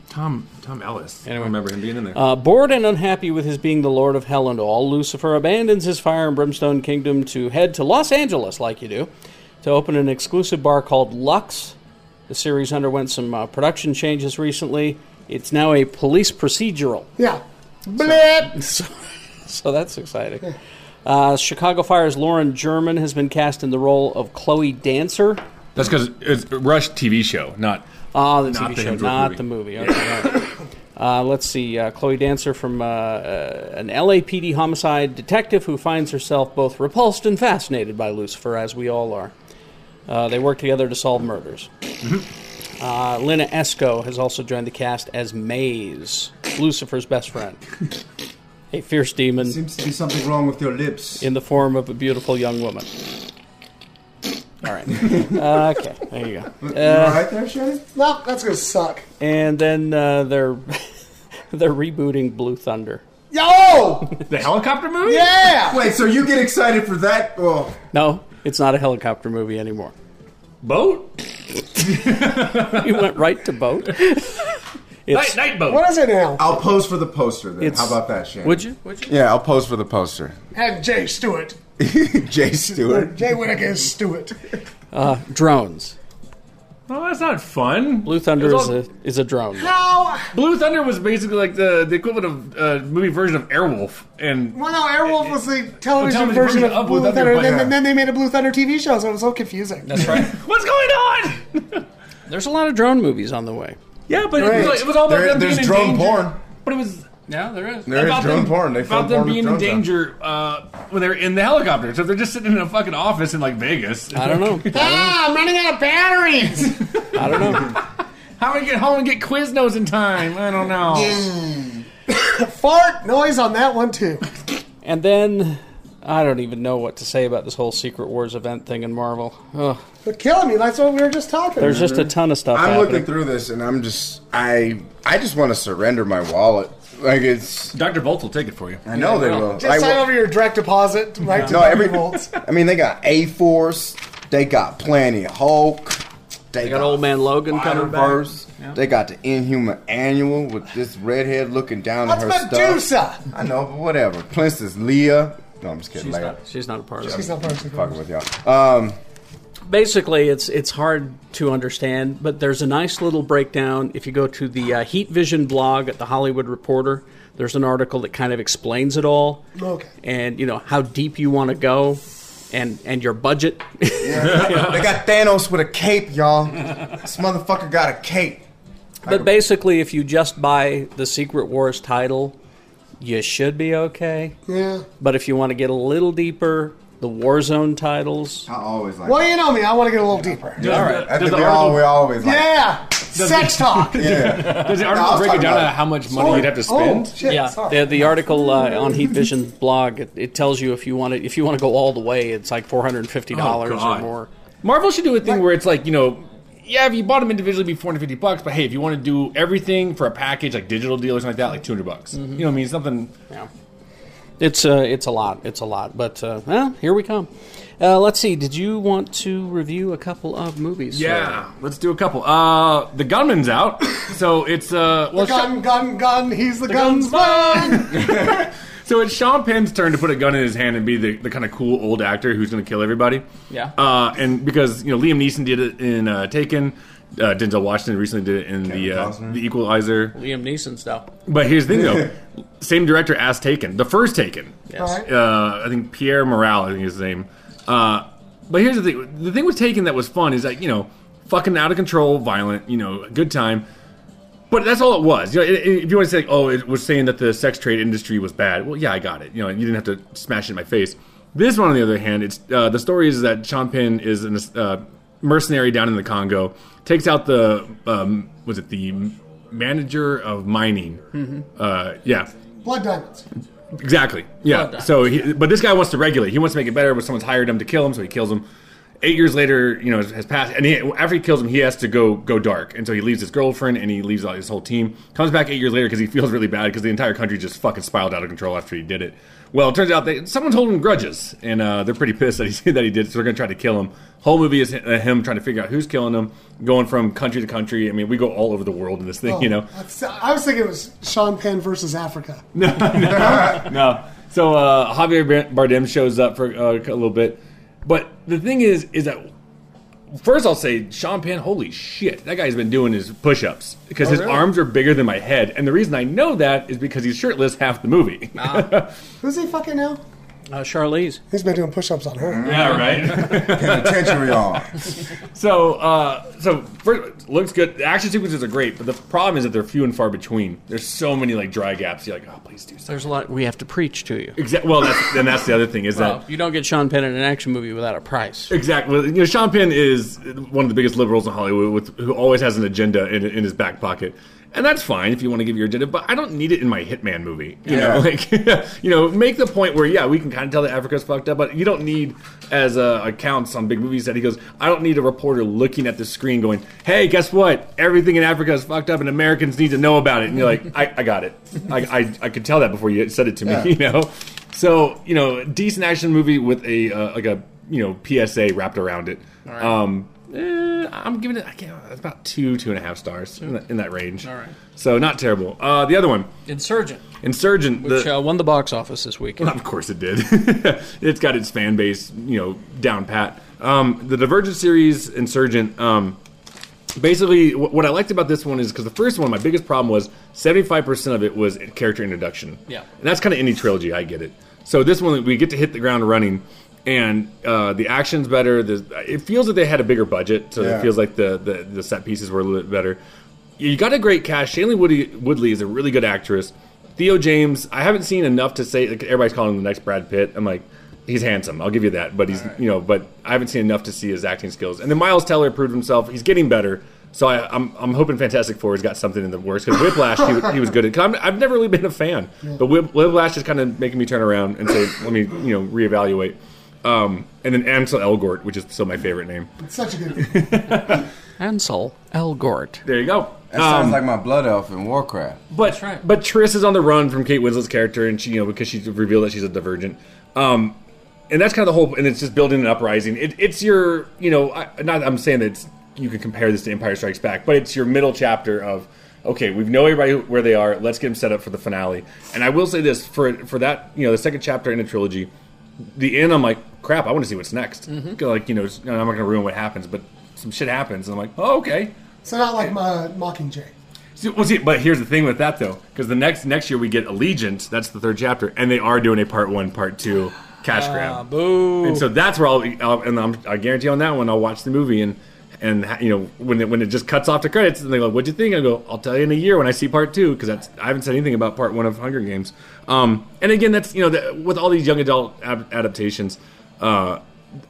Speaker 6: Tom Tom Ellis. I
Speaker 2: Anyway.
Speaker 6: don't remember him being in there.
Speaker 2: Uh, bored and unhappy with his being the Lord of Hell and all, Lucifer abandons his fire and brimstone kingdom to head to Los Angeles, like you do, to open an exclusive bar called Lux. The series underwent some uh, production changes recently. It's now a police procedural.
Speaker 5: Yeah.
Speaker 2: Blip. So, so that's exciting. Uh, Chicago Fire's Lauren German has been cast in the role of Chloe Dancer.
Speaker 6: That's because it's a Rush TV show, not
Speaker 2: Ah, the TV
Speaker 6: not
Speaker 2: show,
Speaker 6: Hemsworth
Speaker 2: not
Speaker 6: movie.
Speaker 2: the movie. Okay, all right. Uh, let's see. Uh, Chloe Dancer from uh, uh, an LAPD homicide detective who finds herself both repulsed and fascinated by Lucifer, as we all are. Uh, they work together to solve murders.
Speaker 6: Mm-hmm.
Speaker 2: Uh, Lena Esco has also joined the cast as Maze, Lucifer's best friend. A fierce demon. Seems to be something wrong with your lips. In the form of a beautiful young woman. All right. Uh, okay, there you go. Uh,
Speaker 5: there, Shannon? No, that's gonna suck.
Speaker 2: and then uh, they're they're rebooting Blue Thunder.
Speaker 5: Yo!
Speaker 2: The helicopter movie?
Speaker 5: Yeah!
Speaker 8: Wait, so you get excited for that? Oh,
Speaker 2: No, it's not a helicopter movie anymore. Boat? you went right to boat. It's-
Speaker 5: What is it now?
Speaker 8: I'll pose for the poster then.
Speaker 2: It's-
Speaker 8: How about that, Shannon?
Speaker 2: Would you? Would
Speaker 8: you? Yeah, I'll pose for the poster.
Speaker 5: And Jay Stewart.
Speaker 8: Jay
Speaker 5: Or
Speaker 8: Stewart.
Speaker 5: Jay Winnick is Stewart.
Speaker 2: Uh, drones.
Speaker 6: No, that's not fun.
Speaker 2: Blue Thunder
Speaker 6: It
Speaker 2: is
Speaker 6: was all-
Speaker 2: a is a drone.
Speaker 5: How?
Speaker 6: Blue Thunder was basically like the, the equivalent of uh, movie version of Airwolf, and
Speaker 5: Well, no, Airwolf was the television
Speaker 6: television
Speaker 5: version
Speaker 6: version
Speaker 5: of
Speaker 6: of
Speaker 5: Blue
Speaker 6: Blue
Speaker 5: Thunder,
Speaker 6: Thunder, but-
Speaker 5: and then, then they made a Blue Thunder TV show, so it was so confusing.
Speaker 2: That's right.
Speaker 6: what's going on?
Speaker 2: There's a lot of drone movies on the way.
Speaker 6: Yeah, but it, was,
Speaker 2: Right.
Speaker 6: like- it was all about
Speaker 2: There-
Speaker 6: them
Speaker 2: there's
Speaker 6: being
Speaker 2: drone
Speaker 6: in danger.
Speaker 2: porn.
Speaker 6: But it was yeah, there is
Speaker 8: There is
Speaker 6: about
Speaker 8: drone
Speaker 6: them,
Speaker 8: porn. They film
Speaker 6: about them
Speaker 8: porn with
Speaker 6: being in
Speaker 8: drones out.
Speaker 6: danger uh, when they're in the helicopter. So if they're just sitting in a fucking office in like Vegas.
Speaker 2: I don't know.
Speaker 5: ah, I'm running out of batteries.
Speaker 2: I don't know.
Speaker 6: How do we get home and get Quiznos in time? I don't know.
Speaker 5: Fart noise on that one too.
Speaker 2: And then I don't even know what to say about this whole Secret Wars event thing in Marvel. Ugh.
Speaker 5: But killing me. That's what we were just talking.
Speaker 2: There's just a ton of stuff.
Speaker 8: I'm
Speaker 2: happening.
Speaker 8: looking through this, and I'm just I I just want to surrender my wallet. Like it's
Speaker 6: Doctor Bolt will take it for you.
Speaker 8: I know they will.
Speaker 5: Just
Speaker 8: I
Speaker 5: sign
Speaker 8: will-
Speaker 5: over your direct deposit right to
Speaker 8: no, every,
Speaker 5: every volts.
Speaker 8: I mean, they got A Force, they got Planet Hulk, they, got,
Speaker 2: Old Man Logan
Speaker 8: coming back. They got the Inhuman Annual with this redhead looking down
Speaker 5: That's
Speaker 8: at her
Speaker 5: Medusa!
Speaker 8: stuff. I know, but whatever. Princess Leah. No, I'm just kidding.
Speaker 2: She's
Speaker 8: Leia.
Speaker 2: not- she's not a part of it. She's
Speaker 5: not part of it.
Speaker 8: Fucking with y'all. Um,
Speaker 2: basically it's it's hard to understand but there's a nice little breakdown if you go to the uh, heat vision blog at the hollywood reporter there's an article that kind of explains it all
Speaker 5: Okay.
Speaker 2: and you know how deep you want to go and and your budget
Speaker 8: they got Thanos with a cape, y'all. This motherfucker got a cape.
Speaker 2: but basically if you just buy the secret wars title you should be okay
Speaker 5: Yeah.
Speaker 2: but if you want to get a little deeper the warzone titles
Speaker 8: i always
Speaker 5: Well, you know me. I want to get a little deeper.
Speaker 2: Does All right. the-
Speaker 8: I think we, all, we always like
Speaker 5: yeah. Sex talk.
Speaker 6: Does the
Speaker 8: No,
Speaker 6: article
Speaker 8: I was
Speaker 6: break
Speaker 8: talking
Speaker 6: it down
Speaker 8: about-
Speaker 6: to how much money you'd have to spend?
Speaker 5: Oh, shit,
Speaker 2: yeah,
Speaker 5: sorry.
Speaker 2: the, the article uh, on Heat Vision blog it, it tells you if you want to if you want to go all the way, it's like four hundred and fifty dollars
Speaker 6: Oh,
Speaker 2: or
Speaker 6: God.
Speaker 2: more.
Speaker 6: Marvel should do a thing where it's like, you know, yeah, if you bought them individually, it'd be 450 bucks, but hey, if you want to do everything for a package, like digital deal or something like that, like 200 bucks.
Speaker 8: Mm-hmm.
Speaker 6: You know what I mean? Something.
Speaker 2: Yeah. It's uh, it's a lot. It's a lot. But uh, well, here we come. Uh, let's see. Did you want to review a couple of movies? sir?
Speaker 6: Yeah, let's do a couple. Uh, the gunman's out, so it's uh, well,
Speaker 5: the gun, gun, gun. He's the, gunsman.
Speaker 6: so it's Sean Penn's turn to put a gun in his hand and be the, the kind of cool old actor who's going to kill everybody.
Speaker 2: Yeah.
Speaker 6: Uh, and because you know Liam Neeson did it in uh, Taken, uh, Denzel Washington recently did it in the uh,
Speaker 2: Costner.
Speaker 6: the Equalizer.
Speaker 2: Uh, Liam Neeson stuff.
Speaker 6: But here's the thing, though. Same director as Taken, the first Taken.
Speaker 2: Yes. Alright.
Speaker 6: Uh, I think Pierre Morale, I think is his name. Uh, but here's the thing: the thing with Taken that was fun is like you know, fucking out of control, violent. You know, good time. But that's all it was. You know, i- i- if you want to say, like, oh, it was saying that the sex trade industry was bad. Well, yeah, I got it. You know, you didn't have to smash it in my face. This one, on the other hand, it's uh, the story is that Sean Penn is an uh, mercenary down in the Congo, takes out the um, was it the manager of mining?
Speaker 5: Mhm.
Speaker 6: Uh, yeah,
Speaker 5: Blood diamonds.
Speaker 6: Exactly. Yeah. So, he, but this guy wants to regulate. He wants to make it better, but someone's hired him to kill him, so he kills him. Eight years later, you know, has, has passed, and he, after he kills him, he has to go go dark, and so he leaves his girlfriend and he leaves all his whole team. Comes back eight years later because he feels really bad because the entire country just fucking spiraled out of control after he did it. Well, it turns out that someone's holding grudges, and uh, they're pretty pissed that he that he did. it, So they're gonna try to kill him. Whole movie is uh, him trying to figure out who's killing him, going from country to country. I mean, we go all over the world in this thing,
Speaker 5: Oh,
Speaker 6: you know.
Speaker 5: that's- I was thinking it was Sean Penn versus Africa.
Speaker 6: no. So uh, Javier Bardem shows up for uh, a little bit, but the thing is, is that first I'll say Sean Penn. Holy shit, that guy's been doing his push-ups because
Speaker 5: Oh,
Speaker 6: his
Speaker 5: really?
Speaker 6: arms are bigger than my head, and the reason I know that is because he's shirtless half the movie.
Speaker 5: Who's he fucking now?
Speaker 21: Uh, Charlize.
Speaker 5: He's been doing push ups on her.
Speaker 6: Yeah, right. So, uh, so first, looks good. The action sequences are great, but the problem is that they're few and far between. There's so many like dry gaps. You're like, oh, please do something.
Speaker 21: There's a lot we have to preach to you.
Speaker 6: Exactly. Well, that's, and that's the other thing is
Speaker 21: Well,
Speaker 6: that
Speaker 21: you don't get Sean Penn in an action movie without a price.
Speaker 6: exactly. Well, You know, Sean Penn is one of the biggest liberals in Hollywood, with, who always has an agenda in, in his back pocket. And that's fine if you want to give your agenda, but I don't need it in my Hitman movie. You
Speaker 9: Yeah.
Speaker 6: know, like you know, make the point where yeah, we can kind of tell that Africa's fucked up, but you don't need, as uh, accounts on big movies that he goes, I don't need a reporter looking at the screen going, hey, guess what? Everything in Africa is fucked up, and Americans need to know about it. And you're like, I, I got it. I, I I could tell that before you said it to me.
Speaker 9: Yeah.
Speaker 6: You know, so you know, decent action movie with a uh, like a you know PSA wrapped around it.
Speaker 9: All right.
Speaker 6: Um, eh, I'm giving it I can't, it's about two two and a half stars in that, in that range.
Speaker 21: All right.
Speaker 6: So not terrible. Uh, the other one,
Speaker 21: Insurgent.
Speaker 6: Insurgent,
Speaker 21: Which
Speaker 6: the-
Speaker 21: uh, won the box office this weekend.
Speaker 6: well, of course it did. it's got its fan base, you know, down pat. Um, the Divergent series, Insurgent. Um, basically, wh- what I liked about this one is because the first one, my biggest problem was seventy five percent of it was character introduction.
Speaker 21: Yeah.
Speaker 6: and that's kind of any trilogy. I get it. So this one, we get to hit the ground running, and uh, the action's better. The, it feels that they had a bigger budget, so
Speaker 9: Yeah.
Speaker 6: it feels like the, the the set pieces were a little bit better. You got a great cast. Shailene Woody, Woodley is a really good actress. Theo James, I haven't seen enough to say. Like, everybody's calling him the next Brad Pitt. I'm like, he's handsome. I'll give you that, but he's you know, but I haven't seen enough to see his acting skills. And then Miles Teller proved himself. He's getting better. So I, I'm, I'm hoping Fantastic Four has got something in the works because Whiplash he, was- he was good at. 'cause I'm, I've never really been a fan, but Whip, Whiplash is kind of making me turn around and say, let me you know reevaluate. Um, and then Ansel Elgort, which is still my favorite name.
Speaker 5: It's such a good
Speaker 21: Ansel Elgort.
Speaker 6: There you go.
Speaker 20: That sounds
Speaker 6: Um,
Speaker 20: like my blood elf in Warcraft.
Speaker 6: But but Triss is on the run from Kate Winslet's character, and she you know because she's revealed that she's a divergent, um, and that's kind of the whole. And it's just building an uprising. It, it's your you know I, not I'm saying that it's, you can compare this to Empire Strikes Back, but it's your middle chapter of okay we know everybody who- where they are. Let's get them set up for the finale. And I will say this for for that you know the second chapter in the trilogy, the end I'm like crap I want to see what's next. Like you know it's- I'm not going to ruin what happens, but some shit happens, and I'm like oh okay.
Speaker 5: So not like my
Speaker 6: Uh,
Speaker 5: Mockingjay.
Speaker 6: See, well, see, but here's the thing with that though, because the next next year we get Allegiance. That's the third chapter, and they are doing a part one, part two cash grab.
Speaker 21: Boo!
Speaker 6: And so that's where I'll, I'll and I'm, I guarantee on that one I'll watch the movie and and ha- you know when it, when it just cuts off the credits and they go, "What'd you think?" I go, "I'll tell you in a year when I see part two because that's I haven't said anything about part one of Hunger Games. Um, and again, that's you know that, with all these young adult ad- adaptations, uh,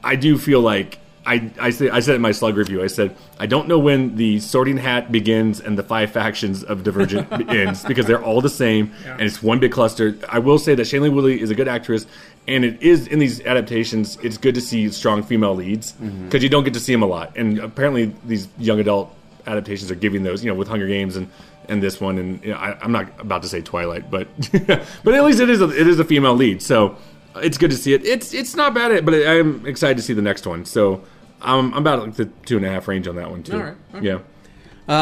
Speaker 6: I do feel like. I, I, say, I said in my slug review, I said, I don't know when the sorting hat begins and the five factions of Divergent ends because they're all the same and it's one big cluster. I will say that Shailene Woodley is a good actress, and it is in these adaptations, it's good to see strong female leads because
Speaker 9: Mhm.
Speaker 6: you don't get to see them a lot. And apparently, these young adult adaptations are giving those, you know, with Hunger Games and, and this one. And you know, I, I'm not about to say Twilight, but but at least it is a, it is a female lead, so it's good to see it. It's it's not bad, but I am excited to see the next one. So I'm, I'm about like the two and a half range on that one too.
Speaker 21: All right, all right.
Speaker 6: Yeah.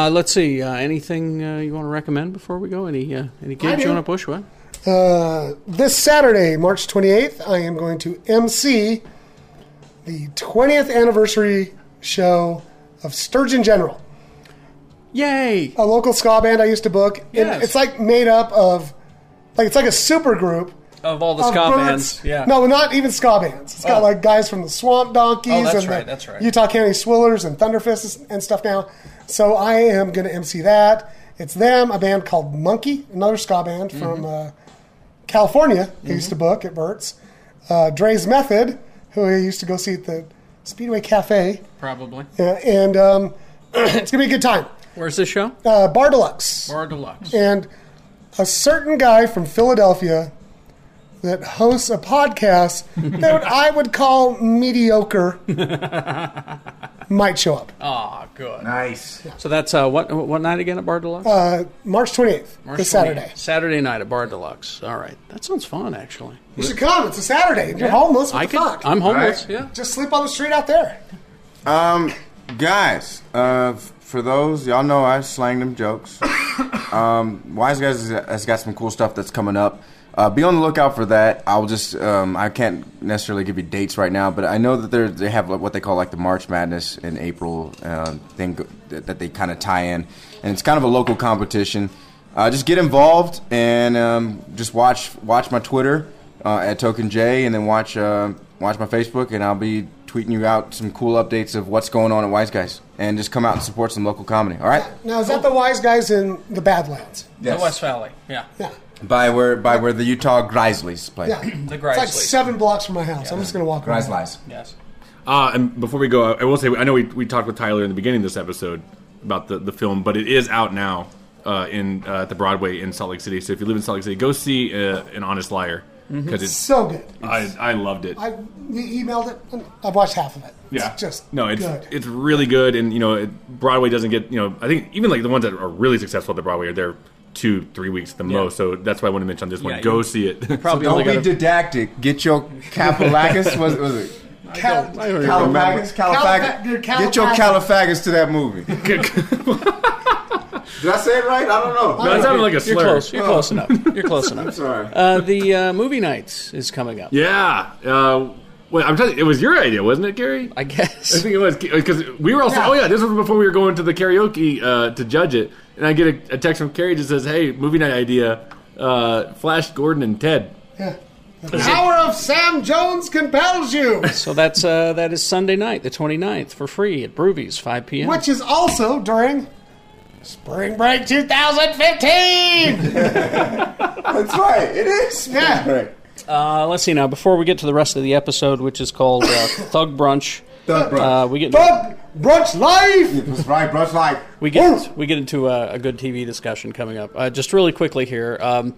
Speaker 21: Uh, let's see. Uh, anything uh, you want to recommend before we go? Any uh, any gigs
Speaker 5: do.
Speaker 21: you want to push? What?
Speaker 5: Uh, this Saturday, March 28th, I am going to MC the 20th anniversary show of Sturgeon General.
Speaker 21: Yay!
Speaker 5: A local ska band I used to book. And
Speaker 21: Yes.
Speaker 5: it's like made up of, like, it's like a super group.
Speaker 21: Of all the
Speaker 5: of
Speaker 21: ska
Speaker 5: birds.
Speaker 21: bands, yeah.
Speaker 5: No, not even ska bands. It's got
Speaker 21: Oh.
Speaker 5: like guys from the Swamp Donkeys
Speaker 21: Oh, that's
Speaker 5: and the
Speaker 21: right, that's right.
Speaker 5: Utah County Swillers and Thunderfists and stuff now. So I am going to MC that. It's them, a band called Monkey, another ska
Speaker 21: Mm-hmm.
Speaker 5: band from uh, California. They used to book at Burt's. Uh, Dre's Method, who I used to go see at the Speedway Cafe.
Speaker 21: Probably.
Speaker 5: Yeah, and um, it's going to be a good time.
Speaker 21: Where's this show?
Speaker 5: Uh, Bar Deluxe.
Speaker 21: Bar Deluxe.
Speaker 5: And a certain guy from Philadelphia that hosts a podcast that I would call mediocre might show up.
Speaker 2: Oh.
Speaker 21: Ah, good.
Speaker 20: Nice.
Speaker 21: So that's uh, what what night again at Bar Deluxe?
Speaker 5: Uh, March 28th,
Speaker 21: March
Speaker 5: this
Speaker 21: 28th.
Speaker 5: Saturday.
Speaker 21: Saturday night at Bar Deluxe. All right, that sounds fun actually.
Speaker 5: You should come. It's a Saturday. You're
Speaker 21: Yeah.
Speaker 5: homeless. What
Speaker 21: I
Speaker 5: the
Speaker 21: could-
Speaker 5: fuck?
Speaker 21: I'm homeless, yeah.
Speaker 5: Just sleep on the street out there.
Speaker 20: Um, guys, uh, f- for those y'all know, I slang them jokes. um, Wise guys has- has got some cool stuff that's coming up.
Speaker 8: Uh, be on the lookout for that. I'll just um, I can't necessarily give you dates right now, but I know that they they have like, what they call like the March Madness in April uh, thing go- that that they kind of tie in, and it's kind of a local competition. Uh, just get involved and um, just watch watch my Twitter uh, at Token J, and then watch uh, watch my Facebook, and I'll be tweeting you out some cool updates of what's going on at Wise Guys, and just come out and support some local comedy. All right,
Speaker 5: Now, is that the wise guys in the Badlands?
Speaker 2: The West Valley. Yeah.
Speaker 5: Yeah.
Speaker 8: by where by where the Utah Grizzlies play.
Speaker 5: Yeah.
Speaker 2: The
Speaker 5: It's like seven blocks from my house. I'm just going to walk around.
Speaker 8: Grizzlies.
Speaker 2: Yes.
Speaker 6: Uh, and before we go, I will say I know we, we talked with Tyler in the beginning of this episode about the, the film, but it is out now uh, in uh, at the Broadway in Salt Lake City. So if you live in Salt Lake City, go see uh, an Honest Liar
Speaker 21: Mm-hmm.
Speaker 6: because
Speaker 5: Mhm.
Speaker 6: it's
Speaker 5: So good.
Speaker 6: I, I loved it.
Speaker 5: I you emailed it. and I've watched half of it.
Speaker 6: yeah,
Speaker 5: It's just
Speaker 6: no, it's
Speaker 5: good.
Speaker 6: it's really good, and you know it, Broadway doesn't get you know I think even like the ones that are really successful at the Broadway are there two three weeks at the most. So that's why I want to mention this one.
Speaker 8: Yeah,
Speaker 6: go
Speaker 8: you-
Speaker 6: see it.
Speaker 8: Probably so don't be didactic. Get your Califacus. was, was it?
Speaker 5: Cal-
Speaker 8: Califacus. Califacus.
Speaker 5: Califa- dude,
Speaker 8: Get your
Speaker 5: Califacus.
Speaker 8: Califacus to that movie. Did I say it right? I don't know.
Speaker 6: No, it sounded like a slur.
Speaker 2: You're close. You're
Speaker 6: Oh.
Speaker 2: close enough. You're close enough.
Speaker 8: I'm sorry.
Speaker 2: Uh, the uh, movie nights is coming up.
Speaker 6: Yeah. Uh, well, I'm telling you, it was your idea, wasn't it, Gary?
Speaker 2: I guess.
Speaker 6: I think it was because we were also. Oh yeah, this was before we were going to the karaoke uh, to judge it, and I get a, a text from Carrie that says, "Hey, movie night idea: uh, Flash Gordon and Ted."
Speaker 5: The power of Sam Jones compels you,
Speaker 2: So that's uh, that is Sunday night, the 29th, for free at Broovies, 5 p.m.
Speaker 5: which is also during Spring Break 2015.
Speaker 8: That's right. It is.
Speaker 5: Yeah.
Speaker 2: Uh, let's see now. Before we get to the rest of the episode, which is called uh, Thug Brunch,
Speaker 8: Thug
Speaker 2: Uh, we get
Speaker 5: Thug Brunch Life.
Speaker 8: That's right, Brunch Life.
Speaker 2: We get we get into a, a good TV discussion coming up. Uh, just really quickly here, um,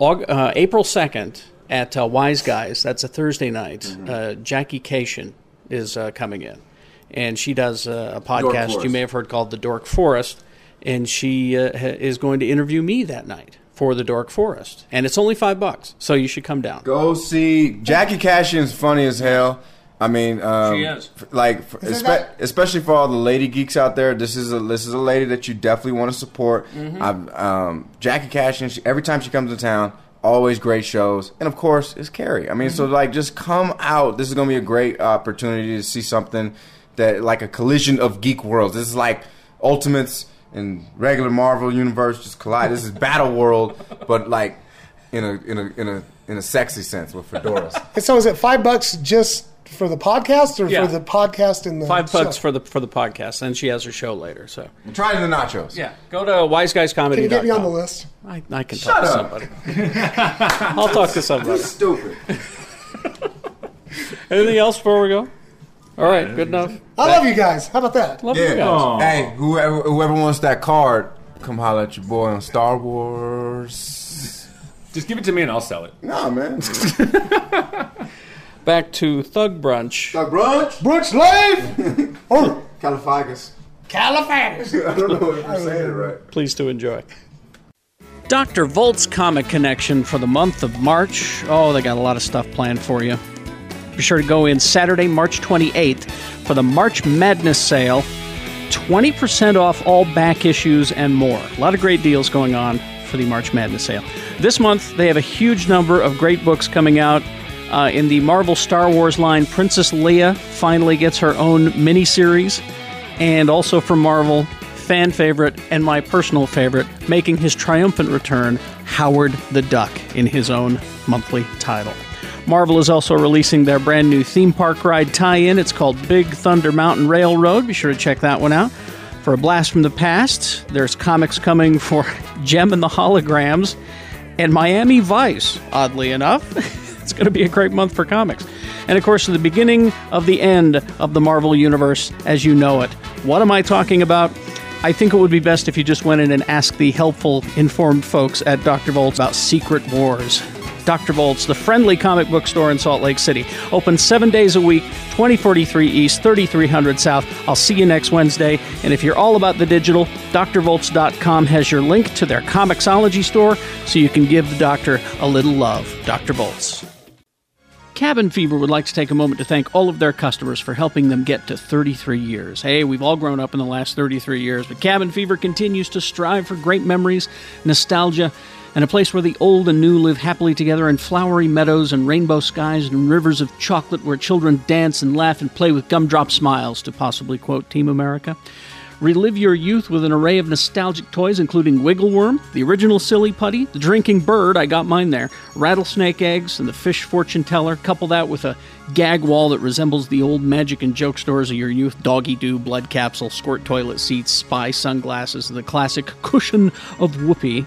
Speaker 2: Aug- uh, April second at uh, Wise Guys. That's a Thursday night.
Speaker 5: Mm-hmm.
Speaker 2: Uh, Jackie Cation is uh, coming in, and she does uh, a podcast you
Speaker 8: Forest.
Speaker 2: may have heard called The Dork Forest, and she uh, ha- is going to interview me that night for The Dork Forest, and it's only five bucks, so you should come down.
Speaker 8: Go see Jackie Cashin's funny as hell. I mean, um,
Speaker 2: She is.
Speaker 8: f- like f-
Speaker 2: Isn't
Speaker 8: espe-
Speaker 2: that-
Speaker 8: especially for all the lady geeks out there. This is a this is a lady that you definitely want to support.
Speaker 2: Mhm.
Speaker 8: I've, um, Jackie Cashin. She, every time she comes to town, always great shows, and of course, it's Carrie. I mean,
Speaker 2: Mm-hmm.
Speaker 8: so like, just come out. This is going to be a great opportunity to see something that like a collision of geek worlds. This is like Ultimates and regular Marvel universe just collide. This is Battle World, but like in a in a in a in a sexy sense with fedoras.
Speaker 5: And so, is it five bucks just for the podcast, or
Speaker 2: Yeah.
Speaker 5: for the podcast and the
Speaker 2: Five
Speaker 5: show?
Speaker 2: bucks for the for the podcast, and she has her show later. So
Speaker 8: try the nachos.
Speaker 2: Yeah, go to wiseguyscomedy.com.
Speaker 5: Can you get me on the list?
Speaker 2: I, I can
Speaker 5: Shut
Speaker 2: talk to
Speaker 5: up.
Speaker 2: somebody. I'll talk to somebody.
Speaker 8: Stupid.
Speaker 2: Anything else before we go? All right, good enough.
Speaker 5: I love you guys. How about that?
Speaker 2: Love
Speaker 8: Yeah. Hey, whoever whoever wants that card, come holler at your boy on Star Wars.
Speaker 6: Just give it to me and I'll sell it.
Speaker 8: Nah, man.
Speaker 2: Back to Thug Brunch.
Speaker 8: Thug Brunch.
Speaker 5: Brunch Live. oh,
Speaker 8: Califagus.
Speaker 5: Califagus.
Speaker 8: I don't know if you're saying it right.
Speaker 2: Please do enjoy. Dr. Volt's Comic Connection for the month of March. Oh, they got a lot of stuff planned for you. Be sure to go in Saturday, March 28th for the March Madness sale. 20% off all back issues and more. A lot of great deals going on for the March Madness sale. This month, they have a huge number of great books coming out. Uh, in the Marvel Star Wars line, Princess Leia finally gets her own miniseries. And also from Marvel, fan favorite and my personal favorite, making his triumphant return, Howard the Duck, in his own monthly title. Marvel is also releasing their brand new theme park ride tie in. It's called Big Thunder Mountain Railroad. Be sure to check that one out. For a blast from the past, there's comics coming for Gem and the Holograms and Miami Vice, oddly enough. it's going to be a great month for comics. And of course, the beginning of the end of the Marvel Universe as you know it. What am I talking about? I think it would be best if you just went in and asked the helpful, informed folks at Dr. Volts about Secret Wars. Dr. Volts, the friendly comic book store in Salt Lake City. Open seven days a week, 2043 East, 3300 South. I'll see you next Wednesday. And if you're all about the digital, drvolts.com has your link to their Comixology store so you can give the doctor a little love. Dr. Volts. Cabin Fever would like to take a moment to thank all of their customers for helping them get to 33 years. Hey, we've all grown up in the last 33 years, but Cabin Fever continues to strive for great memories, nostalgia, and a place where the old and new live happily together in flowery meadows and rainbow skies and rivers of chocolate where children dance and laugh and play with gumdrop smiles, to possibly quote Team America. Relive your youth with an array of nostalgic toys, including Wiggleworm, the original Silly Putty, the Drinking Bird, I got mine there, rattlesnake eggs, and the fish fortune teller. Couple that with a gag wall that resembles the old magic and joke stores of your youth doggy doo, blood capsule, squirt toilet seats, spy sunglasses, the classic cushion of whoopee.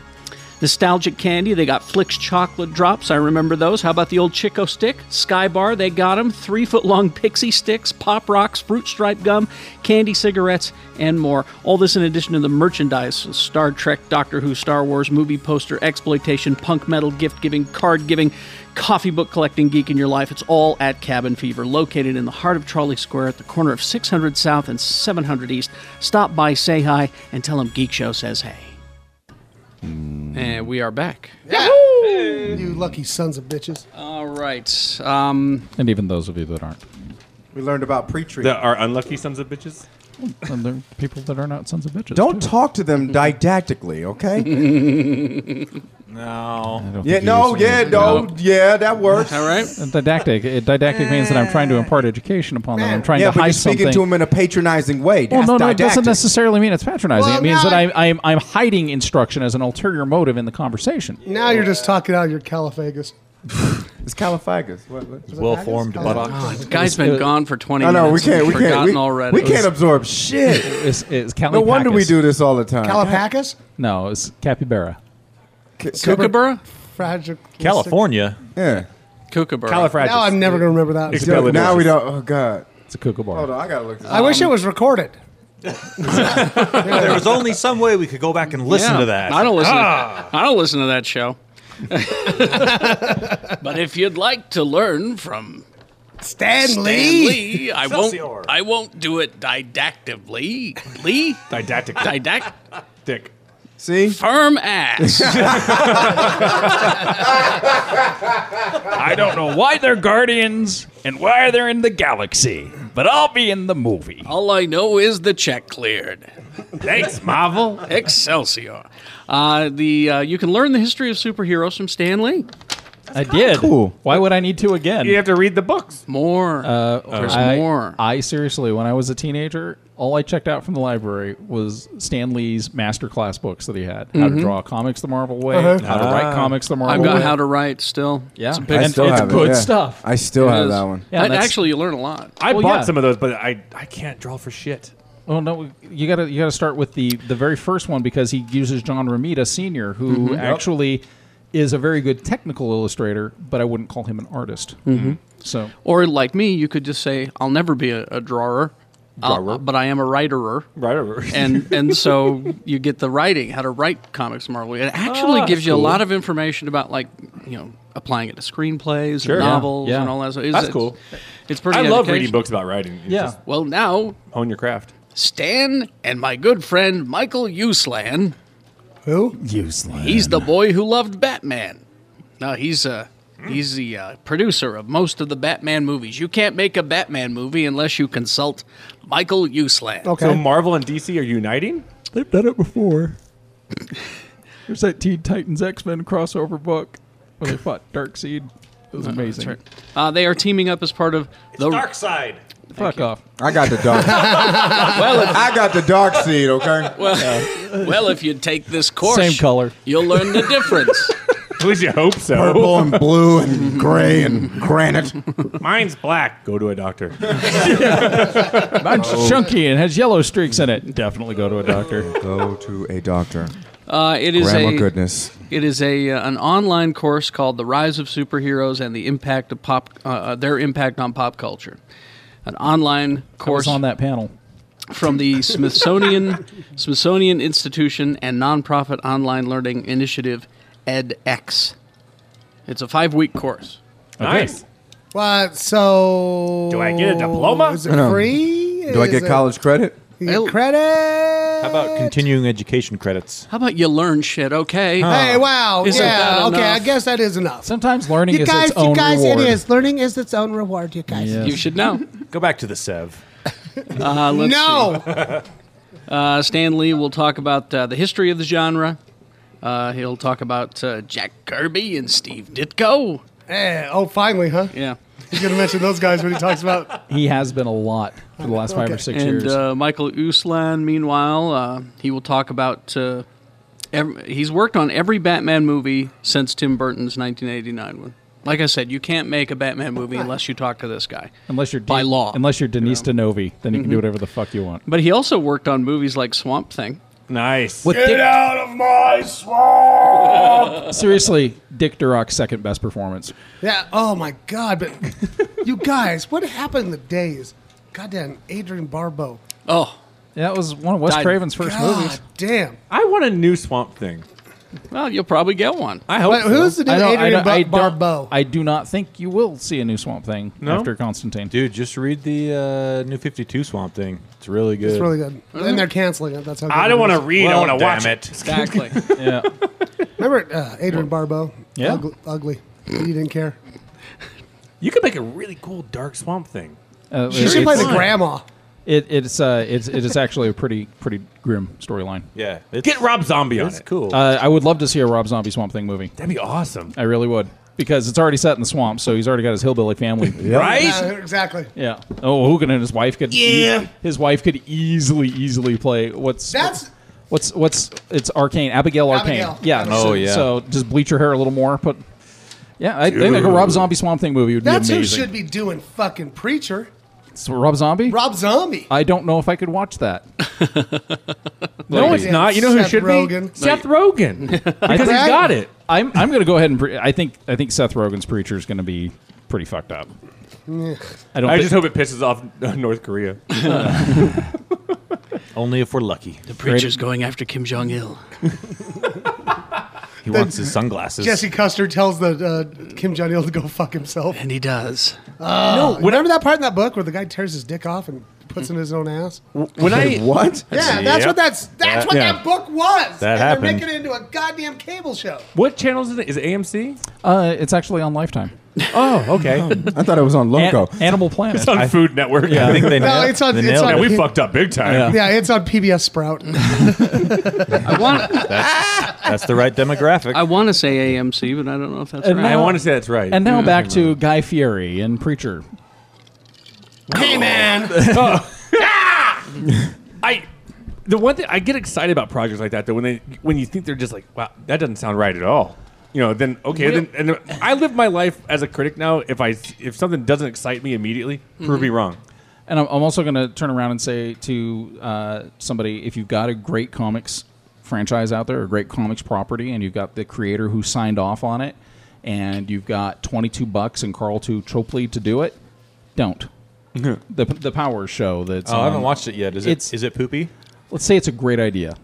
Speaker 2: Nostalgic candy, they got Flicks chocolate drops. I remember those. How about the old Chico stick? Sky Bar, they got them. Three foot long pixie sticks, Pop Rocks, Fruit Stripe gum, candy cigarettes, and more. All this in addition to the merchandise Star Trek, Doctor Who, Star Wars, movie poster, exploitation, punk metal, gift giving, card giving, coffee book collecting geek in your life. It's all at Cabin Fever, located in the heart of Trolley Square at the corner of 600 South and 700 East. Stop by, say hi, and tell them Geek Show says hey. And we are back.
Speaker 5: You lucky sons of bitches.
Speaker 2: All right. Um,
Speaker 14: and even those of you that aren't.
Speaker 8: We learned about pre-treat.
Speaker 10: That are unlucky sons of bitches.
Speaker 14: And they're people that are not sons of bitches.
Speaker 8: Don't talk to them didactically, okay?
Speaker 10: no.
Speaker 8: Yeah, no, yeah, no, yeah, that works.
Speaker 2: All right.
Speaker 14: Didactic. uh, Didactic means that I'm trying to impart education upon them. I'm trying
Speaker 8: yeah,
Speaker 14: to
Speaker 8: but
Speaker 14: hide
Speaker 8: you're speaking
Speaker 14: something.
Speaker 8: to them in a patronizing way.
Speaker 14: well,
Speaker 8: That's
Speaker 14: Oh, no, no, it
Speaker 8: didactic.
Speaker 14: doesn't necessarily mean it's patronizing.
Speaker 5: Well,
Speaker 14: it means
Speaker 5: now
Speaker 14: that I'm, I'm I'm hiding instruction as an ulterior motive in the conversation.
Speaker 5: Now you're just talking out of your califagus.
Speaker 8: it's califagus. What, what?
Speaker 9: well-formed buttocks.
Speaker 5: Oh,
Speaker 2: the guy's been gone for 20
Speaker 8: No, no, we
Speaker 2: minutes.
Speaker 8: can't. We can't.
Speaker 2: Forgotten
Speaker 8: We,
Speaker 2: already.
Speaker 8: we can't absorb shit.
Speaker 14: It's, it's
Speaker 8: no wonder we
Speaker 14: Calipacus.
Speaker 8: do this all the time.
Speaker 5: Calipacus?
Speaker 14: No, it's capybara.
Speaker 2: Kookaburra?
Speaker 5: Fragilistic.
Speaker 9: California.
Speaker 8: Yeah.
Speaker 2: Kookaburra.
Speaker 9: Califragilistic.
Speaker 5: Now I'm never going to remember that.
Speaker 8: Yo, now we don't. Oh God.
Speaker 14: It's a kookaburra.
Speaker 8: Hold on, I gotta look. This
Speaker 5: I
Speaker 8: up.
Speaker 5: wish it was recorded.
Speaker 9: there was only some way we could go back and listen
Speaker 2: Yeah.
Speaker 9: to that.
Speaker 2: I don't listen.
Speaker 9: Ah.
Speaker 2: I don't listen to that show. but if you'd like to learn from Stan Lee, I
Speaker 9: Excelsior.
Speaker 2: won't. I won't do it didactically. Lee,
Speaker 9: Didactic.
Speaker 2: didact,
Speaker 9: Dick.
Speaker 8: See,
Speaker 2: firm ass.
Speaker 7: I don't know why they're guardians and why they're in the galaxy, but I'll be in the movie.
Speaker 2: All I know is the check cleared.
Speaker 7: Thanks, Marvel.
Speaker 2: Excelsior. Uh, the uh, you can learn the history of superheroes from Stan Lee.
Speaker 14: I did.
Speaker 8: cool.
Speaker 14: Why would I need to again? Uh,
Speaker 10: You have to read the books.
Speaker 2: More. There's
Speaker 14: I,
Speaker 2: more.
Speaker 14: I seriously, when I was a teenager, all I checked out from the library was Stan Lee's master class books that he had: how to draw comics the Marvel way, how to write comics the Marvel
Speaker 2: I've got
Speaker 14: way.
Speaker 2: how to write still.
Speaker 14: Yeah.
Speaker 2: it's a big
Speaker 8: I
Speaker 14: And
Speaker 8: still
Speaker 14: it's
Speaker 8: have it,
Speaker 14: good
Speaker 8: yeah.
Speaker 14: stuff.
Speaker 8: I still
Speaker 2: It
Speaker 8: have
Speaker 2: is.
Speaker 8: that one.
Speaker 14: Yeah,
Speaker 2: And
Speaker 14: that's-
Speaker 2: actually, you learn a lot.
Speaker 10: I
Speaker 14: Well,
Speaker 10: bought
Speaker 14: yeah.
Speaker 10: some of those, but I I can't draw for shit.
Speaker 14: Oh no, you gotta you gotta start with the the very first one because he uses John Romita Sr., who actually is a very good technical illustrator, but I wouldn't call him an artist. Mm-hmm. So
Speaker 2: Or like me, you could just say, "I'll never be a, a drawer, I'll- uh,
Speaker 10: Drawer.
Speaker 2: but I am a writerer."
Speaker 10: Right over.
Speaker 2: And and so you get the writing, how to write comics Marvel. It actually
Speaker 14: Ah,
Speaker 2: gives you a
Speaker 14: cool.
Speaker 2: lot of information about like you know applying it to screenplays,
Speaker 10: Sure.
Speaker 2: and
Speaker 10: Yeah,
Speaker 2: novels,
Speaker 14: yeah.
Speaker 2: and all that. So it's,
Speaker 10: That's
Speaker 2: it's-
Speaker 10: cool.
Speaker 2: It's pretty.
Speaker 10: I love reading
Speaker 2: educational.
Speaker 10: books about writing. It's
Speaker 14: yeah,
Speaker 10: just
Speaker 2: Well, now
Speaker 10: hone your craft.
Speaker 2: Stan and my good friend Michael Uslan.
Speaker 5: Who?
Speaker 2: He's the boy who loved Batman. No, he's uh, he's the uh, producer of most of the Batman movies. You can't make a Batman movie unless you consult Michael Uslan.
Speaker 14: Oh.
Speaker 5: Okay.
Speaker 10: So Marvel and DC are uniting.
Speaker 7: They've done it before. There's that Teen Titans X Men crossover book where they fought Darkseid. It was amazing.
Speaker 2: right. Uh, they are teaming up as part of the
Speaker 9: Dark side.
Speaker 7: Fuck off.
Speaker 8: I got the dark. I got the dark seed. Okay.
Speaker 2: well. If you take this course,
Speaker 14: Same color.
Speaker 2: you'll learn the difference.
Speaker 10: At least you hope so.
Speaker 8: Purple and blue and gray and granite.
Speaker 10: Mine's black. Go to a doctor.
Speaker 14: Mine's chunky and has yellow streaks in it. Oh. Definitely go to a doctor.
Speaker 8: Go to a doctor.
Speaker 2: Uh, it is
Speaker 8: Grandma
Speaker 2: a
Speaker 8: goodness.
Speaker 2: it is a uh, an online course called "The Rise of Superheroes and the Impact of Pop uh, uh, Their Impact on Pop Culture." An online course
Speaker 14: Course on that panel.
Speaker 2: from the Smithsonian Smithsonian Institution and nonprofit online learning initiative edX. It's a five-week course.
Speaker 10: nice.
Speaker 5: What? So.
Speaker 10: Do I get a diploma?
Speaker 5: Is it free?
Speaker 8: Do I
Speaker 5: Is
Speaker 8: get
Speaker 5: it-
Speaker 8: college credit?
Speaker 5: you get credit?
Speaker 9: How about continuing education credits?
Speaker 2: How about you learn shit? Okay,
Speaker 5: Hey, wow.
Speaker 2: Isn't
Speaker 5: yeah.
Speaker 2: that
Speaker 5: Okay,
Speaker 2: enough?
Speaker 5: I guess that is enough.
Speaker 14: Sometimes learning
Speaker 5: you
Speaker 14: is
Speaker 5: guys,
Speaker 14: its own
Speaker 5: you guys,
Speaker 14: reward.
Speaker 5: it is. Learning is its own reward, you guys.
Speaker 14: Yeah.
Speaker 2: you should know.
Speaker 9: Go back to the Sev.
Speaker 2: Uh, let's see.
Speaker 5: No.
Speaker 2: Uh, Stan Lee will talk about uh, the history of the genre, Uh, he'll talk about uh, Jack Kirby and Steve Ditko.
Speaker 5: Eh, oh, finally, huh?
Speaker 2: Yeah.
Speaker 5: He's going to mention those guys when he talks about.
Speaker 14: He has been a lot for the last five or
Speaker 2: Okay.
Speaker 14: six
Speaker 2: and,
Speaker 14: years.
Speaker 2: uh, Michael Uslan, meanwhile, uh, he will talk about. Uh, ev he's worked on every Batman movie since Tim Burton's 1989 one. Like I said, you can't make a Batman movie unless you talk to this guy.
Speaker 14: unless you're by law. Unless you're Denise Denovi, then you can do
Speaker 5: Mm-hmm.
Speaker 2: Mhm.
Speaker 14: whatever the fuck you want.
Speaker 2: But he also worked on movies like Swamp Thing.
Speaker 14: Nice.
Speaker 2: With Dick-
Speaker 6: out of my swamp!
Speaker 14: Seriously, Dick Durock's second best performance.
Speaker 5: Yeah. Oh my God! But you guys, what happened in the days? Goddamn, Adrian Barbeau.
Speaker 2: Oh,
Speaker 14: that was one of Wes
Speaker 5: Died-
Speaker 14: Craven's first
Speaker 5: God
Speaker 14: movies.
Speaker 5: Damn.
Speaker 10: I want a new Swamp Thing.
Speaker 2: Well, you'll probably get one.
Speaker 14: I hope.
Speaker 5: Wait, who's the dude
Speaker 14: I don't- I
Speaker 5: Adrian
Speaker 14: don't-
Speaker 5: Bar-
Speaker 14: I don't-
Speaker 5: Barbeau?
Speaker 14: I do not think you will see a new Swamp Thing
Speaker 9: No?
Speaker 14: after Constantine.
Speaker 9: Dude, just read the uh, new 52 Swamp Thing. It's really good.
Speaker 5: It's really good. And they're canceling it. That's how. Good
Speaker 9: I don't
Speaker 5: it is.
Speaker 9: wanna read, I Well, wanna watch damn it. it.
Speaker 2: Exactly.
Speaker 14: yeah.
Speaker 5: Remember uh, Adrian Barbeau?
Speaker 9: Yeah.
Speaker 5: Ugly. ugly. You didn't care.
Speaker 10: You could make a really cool dark Swamp Thing.
Speaker 14: Uh,
Speaker 5: She should play the
Speaker 14: it's-
Speaker 5: grandma.
Speaker 14: It, it's uh, it's it is actually a pretty pretty grim storyline.
Speaker 9: Yeah.
Speaker 10: Get Rob Zombie on
Speaker 14: it's
Speaker 10: it. cool.
Speaker 14: Uh, I would love to see a Rob Zombie Swamp Thing movie.
Speaker 10: That'd be awesome.
Speaker 14: I really would because it's already set in the swamp, so he's already got his hillbilly family,
Speaker 5: Yeah, exactly.
Speaker 14: Yeah. Oh, Hogan and his wife could. e
Speaker 5: Yeah.
Speaker 14: His wife could easily, easily play what's
Speaker 5: That's-
Speaker 14: what's what's it's arcane Abigail Arcane.
Speaker 5: Abigail.
Speaker 14: Yeah.
Speaker 5: Oh,
Speaker 14: so,
Speaker 5: yeah.
Speaker 14: So just bleach your hair a little more, but yeah, I think like a
Speaker 5: Dude.
Speaker 14: Rob Zombie Swamp Thing movie would
Speaker 5: That's
Speaker 14: be
Speaker 5: who
Speaker 14: amazing.
Speaker 5: should be doing fucking preacher.
Speaker 14: It's Rob Zombie.
Speaker 5: Rob Zombie.
Speaker 14: I don't know if I could watch that.
Speaker 10: No, it's not. You know who
Speaker 5: Seth
Speaker 10: should
Speaker 5: Rogen.
Speaker 10: be? Seth Rogen. because he's
Speaker 14: think-
Speaker 10: got it.
Speaker 14: I'm I'm gonna go ahead and pre- I think I think Seth Rogen's preacher is gonna be pretty fucked up. I
Speaker 10: I,
Speaker 14: don't.
Speaker 10: just hope it pisses off uh, North Korea.
Speaker 9: Only if we're lucky.
Speaker 2: The preacher's going after Kim Jong Il.
Speaker 9: He
Speaker 5: Then-
Speaker 9: wants his sunglasses.
Speaker 5: Jesse Custer tells the uh, Kim Jong Il to go fuck himself,
Speaker 2: and he does.
Speaker 5: no, remember that part in that book where the guy tears his dick off and puts it in his own ass?
Speaker 9: when I- What?
Speaker 5: Yeah, that's
Speaker 10: Yep.
Speaker 5: what that's that's
Speaker 10: That-
Speaker 5: what
Speaker 10: yeah.
Speaker 5: that book was.
Speaker 10: That
Speaker 5: and They're
Speaker 10: happened.
Speaker 5: making it into a goddamn cable show.
Speaker 10: What channel is it? Is it AMC?
Speaker 14: Uh, it's actually on Lifetime.
Speaker 10: Oh, okay.
Speaker 8: I thought it was on Loco.
Speaker 14: Animal Planet.
Speaker 10: It's on Food Network.
Speaker 8: Yeah. I think they No, nailed-
Speaker 5: it's on- they it's nailed on-
Speaker 10: Man,
Speaker 5: it.
Speaker 10: we fucked up big time.
Speaker 5: Yeah, it's on PBS Sprout.
Speaker 2: I want.
Speaker 9: That's, that's the right demographic.
Speaker 2: I want to say AMC, but I don't know if that's
Speaker 14: And
Speaker 2: right.
Speaker 14: now-
Speaker 10: that's right.
Speaker 14: And now
Speaker 10: Yeah.
Speaker 14: back to Guy Fieri and Preacher.
Speaker 5: Hey man.
Speaker 10: I the one thing I get excited about projects like that though when they when you think they're just like wow that doesn't sound right at all you know then okay
Speaker 6: Well-
Speaker 10: then and then I live my life as a critic now if I if something doesn't excite me immediately prove me wrong
Speaker 14: And I'm, I'm also going to turn around and say to uh, somebody if you've got a great comics franchise out there, a great comics property, and you've got the creator who signed off on it, and you've got 22 bucks and Carl to Tropley to do it, don't. the, the Power Show that's.
Speaker 9: Oh, I haven't
Speaker 14: on-
Speaker 9: watched it yet. Is it-
Speaker 14: it's,
Speaker 9: is it poopy?
Speaker 14: Let's say it's a great idea.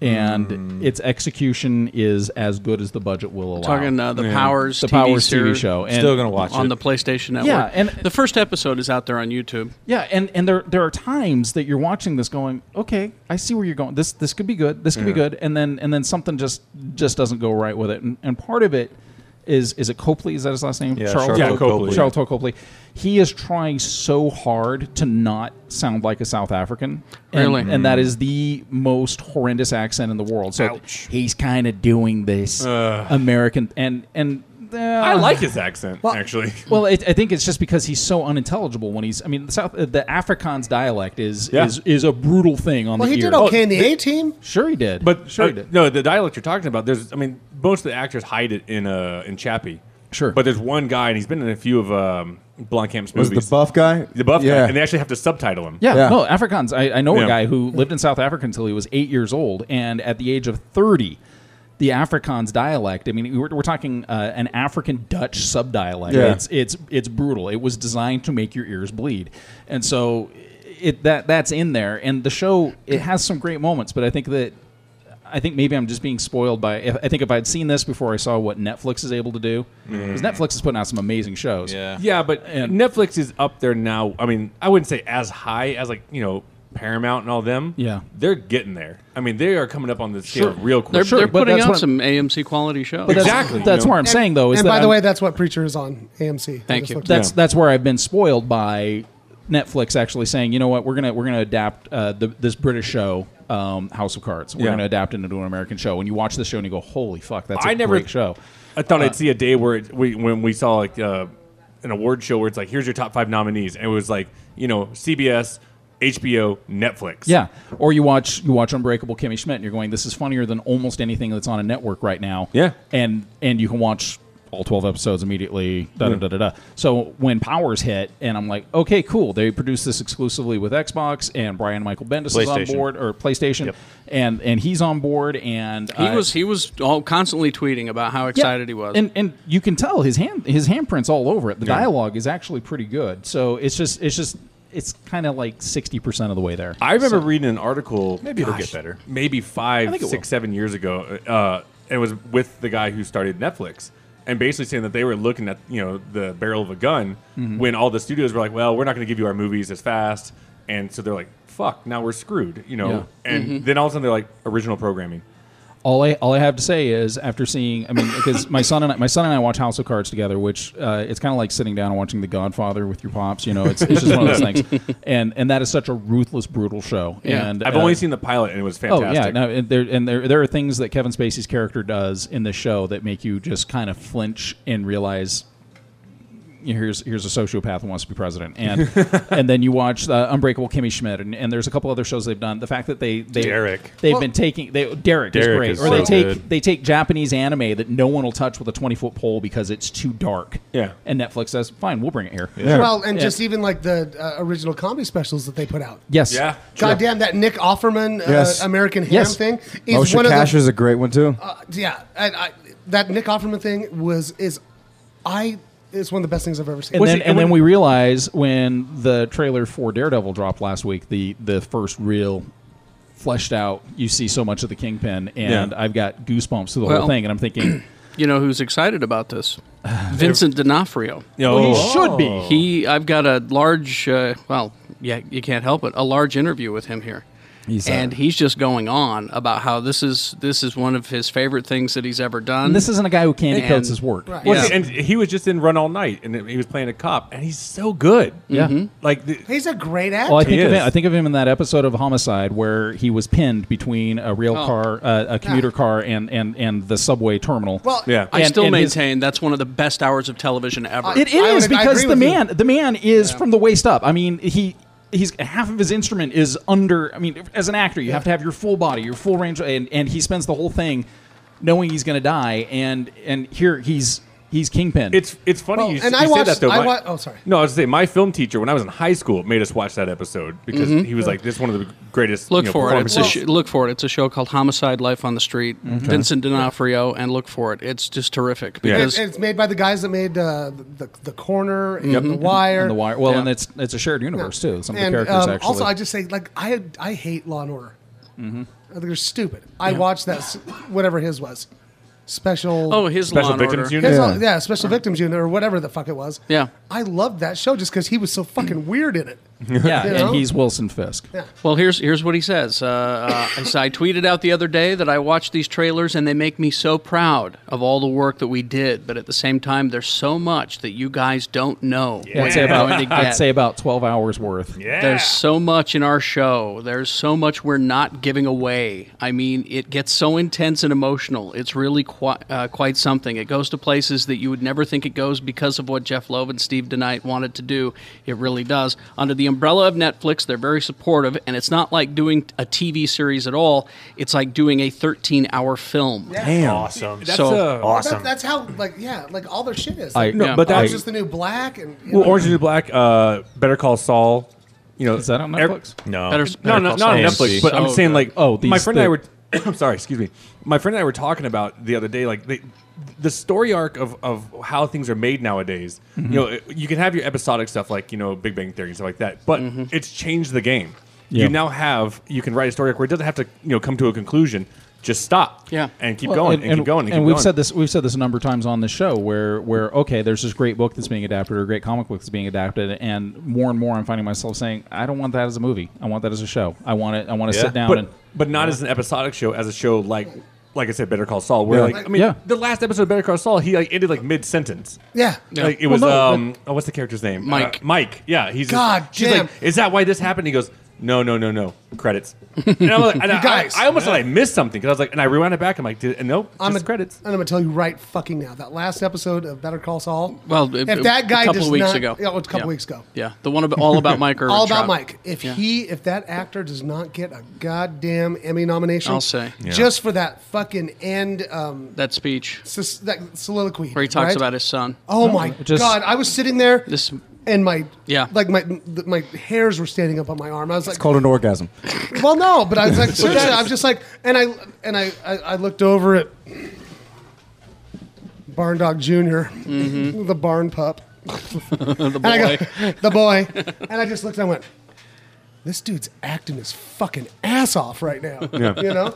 Speaker 14: And
Speaker 9: Mm.
Speaker 14: its execution is as good as the budget will allow.
Speaker 2: Talking uh, the Powers,
Speaker 14: the
Speaker 2: TV
Speaker 14: Powers
Speaker 2: series.
Speaker 14: TV show. And
Speaker 2: on the PlayStation Network.
Speaker 14: Yeah, and-
Speaker 2: the first episode is out there on YouTube.
Speaker 14: Yeah, and, and there there are times that you're watching this going, okay, I see where you're going. This this could be good. This could be
Speaker 2: Yeah.
Speaker 14: good. And then and then something just just doesn't go right with it. And, and part of it is is it Copley? Is that his last name?
Speaker 9: Yeah, Charlton Yeah, Copley.
Speaker 14: Charles Todd Copley. He is trying so hard to not sound like a South African. And-
Speaker 2: Really?
Speaker 14: and that is the most horrendous accent in the world. So
Speaker 10: Ouch.
Speaker 14: he's kind of doing this
Speaker 10: Ugh.
Speaker 14: American and and. uh,
Speaker 10: I like his accent actually
Speaker 14: well, it, I think it's just because he's so unintelligible when he's. I mean, the South, uh, the Afrikaans dialect is
Speaker 10: Yeah.
Speaker 14: is is a brutal thing on
Speaker 5: well,
Speaker 14: the
Speaker 5: he
Speaker 14: ear.
Speaker 5: did okay
Speaker 10: Oh,
Speaker 5: in the A team.
Speaker 14: Sure, he did.
Speaker 10: but
Speaker 14: sure,
Speaker 10: uh,
Speaker 14: he did.
Speaker 10: no the dialect you're talking about there's I mean most of the actors hide it in uh in Chappie
Speaker 14: sure
Speaker 10: but there's one guy and he's been in a few of um Blomkamp's
Speaker 8: Was it
Speaker 10: movies
Speaker 8: the buff guy?
Speaker 10: the buff guy
Speaker 8: Yeah.
Speaker 10: and they actually have to subtitle him
Speaker 14: Yeah, no, Afrikaans. I, I know
Speaker 10: Yeah.
Speaker 14: a guy who lived in South Africa until he was eight years old, and at the age of thirty, the Afrikaans dialect. I mean, we're, we're talking uh, an African Dutch subdialect.
Speaker 7: Yeah.
Speaker 14: It's it's it's brutal. It was designed to make your ears bleed, and so it that that's in there. And the show it has some great moments, but I think that. I think maybe I'm just being spoiled by. If, I think if I'd seen this before I saw what Netflix is able to do, because
Speaker 10: Mm.
Speaker 14: Netflix is putting out some amazing shows.
Speaker 10: Yeah, but Netflix is up there now. I mean, I wouldn't say as high as like you know Paramount and all them.
Speaker 14: Yeah.
Speaker 10: they're getting there. I mean, they are coming up on the scale real quick.
Speaker 2: They're,
Speaker 10: Sure.
Speaker 2: they're
Speaker 10: But
Speaker 2: putting
Speaker 10: that's
Speaker 2: out
Speaker 10: what I'm-
Speaker 2: some AMC quality shows.
Speaker 14: But that's- that's where I'm saying though is
Speaker 5: and
Speaker 14: that
Speaker 5: by the
Speaker 14: I'm-
Speaker 5: way, that's what Preacher is on AMC. I just looked it
Speaker 14: That's
Speaker 5: up.
Speaker 14: that's where I've been spoiled by Netflix actually saying, you know what, we're gonna we're gonna adapt uh, the, this British show um, House of Cards. We're
Speaker 10: Yeah.
Speaker 14: going to adapt it into an American show. And you watch the show and you go, holy fuck, that's a
Speaker 10: I never-
Speaker 14: great show.
Speaker 10: I thought
Speaker 14: Uh,
Speaker 10: I'd see a day where it, we, when we saw like uh, an award show where it's like, here's your top five nominees, and it was like, you know, CBS, HBO, Netflix.
Speaker 14: Yeah, or you watch you watch Unbreakable Kimmy Schmidt, and you're going, "This is funnier than almost anything that's on a network right now."
Speaker 10: Yeah.
Speaker 14: and and you can watch all 12 episodes immediately. Da da
Speaker 10: Yeah.
Speaker 14: da da da. So when Powers hit, and I'm like, "Okay, cool." They produced this exclusively with Xbox, and Brian Michael Bendis is on
Speaker 2: PlayStation.
Speaker 14: board, or PlayStation, and and he's on board, and
Speaker 2: He
Speaker 14: uh,
Speaker 2: was he was all constantly tweeting about how
Speaker 14: yeah.
Speaker 2: excited he was.
Speaker 14: and and you can tell his hand his handprints all over it. The
Speaker 2: Yeah.
Speaker 14: dialogue is actually pretty good. So it's just it's just it's kind of like 60 percent of the way there.
Speaker 10: I remember
Speaker 14: So-
Speaker 10: reading an article.
Speaker 14: Maybe it'll get
Speaker 10: better. Maybe five,
Speaker 14: I think it
Speaker 10: six,
Speaker 14: will.
Speaker 10: seven years ago, uh, and it was with the guy who started Netflix, and basically saying that they were looking at you know the barrel of a gun
Speaker 14: Mm-hmm.
Speaker 6: Mhm.
Speaker 10: when all the studios were like, well, we're not going to give you our movies as fast, and so they're like, fuck, now we're screwed, you know.
Speaker 14: Yeah.
Speaker 10: And
Speaker 14: Mhm.
Speaker 10: then all of a sudden they're like, original programming.
Speaker 14: All I all I have to say is after seeing, I mean, because my son and I, my son and I watch House of Cards together, which uh, it's kind of like sitting down and watching The Godfather with your pops. You know, it's, it's just one of those things, and and that is such a ruthless, brutal show. And
Speaker 10: I've
Speaker 14: uh,
Speaker 10: only seen the pilot, and it was fantastic.
Speaker 14: Oh yeah, no, and there and there there are things that Kevin Spacey's character does in the show that make you just kind of flinch and realize. you know, Here's here's a sociopath who wants to be president, and and then you watch uh, Unbreakable Kimmy Schmidt, and, and there's a couple other shows they've done. The fact that they they
Speaker 9: Derek.
Speaker 14: they've
Speaker 9: Well-
Speaker 14: been taking they Derek, is
Speaker 9: Derek
Speaker 14: great,
Speaker 9: is
Speaker 14: or they
Speaker 9: so
Speaker 14: take
Speaker 9: good.
Speaker 14: they take Japanese anime that no one will touch with a 20 foot pole because it's too dark.
Speaker 10: Yeah,
Speaker 14: and Netflix says fine, we'll bring it here.
Speaker 5: Well, and just even like the uh, original comedy specials that they put out.
Speaker 14: Yes. Yeah,
Speaker 5: God
Speaker 14: sure.
Speaker 5: damn that Nick Offerman uh,
Speaker 8: Yes.
Speaker 5: American Ham
Speaker 8: Yes.
Speaker 5: thing is
Speaker 8: Moshe
Speaker 5: one
Speaker 8: Cash
Speaker 5: of
Speaker 8: is a great one too.
Speaker 2: Mm,
Speaker 5: the uh, yeah. And I, that Nick Offerman thing was is I is one of the best things I've ever seen.
Speaker 14: And then, and then we realize when the trailer for Daredevil dropped last week, the the first real fleshed out. You see so much of the Kingpin, and
Speaker 2: Yeah.
Speaker 14: I've got goosebumps through the
Speaker 2: Well-
Speaker 14: whole thing. And I'm thinking,
Speaker 2: You know who's excited about this? Vincent D'Onofrio.
Speaker 14: Yeah,
Speaker 2: Well, he
Speaker 14: oh.
Speaker 2: should be.
Speaker 14: Oh.
Speaker 2: He. I've got a large. Uh, well, yeah, you can't help it. A large interview with him here,
Speaker 14: He's, uh,
Speaker 2: and he's just going on about how this is this is one of his favorite things that he's ever done.
Speaker 14: And this isn't a guy who candy
Speaker 2: And-
Speaker 14: coats his work.
Speaker 2: Right.
Speaker 10: Well,
Speaker 2: Yeah.
Speaker 10: And he was just in Run All Night, and he was playing a cop, and he's so good.
Speaker 14: Yeah. Mhm.
Speaker 10: like the,
Speaker 5: he's a great actor.
Speaker 14: Well, I think of him, I think of him in that episode of Homicide where he was pinned between a rail
Speaker 2: Oh.
Speaker 14: car, uh, a commuter car, and, and and the subway terminal.
Speaker 2: Well, I
Speaker 14: And-
Speaker 2: still
Speaker 14: and his- Uh,
Speaker 2: maintain that's one of the best hours of television ever.
Speaker 14: It is because the man, the man is from the waist up. I mean, he he's half of his instrument is under. I mean, as an actor, you have to have your full body, your full range, and and he spends the whole thing knowing he's going to die, and and here he's he's kingpin.
Speaker 10: It's it's funny
Speaker 5: Well,
Speaker 10: you, s-
Speaker 5: and
Speaker 10: you
Speaker 5: I
Speaker 10: say
Speaker 5: watched-
Speaker 10: that though.
Speaker 5: I
Speaker 10: My-
Speaker 5: wa- oh, sorry.
Speaker 10: No, I was gonna say my film teacher when I was in high school made us watch that episode because
Speaker 14: Mm-hmm.
Speaker 2: Mhm.
Speaker 10: he was like, "This is one of the greatest."
Speaker 2: Look
Speaker 10: you know,
Speaker 2: for it. It's a
Speaker 10: performances."
Speaker 2: sh- look for it. It's a show called Homicide: Life on the Street.
Speaker 14: Mm-hmm.
Speaker 10: Okay.
Speaker 2: Vincent D'Onofrio, and look for it. It's just terrific
Speaker 5: And-
Speaker 2: because
Speaker 5: and it's made by the guys that made uh, the, the the corner and
Speaker 14: Yep.
Speaker 5: the wire.
Speaker 14: And the wire. Well,
Speaker 5: Yeah.
Speaker 14: and it's it's a shared universe too. Some of the
Speaker 5: And,
Speaker 14: characters
Speaker 5: um,
Speaker 14: actually.
Speaker 5: Also, I just say like I I hate Law and Order.
Speaker 14: Mhm.
Speaker 5: I think they're stupid. I
Speaker 2: Yeah.
Speaker 5: watched that s- whatever his was. Special
Speaker 2: Oh, his Special Law and Victims Order. Unit?
Speaker 5: His-
Speaker 2: Yeah.
Speaker 5: yeah. special victims unit or whatever the fuck it was.
Speaker 2: Yeah.
Speaker 5: I loved that show just because he was so fucking weird in it.
Speaker 14: yeah,
Speaker 5: You know?
Speaker 14: and he's Wilson Fisk.
Speaker 2: Well, here's here's what he says. Uh, uh, I s- I tweeted out the other day that I watched these trailers and they make me so proud of all the work that we did. But at the same time, there's so much that you guys don't know.
Speaker 14: Yeah, I'd
Speaker 2: what
Speaker 14: say
Speaker 2: you're
Speaker 14: about
Speaker 2: going to
Speaker 14: I'd
Speaker 2: get.
Speaker 14: say about twelve hours worth.
Speaker 2: There's so much in our show. There's so much we're not giving away. I mean, it gets so intense and emotional. It's really qui- uh, quite something. It goes to places that you would never think it goes because of what Jeff Loeb and Steve DeKnight wanted to do. It really does. Under the umbrella of Netflix, they're very supportive, and it's not like doing a TV series at all. It's like doing a 13 hour film.
Speaker 9: Damn. Awesome.
Speaker 2: So,
Speaker 9: That's, uh,
Speaker 5: That- that's how like yeah like all their shit is.
Speaker 10: I-
Speaker 5: Like,
Speaker 10: no,
Speaker 5: Orange
Speaker 10: but that's-
Speaker 5: is the new black and you
Speaker 10: well,
Speaker 5: know.
Speaker 10: Orange is the New Black, uh, Better Call Saul. You know, is
Speaker 14: that on Netflix?
Speaker 9: no,
Speaker 10: no,
Speaker 9: Better- Better
Speaker 10: no, no,
Speaker 9: Call
Speaker 10: not on
Speaker 9: Saul
Speaker 10: Netflix.
Speaker 9: is
Speaker 10: But I'm
Speaker 9: so
Speaker 10: saying
Speaker 9: good.
Speaker 10: like,
Speaker 9: Oh,
Speaker 10: oh,
Speaker 9: these-
Speaker 10: my friend and I
Speaker 9: the-
Speaker 10: were. I'm sorry, excuse me. My friend and I were talking about the other day, like they, the story arc of, of how things are made nowadays.
Speaker 6: Mhm.
Speaker 10: You know, you can have your episodic stuff like you know Big Bang Theory and stuff like that, but it's changed the game.
Speaker 14: Yeah.
Speaker 10: You now have you can write a story arc where it doesn't have to you know come to a conclusion. Just stop. Yeah. And keep
Speaker 14: Well,
Speaker 10: going and, keep going and, keep
Speaker 14: we've
Speaker 10: going.
Speaker 14: said this we've said this a number of times on the show where where okay, there's this great book that's being adapted or a great comic book that's being adapted, and more and more I'm finding myself saying, I don't want that as a movie. I want that as a show. I want it. I want to sit down
Speaker 10: but,
Speaker 14: and
Speaker 10: but not as an episodic show, as a show like like I said, Better Call Saul. Where
Speaker 14: Yeah.
Speaker 10: like I mean,
Speaker 14: Yeah.
Speaker 10: the last episode of Better Call Saul, he like ended like mid sentence.
Speaker 5: Yeah. Yeah.
Speaker 10: like it
Speaker 5: Well,
Speaker 10: was
Speaker 5: no,
Speaker 10: um, oh, what's the character's name?
Speaker 5: Mike.
Speaker 10: Uh, Mike. Yeah, he's
Speaker 5: God
Speaker 10: She's
Speaker 5: damn.
Speaker 10: like, is that why this happened? He goes, no, no, no, no. Credits. And I'm like, and I,
Speaker 5: Guys.
Speaker 10: I, I almost thought I missed something because I was like, and I rewound it back. I'm like, did, and nope.
Speaker 5: I'm
Speaker 10: just
Speaker 5: a, credits. I'm going to tell you right fucking now. That last episode of Better Call Saul.
Speaker 2: Well,
Speaker 5: if
Speaker 2: a-
Speaker 5: that guy
Speaker 2: a couple
Speaker 5: does
Speaker 2: of weeks
Speaker 5: not-
Speaker 2: ago,
Speaker 5: yeah, it was a couple
Speaker 2: Yeah.
Speaker 5: weeks ago.
Speaker 2: yeah, the one about all about Mike.
Speaker 5: All
Speaker 2: Ehrmantraub.
Speaker 5: about Mike. If
Speaker 2: Yeah.
Speaker 5: he, if that actor does not get a goddamn Emmy nomination,
Speaker 2: I'll say. Yeah.
Speaker 5: just for that fucking end, um,
Speaker 2: that speech,
Speaker 5: sis, that soliloquy
Speaker 2: where he talks
Speaker 5: right?
Speaker 2: about his son.
Speaker 5: Oh my god! I was sitting there,
Speaker 2: This,
Speaker 5: and my
Speaker 2: yeah,
Speaker 5: like my th- my hairs were standing up on my arm. I was like,
Speaker 8: It's called an orgasm.
Speaker 5: well, no, but I was like, seriously, I was just like, and I and I I, I looked over at Barn Dog junior
Speaker 2: Mhm.
Speaker 5: the barn pup,
Speaker 2: the
Speaker 5: And I
Speaker 2: boy.
Speaker 5: go, the boy, and I just looked and I went, this dude's acting his fucking ass off right now.
Speaker 22: Yeah.
Speaker 5: You know.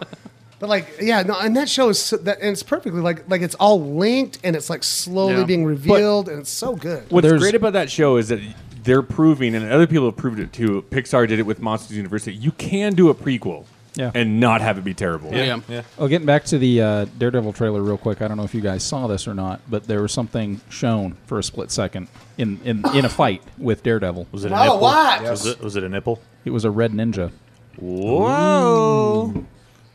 Speaker 5: But like, yeah, no, and that show is so, that, and it's perfectly like, like it's all linked, and it's like slowly
Speaker 10: Yeah.
Speaker 5: being
Speaker 10: But-
Speaker 5: revealed, and it's so good.
Speaker 10: What's great about that show is that they're proving, and other people have proved it too. Pixar did it with Monsters University. You can do a prequel,
Speaker 14: Yeah.
Speaker 10: and not have it be terrible.
Speaker 14: Oh, getting back to the uh, Daredevil trailer real quick. I don't know if you guys saw this or not, but there was something shown for a split second in in, in a fight with Daredevil. Was
Speaker 23: it a Oh, nipple? what? Was it- was it a nipple?
Speaker 14: It was a red ninja.
Speaker 23: Whoa.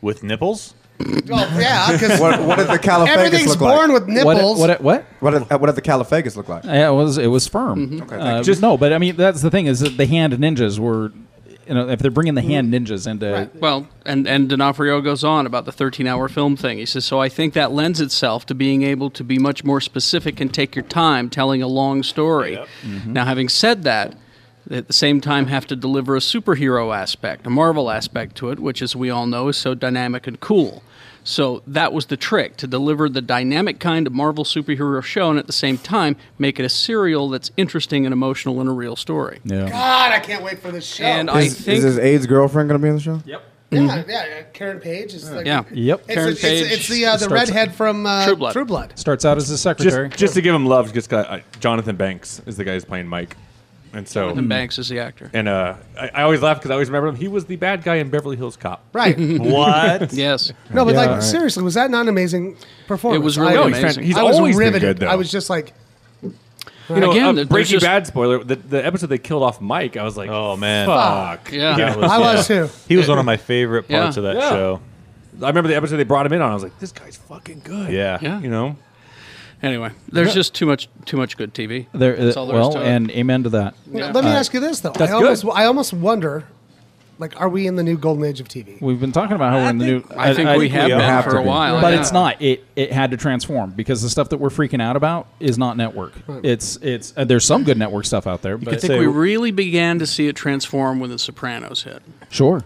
Speaker 23: With nipples?
Speaker 5: Oh, yeah, 'cause
Speaker 8: what, what did the Caliphagus
Speaker 5: everything's
Speaker 8: look like?
Speaker 5: born with What- nipples. what-
Speaker 14: what?
Speaker 8: What did, what did the Caliphagus look like?
Speaker 14: Yeah, it was it was firm.
Speaker 8: Mhm. Okay, thank
Speaker 14: Uh,
Speaker 8: you.
Speaker 14: just no, but I mean that's the thing is that the hand ninjas were, you know, if they're bringing the hand ninjas into
Speaker 2: Well, and and D'Onofrio goes on about the 13-hour film thing. He says, "So I think that lends itself to being able to be much more specific and take your time telling a long story." Now, having said that, they at the same time have to deliver a superhero aspect, a Marvel aspect to it, which, as we all know, is so dynamic and cool. So that was the trick to deliver the dynamic kind of Marvel superhero show, and at the same time make it a serial that's interesting and emotional and a real story.
Speaker 14: Yeah.
Speaker 5: God, I can't wait for this show.
Speaker 2: And
Speaker 8: is,
Speaker 2: I think
Speaker 8: is his AIDS girlfriend going to be on the show? Yep.
Speaker 5: Yeah, yeah, yeah. Karen Page is like
Speaker 14: Mm-hmm. Yeah. Yep.
Speaker 5: It's,
Speaker 14: Karen
Speaker 5: it's, it's,
Speaker 14: Page
Speaker 5: the uh, the
Speaker 14: starts-
Speaker 5: redhead from uh, True Blood.
Speaker 14: starts out as the secretary.
Speaker 10: Just, just to give him love, just got, uh, Jonathan Banks is the guy who's playing Mike, and so
Speaker 2: Jonathan Banks is the actor.
Speaker 10: And uh, I, I always laugh because I always remember him. He was the bad guy in Beverly Hills Cop.
Speaker 5: Right.
Speaker 10: what?
Speaker 2: yes.
Speaker 5: No, but like seriously, was that not an amazing performance?
Speaker 10: It was really
Speaker 5: I,
Speaker 10: amazing. No, he's fan- he's
Speaker 5: I was
Speaker 10: always been
Speaker 5: riveted.
Speaker 10: good, though.
Speaker 5: I was just like,
Speaker 10: You know,
Speaker 5: Again,
Speaker 10: uh,
Speaker 5: there's
Speaker 10: Breaking
Speaker 5: just-
Speaker 10: Bad spoiler. The, the episode they killed off Mike, I was like, oh man, fuck.
Speaker 23: Fuck. Yeah.
Speaker 10: You
Speaker 23: That
Speaker 10: know?
Speaker 23: was- I was yeah. too. He was one of my favorite parts of that show.
Speaker 10: I remember the episode they brought him in on. I was like, this guy's fucking good.
Speaker 23: Yeah.
Speaker 2: Yeah.
Speaker 10: You know.
Speaker 2: Anyway, there's
Speaker 10: Yeah.
Speaker 2: just too much too much good TV.
Speaker 14: There,
Speaker 2: That's all
Speaker 14: uh,
Speaker 2: there is
Speaker 14: well,
Speaker 2: to it.
Speaker 14: and amen to that.
Speaker 5: let me
Speaker 14: Uh,
Speaker 5: ask you this though.
Speaker 14: That's
Speaker 5: I
Speaker 14: good.
Speaker 5: almost, I almost wonder, like, are we in the new golden age of TV?
Speaker 14: We've been talking about how we're in the new.
Speaker 5: I think we have been for
Speaker 14: to
Speaker 5: a
Speaker 14: be.
Speaker 5: while,
Speaker 14: but
Speaker 5: yeah.
Speaker 14: it's not. It it had to transform because the stuff that we're freaking out about is not network.
Speaker 2: Right.
Speaker 14: It's it's uh, there's some good network stuff out there,
Speaker 2: I
Speaker 14: but
Speaker 2: think we really began to see it transform when The Sopranos hit,
Speaker 14: sure.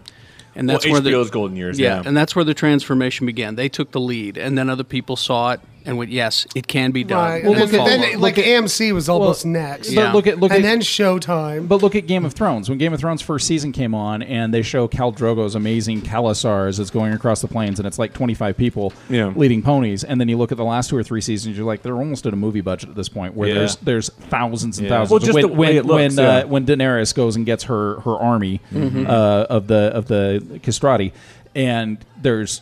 Speaker 2: and that's where
Speaker 10: well, HBO's
Speaker 2: the
Speaker 10: golden years.
Speaker 2: Yeah,
Speaker 10: Yeah.
Speaker 2: and that's where the transformation began. They took the lead, and then other people saw it and went, "Yes, it can be done."
Speaker 5: Right.
Speaker 2: We'll
Speaker 5: and then,
Speaker 2: follow
Speaker 5: then,
Speaker 2: up."
Speaker 5: like AMC was almost next.
Speaker 14: But look at look
Speaker 5: and
Speaker 14: at
Speaker 5: then Showtime.
Speaker 14: But look at Game of Thrones. When Game of Thrones first season came on, and they show Cal Drogo's amazing Calasars that's going across the plains, and it's like twenty five people
Speaker 10: Yeah.
Speaker 14: leading ponies. And then you look at the last two or three seasons, you're like, they're almost at a movie budget at this point, where
Speaker 10: Yeah.
Speaker 14: there's there's thousands and
Speaker 10: Yeah.
Speaker 14: thousands.
Speaker 10: Well, just
Speaker 14: when
Speaker 10: the way
Speaker 14: when,
Speaker 10: it looks,
Speaker 14: when,
Speaker 10: yeah.
Speaker 14: uh, when Daenerys goes and gets her her army
Speaker 10: Mhm.
Speaker 14: uh, of the of the Castrati, and there's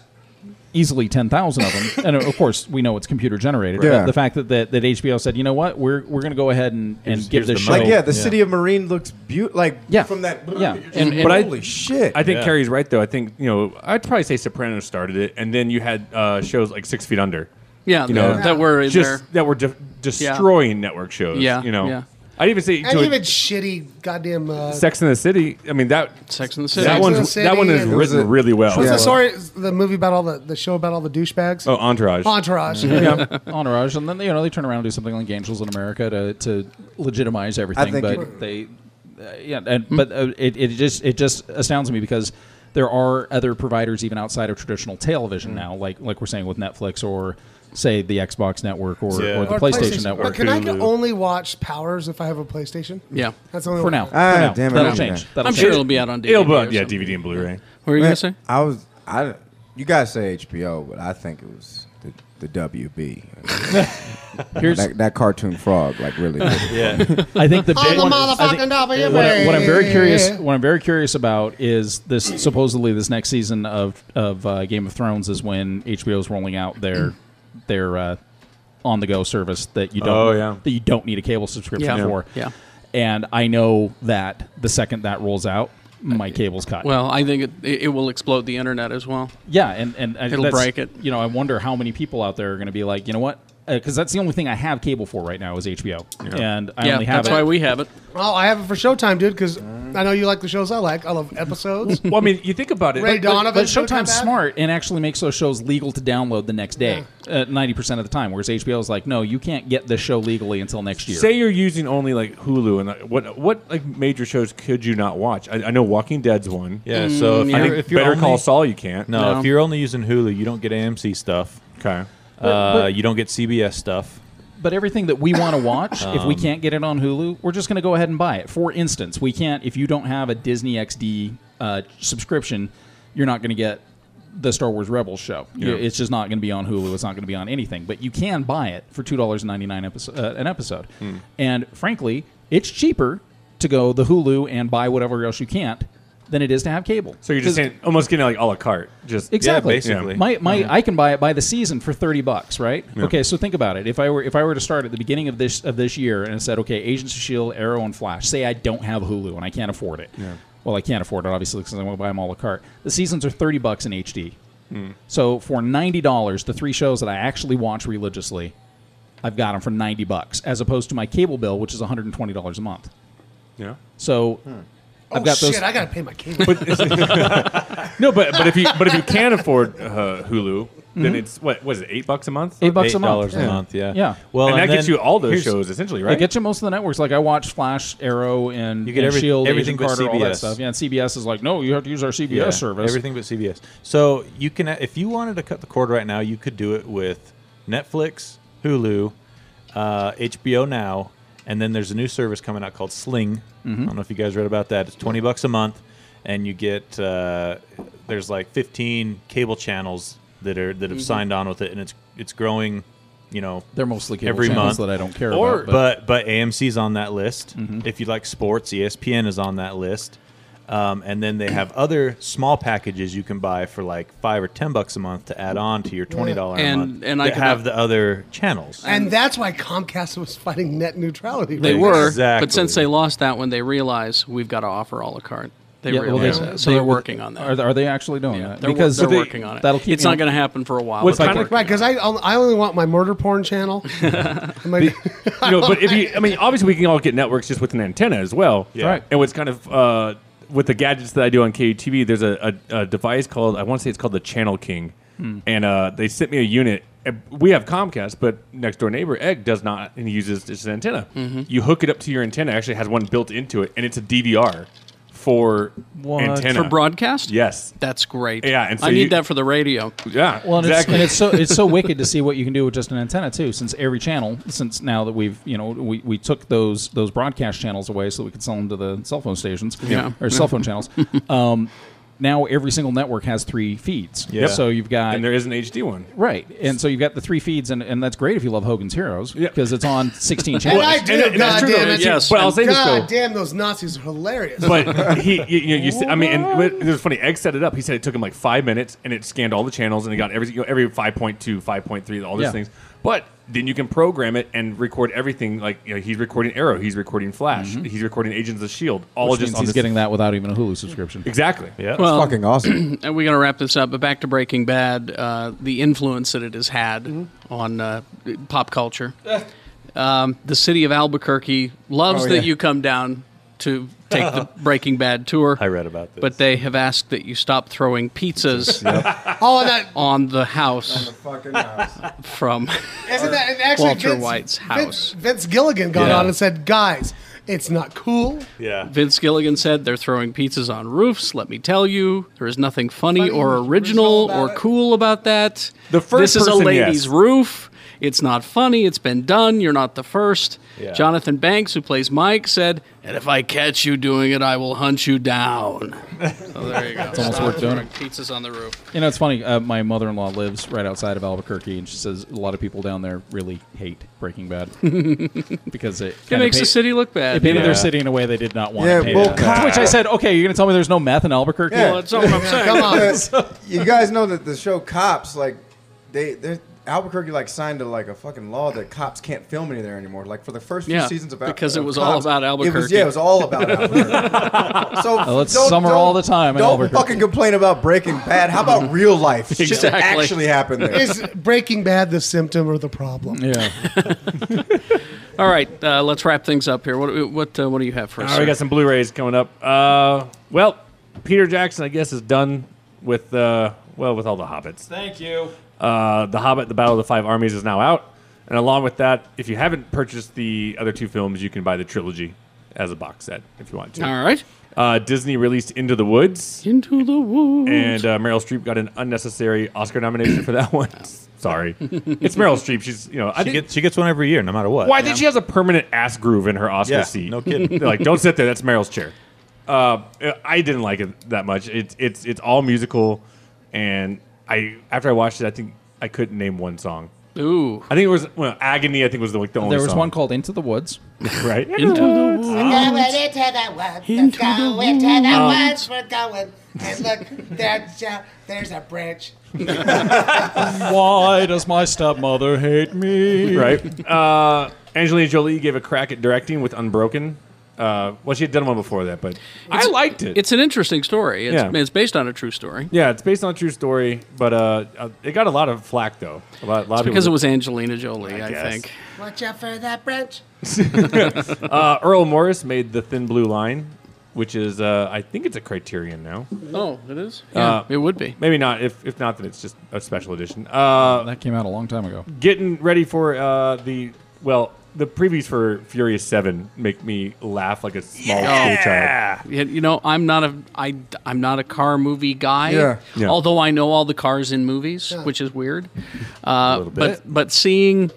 Speaker 14: easily 10,000 of them. and uh, of course, we know it's computer generated.
Speaker 8: Right.
Speaker 14: but
Speaker 8: Yeah.
Speaker 14: The fact that, that that HBO said, "You know what? We're we're going to go ahead and, and give this show
Speaker 8: Like, yeah, the city of Marine looks beautiful. Like,
Speaker 14: Yeah.
Speaker 8: from that.
Speaker 14: Yeah.
Speaker 8: you're just
Speaker 14: And-
Speaker 8: like,
Speaker 14: and-
Speaker 8: holy shit.
Speaker 10: I think
Speaker 8: Yeah.
Speaker 10: Carrie's right though. I think you know. I'd probably say Sopranos started it, and then you had uh, shows like Six Feet Under.
Speaker 2: Yeah,
Speaker 10: you know,
Speaker 2: that- that were in there.
Speaker 10: just that were de- destroying network shows.
Speaker 2: Yeah,
Speaker 10: you know.
Speaker 2: yeah.
Speaker 10: I'd even say
Speaker 5: and
Speaker 10: to a-
Speaker 5: even shitty goddamn uh,
Speaker 10: Sex in the City. I mean that
Speaker 2: Sex in the
Speaker 5: Sex
Speaker 10: That
Speaker 5: and
Speaker 10: one.
Speaker 5: the City
Speaker 10: That one is
Speaker 5: and-
Speaker 10: written really well.
Speaker 5: What's the story? The movie about all the the show about all the douchebags.
Speaker 10: Oh, Entourage.
Speaker 5: Entourage.
Speaker 14: Yeah. Entourage, and then you know they turn around and do something like Angels in America to, to legitimize everything.
Speaker 8: think
Speaker 14: but
Speaker 8: it-
Speaker 14: they, uh, yeah, and, but uh, it, it just it just astounds me because there are other providers even outside of traditional television now, like like we're saying with Netflix or say the Xbox Network or, or the PlayStation, Network.
Speaker 5: But can I go- only watch Powers if I have a PlayStation?
Speaker 14: Yeah.
Speaker 5: that's the only
Speaker 14: For
Speaker 5: one.
Speaker 14: now. Ah, For now. damn it, That'll I'm change. gonna- That'll I'm sure change. it'll be out on
Speaker 10: It'll be
Speaker 14: DVD
Speaker 10: on-
Speaker 14: or
Speaker 10: yeah,
Speaker 14: something.
Speaker 10: DVD and Blu-ray.
Speaker 2: What were you
Speaker 8: Man,
Speaker 2: gonna say?
Speaker 8: I was. I. You guys say HBO, but I think it was the, the WB.
Speaker 14: Here's-
Speaker 8: that, that cartoon frog, like really. did it.
Speaker 14: I think the
Speaker 8: On
Speaker 14: big
Speaker 8: the
Speaker 14: one is- I think-
Speaker 8: motherfucking
Speaker 14: what, I, what I'm very
Speaker 8: WB.
Speaker 14: curious what I'm very curious about is this supposedly this next season of of uh, Game of Thrones is when HBO is rolling out their their uh, on the go service that you don't
Speaker 10: Oh, yeah.
Speaker 14: that you don't need a cable subscription
Speaker 2: Yeah.
Speaker 14: for
Speaker 2: Yeah.
Speaker 14: and I know that the second that rolls out my cable's cut.
Speaker 2: Well, I think it, it will explode the internet as well.
Speaker 14: Yeah, and and I-
Speaker 2: It'll
Speaker 14: that's-
Speaker 2: break it.
Speaker 14: You know, I wonder how many people out there are going to be like, you know what? Because that's the only thing I have cable for right now is HBO, and I only have it.
Speaker 2: have it.
Speaker 5: Well, I have it for Showtime, dude, because I know you like the shows I like. I love episodes.
Speaker 10: well, I mean, you think about
Speaker 5: Ray
Speaker 14: But- but-
Speaker 5: Donovan.
Speaker 14: but Showtime's smart and actually makes those shows legal to download the next day, uh, ninety percent of the time. Whereas HBO is like, no, you can't get this show legally until next year.
Speaker 10: Say you're using only like Hulu and like, what what like major shows could you not watch? I, I know Walking Dead's one.
Speaker 9: Yeah, so if
Speaker 10: I
Speaker 9: you're,
Speaker 10: think
Speaker 9: if you're
Speaker 10: Better
Speaker 9: only,
Speaker 10: Call Saul, you can't.
Speaker 9: No, if you're only using Hulu, you don't get AMC stuff.
Speaker 10: Okay,
Speaker 9: uh,
Speaker 14: But- but-
Speaker 9: you don't get CBS stuff.
Speaker 14: But everything that we want to watch, if we
Speaker 9: Um,
Speaker 14: can't get it on Hulu, we're just going to go ahead and buy it. For instance, we can't if you don't have a Disney XD uh, subscription, you're not going to get the Star Wars Rebels show. You-
Speaker 9: Yeah.
Speaker 14: It's just not going to be on Hulu. It's not going to be on anything. But you can buy it for two dollars and ninety nine episode uh, an episode.
Speaker 10: Hmm.
Speaker 14: And frankly, it's cheaper to go the Hulu and buy whatever else you can't than it is to have cable.
Speaker 10: So you're just
Speaker 14: 'Cause-
Speaker 10: saying almost getting like a la carte. Just
Speaker 14: Exactly.
Speaker 10: Yeah, basically.
Speaker 14: My, my,
Speaker 10: Yeah.
Speaker 14: I can buy it by the season for thirty bucks, right?
Speaker 10: Yeah.
Speaker 14: Okay, so think about it. If I were if I were to start at the beginning of this of this year and I said, okay, Agents of Shield, Arrow, and Flash. Say I don't have Hulu and I can't afford it.
Speaker 7: Yeah.
Speaker 14: Well, I can't afford it obviously because I want to buy them all a la carte. The seasons are thirty bucks in HD. So for ninety dollars, the three shows that I actually watch religiously, I've got them for ninety bucks, as opposed to my cable bill, which is one hundred and twenty dollars a month.
Speaker 10: Yeah.
Speaker 14: So. I've
Speaker 5: Oh,
Speaker 14: got those.
Speaker 5: shit, I gotta pay my cable.
Speaker 10: no, but but if you but if you can afford uh, Hulu, then
Speaker 14: Mhm.
Speaker 10: it's what was it eight bucks a month?
Speaker 14: Eight bucks a month.
Speaker 10: $8
Speaker 14: Yeah.
Speaker 10: Well, and, that
Speaker 14: then
Speaker 10: gets you all those
Speaker 14: here's-
Speaker 10: shows essentially, right?
Speaker 14: It gets you most of the networks. Like I watch Flash, Arrow, and
Speaker 9: You get
Speaker 14: and
Speaker 9: every-
Speaker 14: Shield,
Speaker 9: everything
Speaker 14: E Agent
Speaker 9: but
Speaker 14: Carter, all that
Speaker 9: CBS.
Speaker 14: stuff. Yeah, and CBS is like, no, you have to use our CBS
Speaker 9: Yeah,
Speaker 14: service.
Speaker 9: Everything but CBS. So you can, if you wanted to cut the cord right now, you could do it with Netflix, Hulu, uh, HBO Now, and then there's a new service coming out called Sling.
Speaker 14: Mm-hmm.
Speaker 9: I don't know if you guys read about that. It's twenty bucks a month, and you get uh, there's like fifteen cable channels that are that have
Speaker 14: Mhm.
Speaker 9: signed on with it, and it's it's growing. You know,
Speaker 14: They're mostly cable
Speaker 9: every
Speaker 14: channels
Speaker 9: month
Speaker 14: that I don't care
Speaker 9: Or-
Speaker 14: about,
Speaker 9: But but AMC's on that list.
Speaker 14: Mm-hmm.
Speaker 9: If you like sports, E ESPN is on that list. Um, and then they have other small packages you can buy for like five or ten bucks a month to add on to your twenty dollar a
Speaker 5: And-
Speaker 9: month.
Speaker 5: and I
Speaker 9: that
Speaker 5: could
Speaker 9: have
Speaker 5: not-
Speaker 9: the other channels.
Speaker 5: And that's why Comcast was fighting net neutrality.
Speaker 2: They
Speaker 5: right?
Speaker 2: were,
Speaker 9: Exactly.
Speaker 2: but since they lost that one, they realize we've got to offer a la carte. They
Speaker 14: Yeah, well,
Speaker 2: realize
Speaker 14: they-
Speaker 2: that, so
Speaker 14: they-
Speaker 2: they're working on that.
Speaker 14: Are, are they actually doing that?
Speaker 2: They're,
Speaker 14: because
Speaker 2: because they're working on it.
Speaker 14: That'll keep
Speaker 2: it's not going to happen for a while.
Speaker 14: What's
Speaker 2: but they're
Speaker 14: kind of-
Speaker 2: working
Speaker 5: Right, because I I only want my murder porn channel. My-
Speaker 10: you know, but if you, I mean, obviously we can all get networks just with an antenna as well.
Speaker 5: Yeah. Right.
Speaker 10: And what's kind of uh, with the gadgets that I do on KUTV, there's a, a, a device called I want to say it's called the Channel King,
Speaker 6: Hmm.
Speaker 10: and uh, they sent me a unit. And We have Comcast, but next door neighbor Egg does not and uses this antenna.
Speaker 14: Mm-hmm.
Speaker 6: Mhm.
Speaker 10: You hook it up to your antenna; it actually has one built into it, and it's a DVR for
Speaker 6: What?
Speaker 10: antenna
Speaker 2: For broadcast.
Speaker 10: Yes,
Speaker 2: that's great.
Speaker 10: Yeah, and so
Speaker 2: I need
Speaker 10: you-
Speaker 2: that for the radio.
Speaker 10: Yeah,
Speaker 14: Well, and, it's, and it's so it's so wicked to see what you can do with just an antenna too. Since every channel, since now that we've you know we, we took those those broadcast channels away so we could sell them to the cell phone stations,
Speaker 2: Yeah. Yeah.
Speaker 14: or cell phone channels. Um, now every single network has three feeds.
Speaker 10: Yeah.
Speaker 14: So you've got
Speaker 10: And there is an HD one.
Speaker 14: right? And so you've got the three feeds, and, and that's great if you love Hogan's Heroes because it's on sixteen
Speaker 5: And
Speaker 14: channels.
Speaker 5: I do, God damn it.
Speaker 10: But I'll say this, though.
Speaker 5: God damn, those Nazis are hilarious.
Speaker 10: but he, you, you, you see, I mean, and what- it was funny. Egg set it up. He said it took him like five minutes, and it scanned all the channels, and it got every you know, every 5.2, 5.3, all these
Speaker 6: Yeah.
Speaker 10: things. But then you can program it and record everything. Like you know, he's recording Arrow, he's recording Flash, he's recording Agents of Shield. E All
Speaker 14: Mm-hmm. Which
Speaker 10: just
Speaker 14: means
Speaker 10: on
Speaker 14: he's
Speaker 10: this.
Speaker 14: getting that without even a Hulu subscription.
Speaker 10: Exactly. Yeah.
Speaker 2: and we got to wrap this up, but back to Breaking Bad, uh, the influence that it has had on uh, pop culture. Um, the city of Albuquerque loves
Speaker 9: Oh, yeah.
Speaker 2: that you come down to take the Breaking Bad tour. I
Speaker 9: read about this.
Speaker 2: But they have asked that you stop throwing pizzas
Speaker 5: Oh, and that
Speaker 2: on the house.
Speaker 5: On the fucking house.
Speaker 2: From
Speaker 5: Isn't that and actually
Speaker 2: Walter
Speaker 5: Vince,
Speaker 2: White's
Speaker 5: Vince,
Speaker 2: house.
Speaker 5: Vince Gilligan got
Speaker 2: Yeah.
Speaker 5: on and said, "Guys, it's not cool."
Speaker 9: Yeah.
Speaker 2: Vince Gilligan said they're throwing pizzas on roofs. Let me tell you, there is nothing funny, or original, or cool about that.
Speaker 10: The first
Speaker 2: this is a
Speaker 10: person,
Speaker 2: lady's
Speaker 10: yes.
Speaker 2: roof. It's not funny. It's been done. You're not the first.
Speaker 10: Yeah.
Speaker 2: Jonathan Banks, who plays Mike, said, "And if I catch you doing it, I will hunt you down." So there you go.
Speaker 14: It's almost
Speaker 2: Stop
Speaker 14: worth doing
Speaker 2: throwing
Speaker 14: it.
Speaker 2: Pizzas on the roof.
Speaker 14: You know, it's funny. Uh, my mother-in-law lives right outside of Albuquerque, and she says a lot of people down there really hate Breaking Bad because it
Speaker 2: It
Speaker 14: kinda
Speaker 2: makes the
Speaker 14: paint-
Speaker 2: city look bad.
Speaker 14: It painted
Speaker 2: Yeah.
Speaker 14: their city in a way they did not want.
Speaker 2: Yeah,
Speaker 14: to paint
Speaker 2: well,
Speaker 14: it.
Speaker 2: God.
Speaker 14: To which I said, "Okay, you're going to tell me there's no meth in Albuquerque?
Speaker 2: Well, that's not what I'm saying.
Speaker 14: Come on.
Speaker 8: you guys know that the show Cops, like, they they're Albuquerque like signed a, like a fucking law that cops can't film any there anymore. Like for the first few
Speaker 2: Yeah,
Speaker 8: seasons of Al-
Speaker 2: because it
Speaker 8: of
Speaker 2: was all
Speaker 8: Cops,
Speaker 2: about
Speaker 8: it was-
Speaker 2: Albuquerque.
Speaker 8: yeah, it was all about Albuquerque. so
Speaker 14: Well, it's
Speaker 8: don't-
Speaker 14: summer
Speaker 8: don't-
Speaker 14: all the time in
Speaker 8: Don't
Speaker 14: Albuquerque.
Speaker 8: fucking complain about Breaking Bad. How about real life? Shit that
Speaker 14: Exactly.
Speaker 8: actually happened there.
Speaker 5: Is Breaking Bad the symptom or the problem?
Speaker 14: Yeah.
Speaker 2: All right, uh, let's wrap things up here. What what uh, what do you have for us?
Speaker 10: All right, we
Speaker 2: sir?
Speaker 10: got some Blu-rays coming up. Uh, well, Peter Jackson, I guess, is done with uh, well with all the Hobbits.
Speaker 14: Thank you.
Speaker 10: Uh, the Hobbit: The Battle of the Five Armies is now out, and along with that, if you haven't purchased the other two films, you can buy the trilogy as a box set if you want to.
Speaker 2: All right.
Speaker 10: Uh, Disney released Into the Woods,
Speaker 2: Into the woods.
Speaker 10: and uh, Meryl Streep got an unnecessary Oscar nomination for that one. Sorry, it's Meryl Streep. She's you know I
Speaker 9: She
Speaker 10: think
Speaker 9: gets, she gets one every year, no matter what.
Speaker 10: Why did she has a permanent ass groove in her Oscar
Speaker 9: Yeah,
Speaker 10: seat?
Speaker 9: no kidding.
Speaker 10: They're like, don't sit there. That's Meryl's chair. Uh, I didn't like it that much. It's it's it's all musical, and I after I watched it, I think I couldn't name one song.
Speaker 2: Ooh.
Speaker 10: I think it was well, agony. I think was the, like the only
Speaker 14: There was
Speaker 10: song,
Speaker 14: one called Into the Woods.
Speaker 10: right?
Speaker 2: Into the woods. Into
Speaker 24: Into
Speaker 2: the
Speaker 24: going to the woods,
Speaker 2: woods.
Speaker 24: we're going. And look, there's a, there's a branch.
Speaker 14: Why does my stepmother hate me?
Speaker 10: right? Uh, Angelina Jolie gave a crack at directing with Unbroken. Uh, well, she had done one before that, but I liked it.
Speaker 2: It's an interesting story. It's,
Speaker 10: Yeah.
Speaker 2: it's based on a true story.
Speaker 10: yeah, it's based on a true story, but uh, uh, it got a lot of flack though. A lot, a lot of
Speaker 2: Because it
Speaker 10: people-
Speaker 2: was Angelina Jolie, I,
Speaker 10: guess.
Speaker 2: think.
Speaker 24: Watch out for that branch.
Speaker 10: Uh, Earl Morris made the Thin Blue Line, which is uh, I think it's a Criterion now.
Speaker 2: Oh, it is.
Speaker 10: Uh,
Speaker 2: it would be.
Speaker 10: Maybe not. If if not, then it's just a special edition. Uh,
Speaker 14: That came out a long time ago.
Speaker 10: getting ready for uh, the well, the previews for Furious Seven make me laugh like a small school child.
Speaker 2: Yeah, You know, I'm not a I I'm not a car movie guy.
Speaker 8: Yeah.
Speaker 10: Yeah.
Speaker 2: Although I know all the cars in movies, which is weird. Uh, but but seeing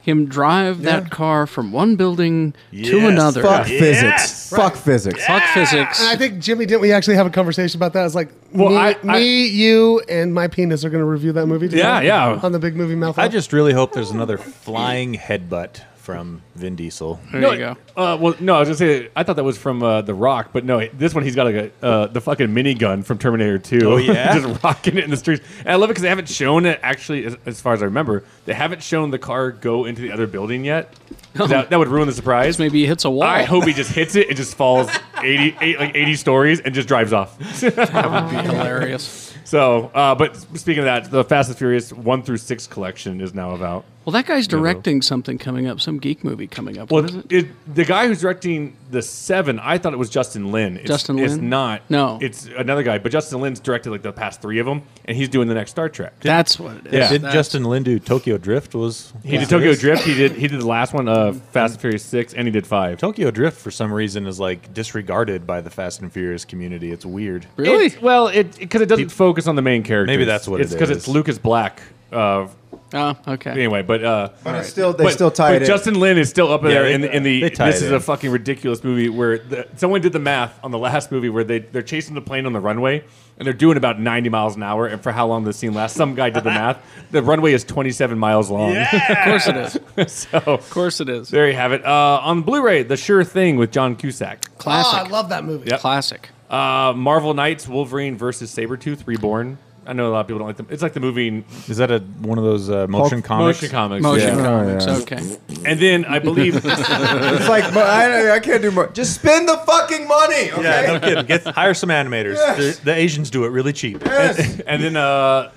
Speaker 2: him drive that car from one building to another.
Speaker 8: Fuck
Speaker 2: Yeah.
Speaker 8: physics. Fuck physics.
Speaker 2: Fuck physics.
Speaker 5: And I think Jimmy didn't we actually have a conversation about that? It's like
Speaker 10: Well,
Speaker 5: me,
Speaker 10: I- I-
Speaker 5: me, you, and my penis are going to review that movie.
Speaker 10: Yeah,
Speaker 5: together
Speaker 10: yeah.
Speaker 5: On the big movie mouth.
Speaker 9: I just really hope there's another flying headbutt from Vin Diesel.
Speaker 2: there you go.
Speaker 10: Uh, well, no, I was gonna say I thought that was from uh, The Rock, but no, this one he's got like a, uh, the fucking minigun from Terminator Two.
Speaker 9: Oh, yeah?
Speaker 10: just rocking it in the streets. And I love it because they haven't shown it actually, as, as far as I remember, they haven't shown the car go into the other building yet. 'Cause That, that would ruin the surprise.
Speaker 2: Maybe he hits a wall.
Speaker 10: I hope he just hits it. It just falls 80, eight, like eighty stories and just drives off.
Speaker 2: That'd be hilarious.
Speaker 10: so, uh, but speaking of that, the Fast and Furious one through six collection is now about.
Speaker 2: Well, that guy's directing something coming up, some geek movie coming up.
Speaker 10: Well,
Speaker 2: what is it?
Speaker 10: it- the guy who's directing the seven, I thought it was Justin Lin. It's,
Speaker 2: Justin
Speaker 10: It's
Speaker 2: Lin?
Speaker 10: not.
Speaker 2: No.
Speaker 10: it's another guy. But Justin Lin's directed like the past three of them, and he's doing the next Star Trek.
Speaker 2: That's what it is.
Speaker 10: Yeah.
Speaker 9: Did
Speaker 2: That's-
Speaker 9: Justin Lin do Tokyo Drift? Was
Speaker 10: He did Tokyo Drift. He did he did the last one, uh, Fast and Furious six, and he did five.
Speaker 9: Tokyo Drift for some reason is like disregarded by the Fast and Furious community. It's weird.
Speaker 2: Really?
Speaker 10: It's- well, it because it doesn't focus on the main character.
Speaker 9: Maybe that's what
Speaker 10: it's
Speaker 9: it
Speaker 10: because
Speaker 9: is.
Speaker 10: it's Lucas Black. Uh,
Speaker 2: Oh, okay.
Speaker 10: anyway, but uh,
Speaker 8: But it's still, they still tie
Speaker 10: but
Speaker 8: it in.
Speaker 10: Justin Lin is still up in
Speaker 9: Yeah,
Speaker 10: there
Speaker 9: they-
Speaker 10: in, the- in the.
Speaker 9: they tie
Speaker 10: this
Speaker 9: it
Speaker 10: is
Speaker 9: in.
Speaker 10: a fucking ridiculous movie where the, someone did the math on the last movie where they they're chasing the plane on the runway and they're doing about ninety miles an hour and for how long the scene lasts. Some guy did the math. The runway is twenty seven miles long.
Speaker 2: Of course it is. Of
Speaker 10: so
Speaker 2: course it is.
Speaker 10: there you have it. Uh, on Blu-ray, The Sure Thing with John Cusack.
Speaker 5: oh,
Speaker 2: Classic.
Speaker 5: I love that movie.
Speaker 10: Yep.
Speaker 2: Classic.
Speaker 10: Uh, Marvel Knights Wolverine versus Sabretooth Reborn. I know a lot of people don't like them. It's like the movie
Speaker 9: Is that a one of those uh, motion comics?
Speaker 10: motion comics.
Speaker 2: Motion
Speaker 10: yeah.
Speaker 2: comics.
Speaker 8: Oh, yeah.
Speaker 2: Okay.
Speaker 10: And then I believe
Speaker 8: It's like but I, I can't do more. Just spend the fucking money. Okay.
Speaker 9: Yeah, no kidding. Get, hire some animators.
Speaker 8: Yes.
Speaker 9: The, the Asians do it really cheap.
Speaker 10: and then uh,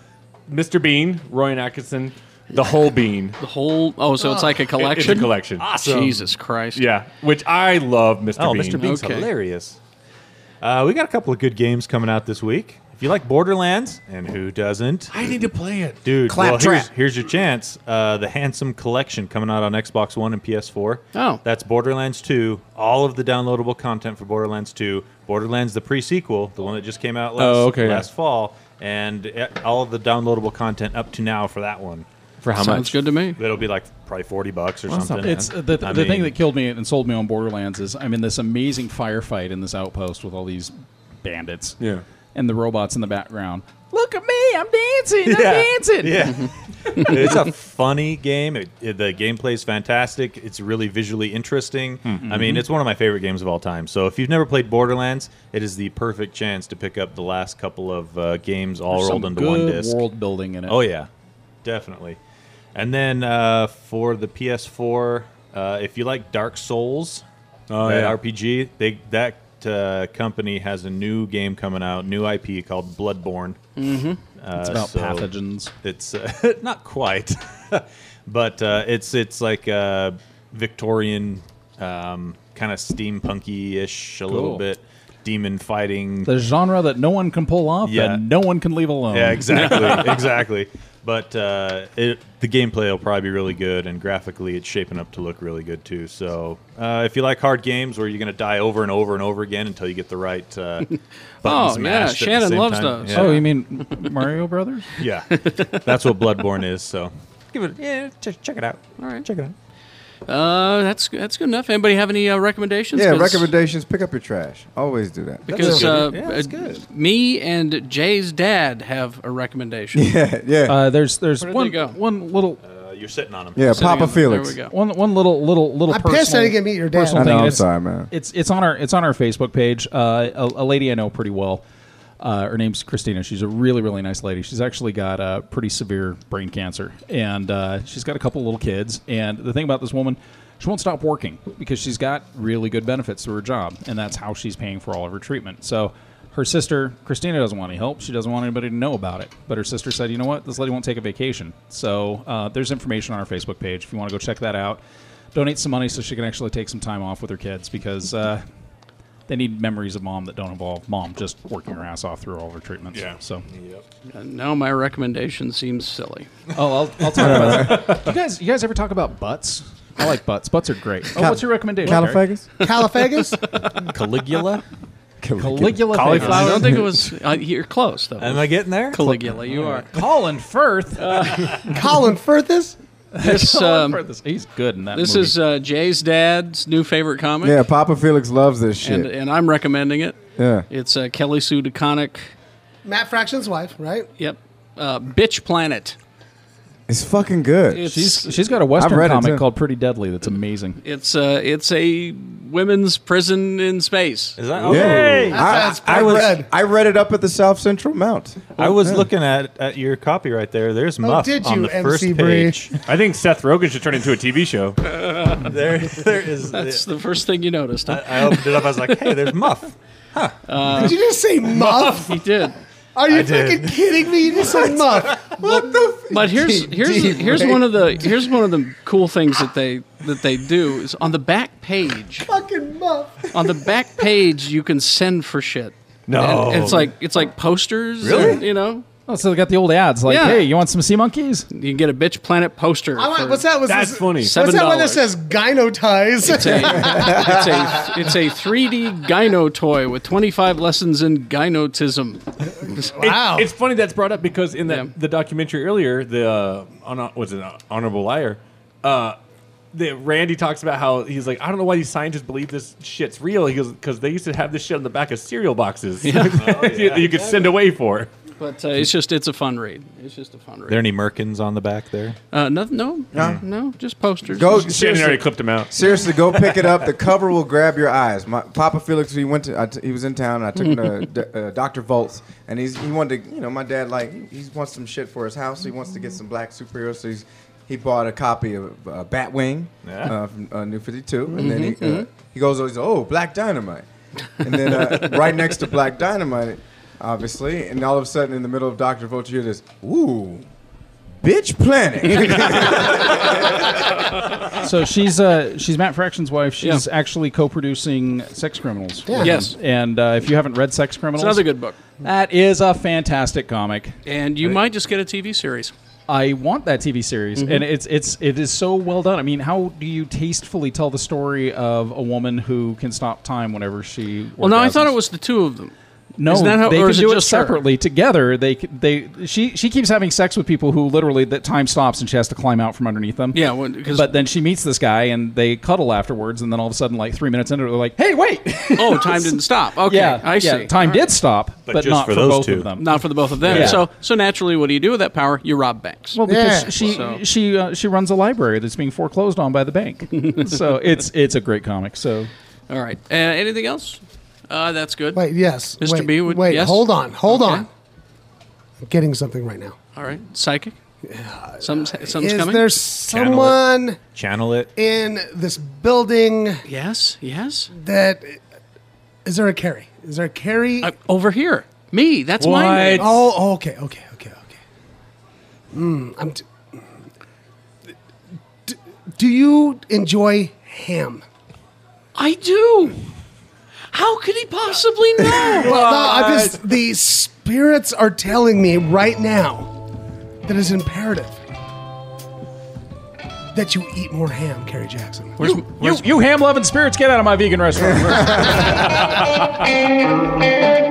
Speaker 10: Mr. Bean, Roy and Atkinson, the whole Bean.
Speaker 2: The whole. Oh, so it's like a
Speaker 10: It's
Speaker 2: collection. Ah,
Speaker 10: a collection.
Speaker 2: Jesus Christ.
Speaker 10: Yeah, which I love, Mr.
Speaker 9: Oh,
Speaker 10: Bean.
Speaker 9: Mr. Bean's
Speaker 2: Okay.
Speaker 9: hilarious. Uh, we got a couple of good games coming out this week. If you like Borderlands, and who doesn't,
Speaker 10: I need to play it.
Speaker 9: dude, well,
Speaker 8: Claptrap.
Speaker 9: here's, here's your chance. Uh, the Handsome Collection coming out on Xbox One and PS4.
Speaker 2: Oh.
Speaker 9: that's Borderlands 2. All of the downloadable content for Borderlands 2, Borderlands the pre-sequel, the one that just came out last
Speaker 10: Oh, okay, yeah.
Speaker 9: last fall, and uh, all of the downloadable content up to now for that one.
Speaker 10: For how
Speaker 2: Sounds
Speaker 10: much?
Speaker 2: good to me.
Speaker 9: That'll be like probably forty bucks or
Speaker 10: not
Speaker 9: something.
Speaker 10: bad.
Speaker 14: It's uh, the, the
Speaker 9: I
Speaker 14: thing
Speaker 9: mean-
Speaker 14: that killed me and sold me on Borderlands is I'm in this amazing firefight in this outpost with all these bandits.
Speaker 10: Yeah.
Speaker 14: And the robots in the background. Look at me, I'm dancing,
Speaker 9: Yeah.
Speaker 14: I'm dancing.
Speaker 9: Yeah, it's a funny game. It, it, the gameplay is fantastic. It's really visually interesting.
Speaker 14: Hmm.
Speaker 9: I
Speaker 14: Mm-hmm.
Speaker 9: mean, it's one of my favorite games of all time. So if you've never played Borderlands, it is the perfect chance to pick up the last couple of uh, games all
Speaker 14: Some
Speaker 9: rolled into
Speaker 14: good
Speaker 9: one disc.
Speaker 14: world building in it.
Speaker 9: Oh yeah, definitely. And then uh, for the PS4, uh, if you like Dark Souls,
Speaker 10: Oh,
Speaker 9: that
Speaker 10: yeah.
Speaker 9: RPG, they that uh, company has a new game coming out, new IP called Bloodborne.
Speaker 14: Mhm. It's about
Speaker 9: pathogens. uh, It's uh, not quite, but uh, it's it's like uh, Victorian, um, kind of steampunky ish a little
Speaker 14: Cool.
Speaker 9: bit, demon fighting.
Speaker 14: The genre that no one can pull off
Speaker 9: Yeah.
Speaker 14: and no one can leave alone.
Speaker 9: Yeah, exactly, exactly. But uh, it, the gameplay will probably be really good, and graphically, it's shaping up to look really good too. So, uh, if you like hard games where you're going to die over and over and over again until you get the right uh, button
Speaker 2: Oh, yeah,
Speaker 9: smashed at the
Speaker 2: Shannon
Speaker 9: same
Speaker 2: loves
Speaker 9: time,
Speaker 2: those.
Speaker 9: yeah.
Speaker 14: Oh, you mean Mario Brothers?
Speaker 9: yeah, that's what Bloodborne is. So,
Speaker 14: Give it, yeah, check, check it out.
Speaker 2: All right,
Speaker 9: check it out.
Speaker 2: Uh, that's that's good enough. Anybody have any uh, recommendations?
Speaker 8: Yeah,
Speaker 2: 'Cause-
Speaker 8: recommendations. Pick up your trash. Always do that.
Speaker 2: Because uh,
Speaker 8: that's
Speaker 2: uh, me and Jay's dad have a recommendation.
Speaker 8: Yeah, yeah.
Speaker 14: Uh, there's there's
Speaker 2: Where did
Speaker 14: one
Speaker 2: they go?
Speaker 14: one little
Speaker 9: uh, you're sitting on them.
Speaker 8: Yeah,
Speaker 14: Sitting
Speaker 8: Papa
Speaker 14: on-
Speaker 8: Felix.
Speaker 14: There we go. One one little little little.
Speaker 5: I'm
Speaker 14: personal,
Speaker 5: pissed I didn't get to meet your dad.
Speaker 14: personal
Speaker 5: I know,
Speaker 14: thing.
Speaker 5: I'm
Speaker 14: It's-
Speaker 5: sorry, man.
Speaker 14: It's it's on our it's on our Facebook page. Uh, a, a lady I know pretty well. Uh, her name's Christina. She's a really really nice lady. She's actually got uh, pretty severe brain cancer, and uh, she's got a couple little kids. And the thing about this woman. She won't stop working because she's got really good benefits through her job, and that's how she's paying for all of her treatment. So, her sister Christina doesn't want any help. She doesn't want anybody to know about it. But her sister said, "You know what? This lady won't take a vacation." So uh, there's information on our Facebook page if you want to go check that out. Donate some money so she can actually take some time off with her kids because uh, they need memories of mom that don't involve mom just working her ass off through all of her treatments. Yeah. So.
Speaker 2: Uh, now my recommendation seems silly.
Speaker 14: Oh, I'll, I'll talk about that. You guys, you guys ever talk about butts? I like butts. Butts are great. Oh,
Speaker 2: Cal-
Speaker 14: what's your recommendation?
Speaker 2: Califagus?
Speaker 14: Eric?
Speaker 5: Califagus?
Speaker 9: Caligula.
Speaker 14: Caligula.
Speaker 2: Cauliflower. I don't think it was. Uh, you're close though.
Speaker 9: Am I getting there?
Speaker 2: Caligula, you are.
Speaker 14: Colin Firth.
Speaker 5: Colin Firth is.
Speaker 2: This,
Speaker 14: Colin
Speaker 2: um,
Speaker 14: Firth is- he's good in that.
Speaker 2: This
Speaker 14: movie.
Speaker 2: is uh, Jay's dad's new favorite comic.
Speaker 8: Yeah, Papa Felix loves this
Speaker 2: and,
Speaker 8: shit.
Speaker 2: and I'm recommending it.
Speaker 8: Yeah.
Speaker 2: It's uh, Kelly Sue DeConnick.
Speaker 5: Matt Fraction's wife, right?
Speaker 2: Yep. Uh, Bitch Planet.
Speaker 8: It's fucking good.
Speaker 2: It's-
Speaker 14: she's she's got a
Speaker 2: I've
Speaker 14: western
Speaker 8: read it,
Speaker 14: comic
Speaker 8: too.
Speaker 14: called Pretty Deadly that's amazing.
Speaker 2: It's uh, it's a women's prison in space.
Speaker 9: Is
Speaker 8: Yeah. I, I was, I read it up at the South Central Mount.
Speaker 9: I was
Speaker 8: Yeah.
Speaker 9: looking at, at your copy right there.
Speaker 5: Oh,
Speaker 9: There's Muff on the first page.
Speaker 10: I think Seth Rogen should turn into a TV show.
Speaker 9: there, there is.
Speaker 2: That's the first thing you noticed.
Speaker 10: Uh,
Speaker 2: Huh?
Speaker 9: I opened it up. I was like, "Hey, there's Muff."
Speaker 2: Huh.
Speaker 5: Did you just say muff?
Speaker 2: He did.
Speaker 5: Are you
Speaker 2: I did.
Speaker 5: fucking kidding me? You just said muff. What the? F-
Speaker 2: But here's here's
Speaker 5: Deep
Speaker 2: here's
Speaker 5: rage.
Speaker 2: one of the here's one of the cool things that they that they do is on the back page.
Speaker 5: fucking muff.
Speaker 2: On the back page, you can send for shit.
Speaker 10: Oh.
Speaker 14: No.
Speaker 2: And it's like it's like posters.
Speaker 14: Really?
Speaker 2: and, you know.
Speaker 14: Oh, so they got the old ads like,
Speaker 2: Yeah.
Speaker 14: "Hey, you want some sea monkeys?"
Speaker 2: You can get a bitch planet poster.
Speaker 5: I
Speaker 2: for
Speaker 5: want, what's that? Was this,
Speaker 2: Seven
Speaker 5: What's that one that
Speaker 2: dollars.
Speaker 5: says gyno ties?
Speaker 2: It's a, it's a it's a 3D gyno toy with 25 lessons in gynotism.
Speaker 10: It- it's funny that's brought up because in that the documentary earlier, the uh, on, was it Honorable Liar, uh, the, Randy talks about how he's like, I don't know why these scientists believe this shit's real. He goes because they used to have this shit on the back of cereal boxes that you
Speaker 9: Oh,
Speaker 10: could send away for.
Speaker 2: But uh, it's just it's a fun read. It's just a fun
Speaker 9: Are
Speaker 2: read.
Speaker 9: there any Merkins on the back there?
Speaker 2: Uh, no, no, no, just posters.
Speaker 8: Go.
Speaker 10: clipped him out.
Speaker 8: Seriously, go pick it up. The cover will grab your eyes. My Papa Felix, he went to, I t- he was in town. And I took him to D- uh, Doctor Volts, and he's he wanted to, you know, my dad like he he wants some shit for his house. He wants to get some black superheroes, so he's he bought a copy of uh, Batwing
Speaker 9: Yeah.
Speaker 8: uh, from uh, New Fifty Two, and then he
Speaker 9: Mhm, mhm.
Speaker 8: uh, he goes, oh, he's, oh, Black Dynamite, and then uh, right next to Black Dynamite, obviously, and all of a sudden in the middle of Doctor Volts, you hear this, ooh, bitch planet.
Speaker 14: so she's uh, she's Matt Fraction's wife. She's actually co-producing Sex Criminals.
Speaker 2: Yeah. Yes.
Speaker 14: and uh, if you haven't read Sex Criminals,
Speaker 2: It's another good book.
Speaker 14: That is a fantastic comic,
Speaker 2: and you might just get a TV series.
Speaker 14: I want that TV series,
Speaker 2: Mhm.
Speaker 14: and it's it's it is so well done. I mean, how do you tastefully tell the story of a woman who can stop time whenever she?
Speaker 2: Well, no, I
Speaker 14: orgasms?
Speaker 2: thought it was the two of them.
Speaker 14: No,
Speaker 2: Isn't that how-
Speaker 14: they
Speaker 2: or
Speaker 14: can
Speaker 2: is it
Speaker 14: do it
Speaker 2: just her?
Speaker 14: separately. Together, they c- they she she keeps having sex with people who literally that time stops and she has to climb out from underneath them.
Speaker 2: Yeah, well, 'cause-
Speaker 14: but then she meets this guy and they cuddle afterwards, and then all of a sudden, like three minutes into it, they're like, "Hey, wait!"
Speaker 2: Oh, time didn't stop. Okay,
Speaker 14: yeah,
Speaker 2: I
Speaker 14: yeah,
Speaker 2: see.
Speaker 14: time
Speaker 2: All
Speaker 14: did
Speaker 2: right.
Speaker 14: stop, but, not for, both of them.
Speaker 2: Not for the both of them.
Speaker 14: Yeah.
Speaker 2: So so naturally, what do you do with that power? You rob banks.
Speaker 14: Well, because she she uh, she runs a library that's being foreclosed on by the bank, so it's it's a great comic. So
Speaker 2: All right. Uh, anything else? Uh, that's good.
Speaker 5: Wait, yes.
Speaker 2: Mr.
Speaker 5: Wait,
Speaker 2: B. Would,
Speaker 5: wait,
Speaker 2: yes?
Speaker 5: hold on, hold on. I'm getting something right now.
Speaker 2: All right. Psychic. Some's, some's
Speaker 5: Is
Speaker 2: coming.
Speaker 5: there someone
Speaker 9: Channel it.
Speaker 5: in this building?
Speaker 2: Yes, yes.
Speaker 5: That is there a carry? Is there a carry
Speaker 2: over here? Me? That's
Speaker 5: why.
Speaker 2: mine. What?
Speaker 5: Oh, oh, okay, okay, okay, okay. Mm, I'm. T- D- do you enjoy ham?
Speaker 2: I do. How could he possibly know?
Speaker 5: well, no, I just the spirits are telling me right now that it's imperative that you eat more ham, Carrie Jackson.
Speaker 14: Where's, you, you, ham loving spirits, get out of my vegan restaurant.
Speaker 24: Thank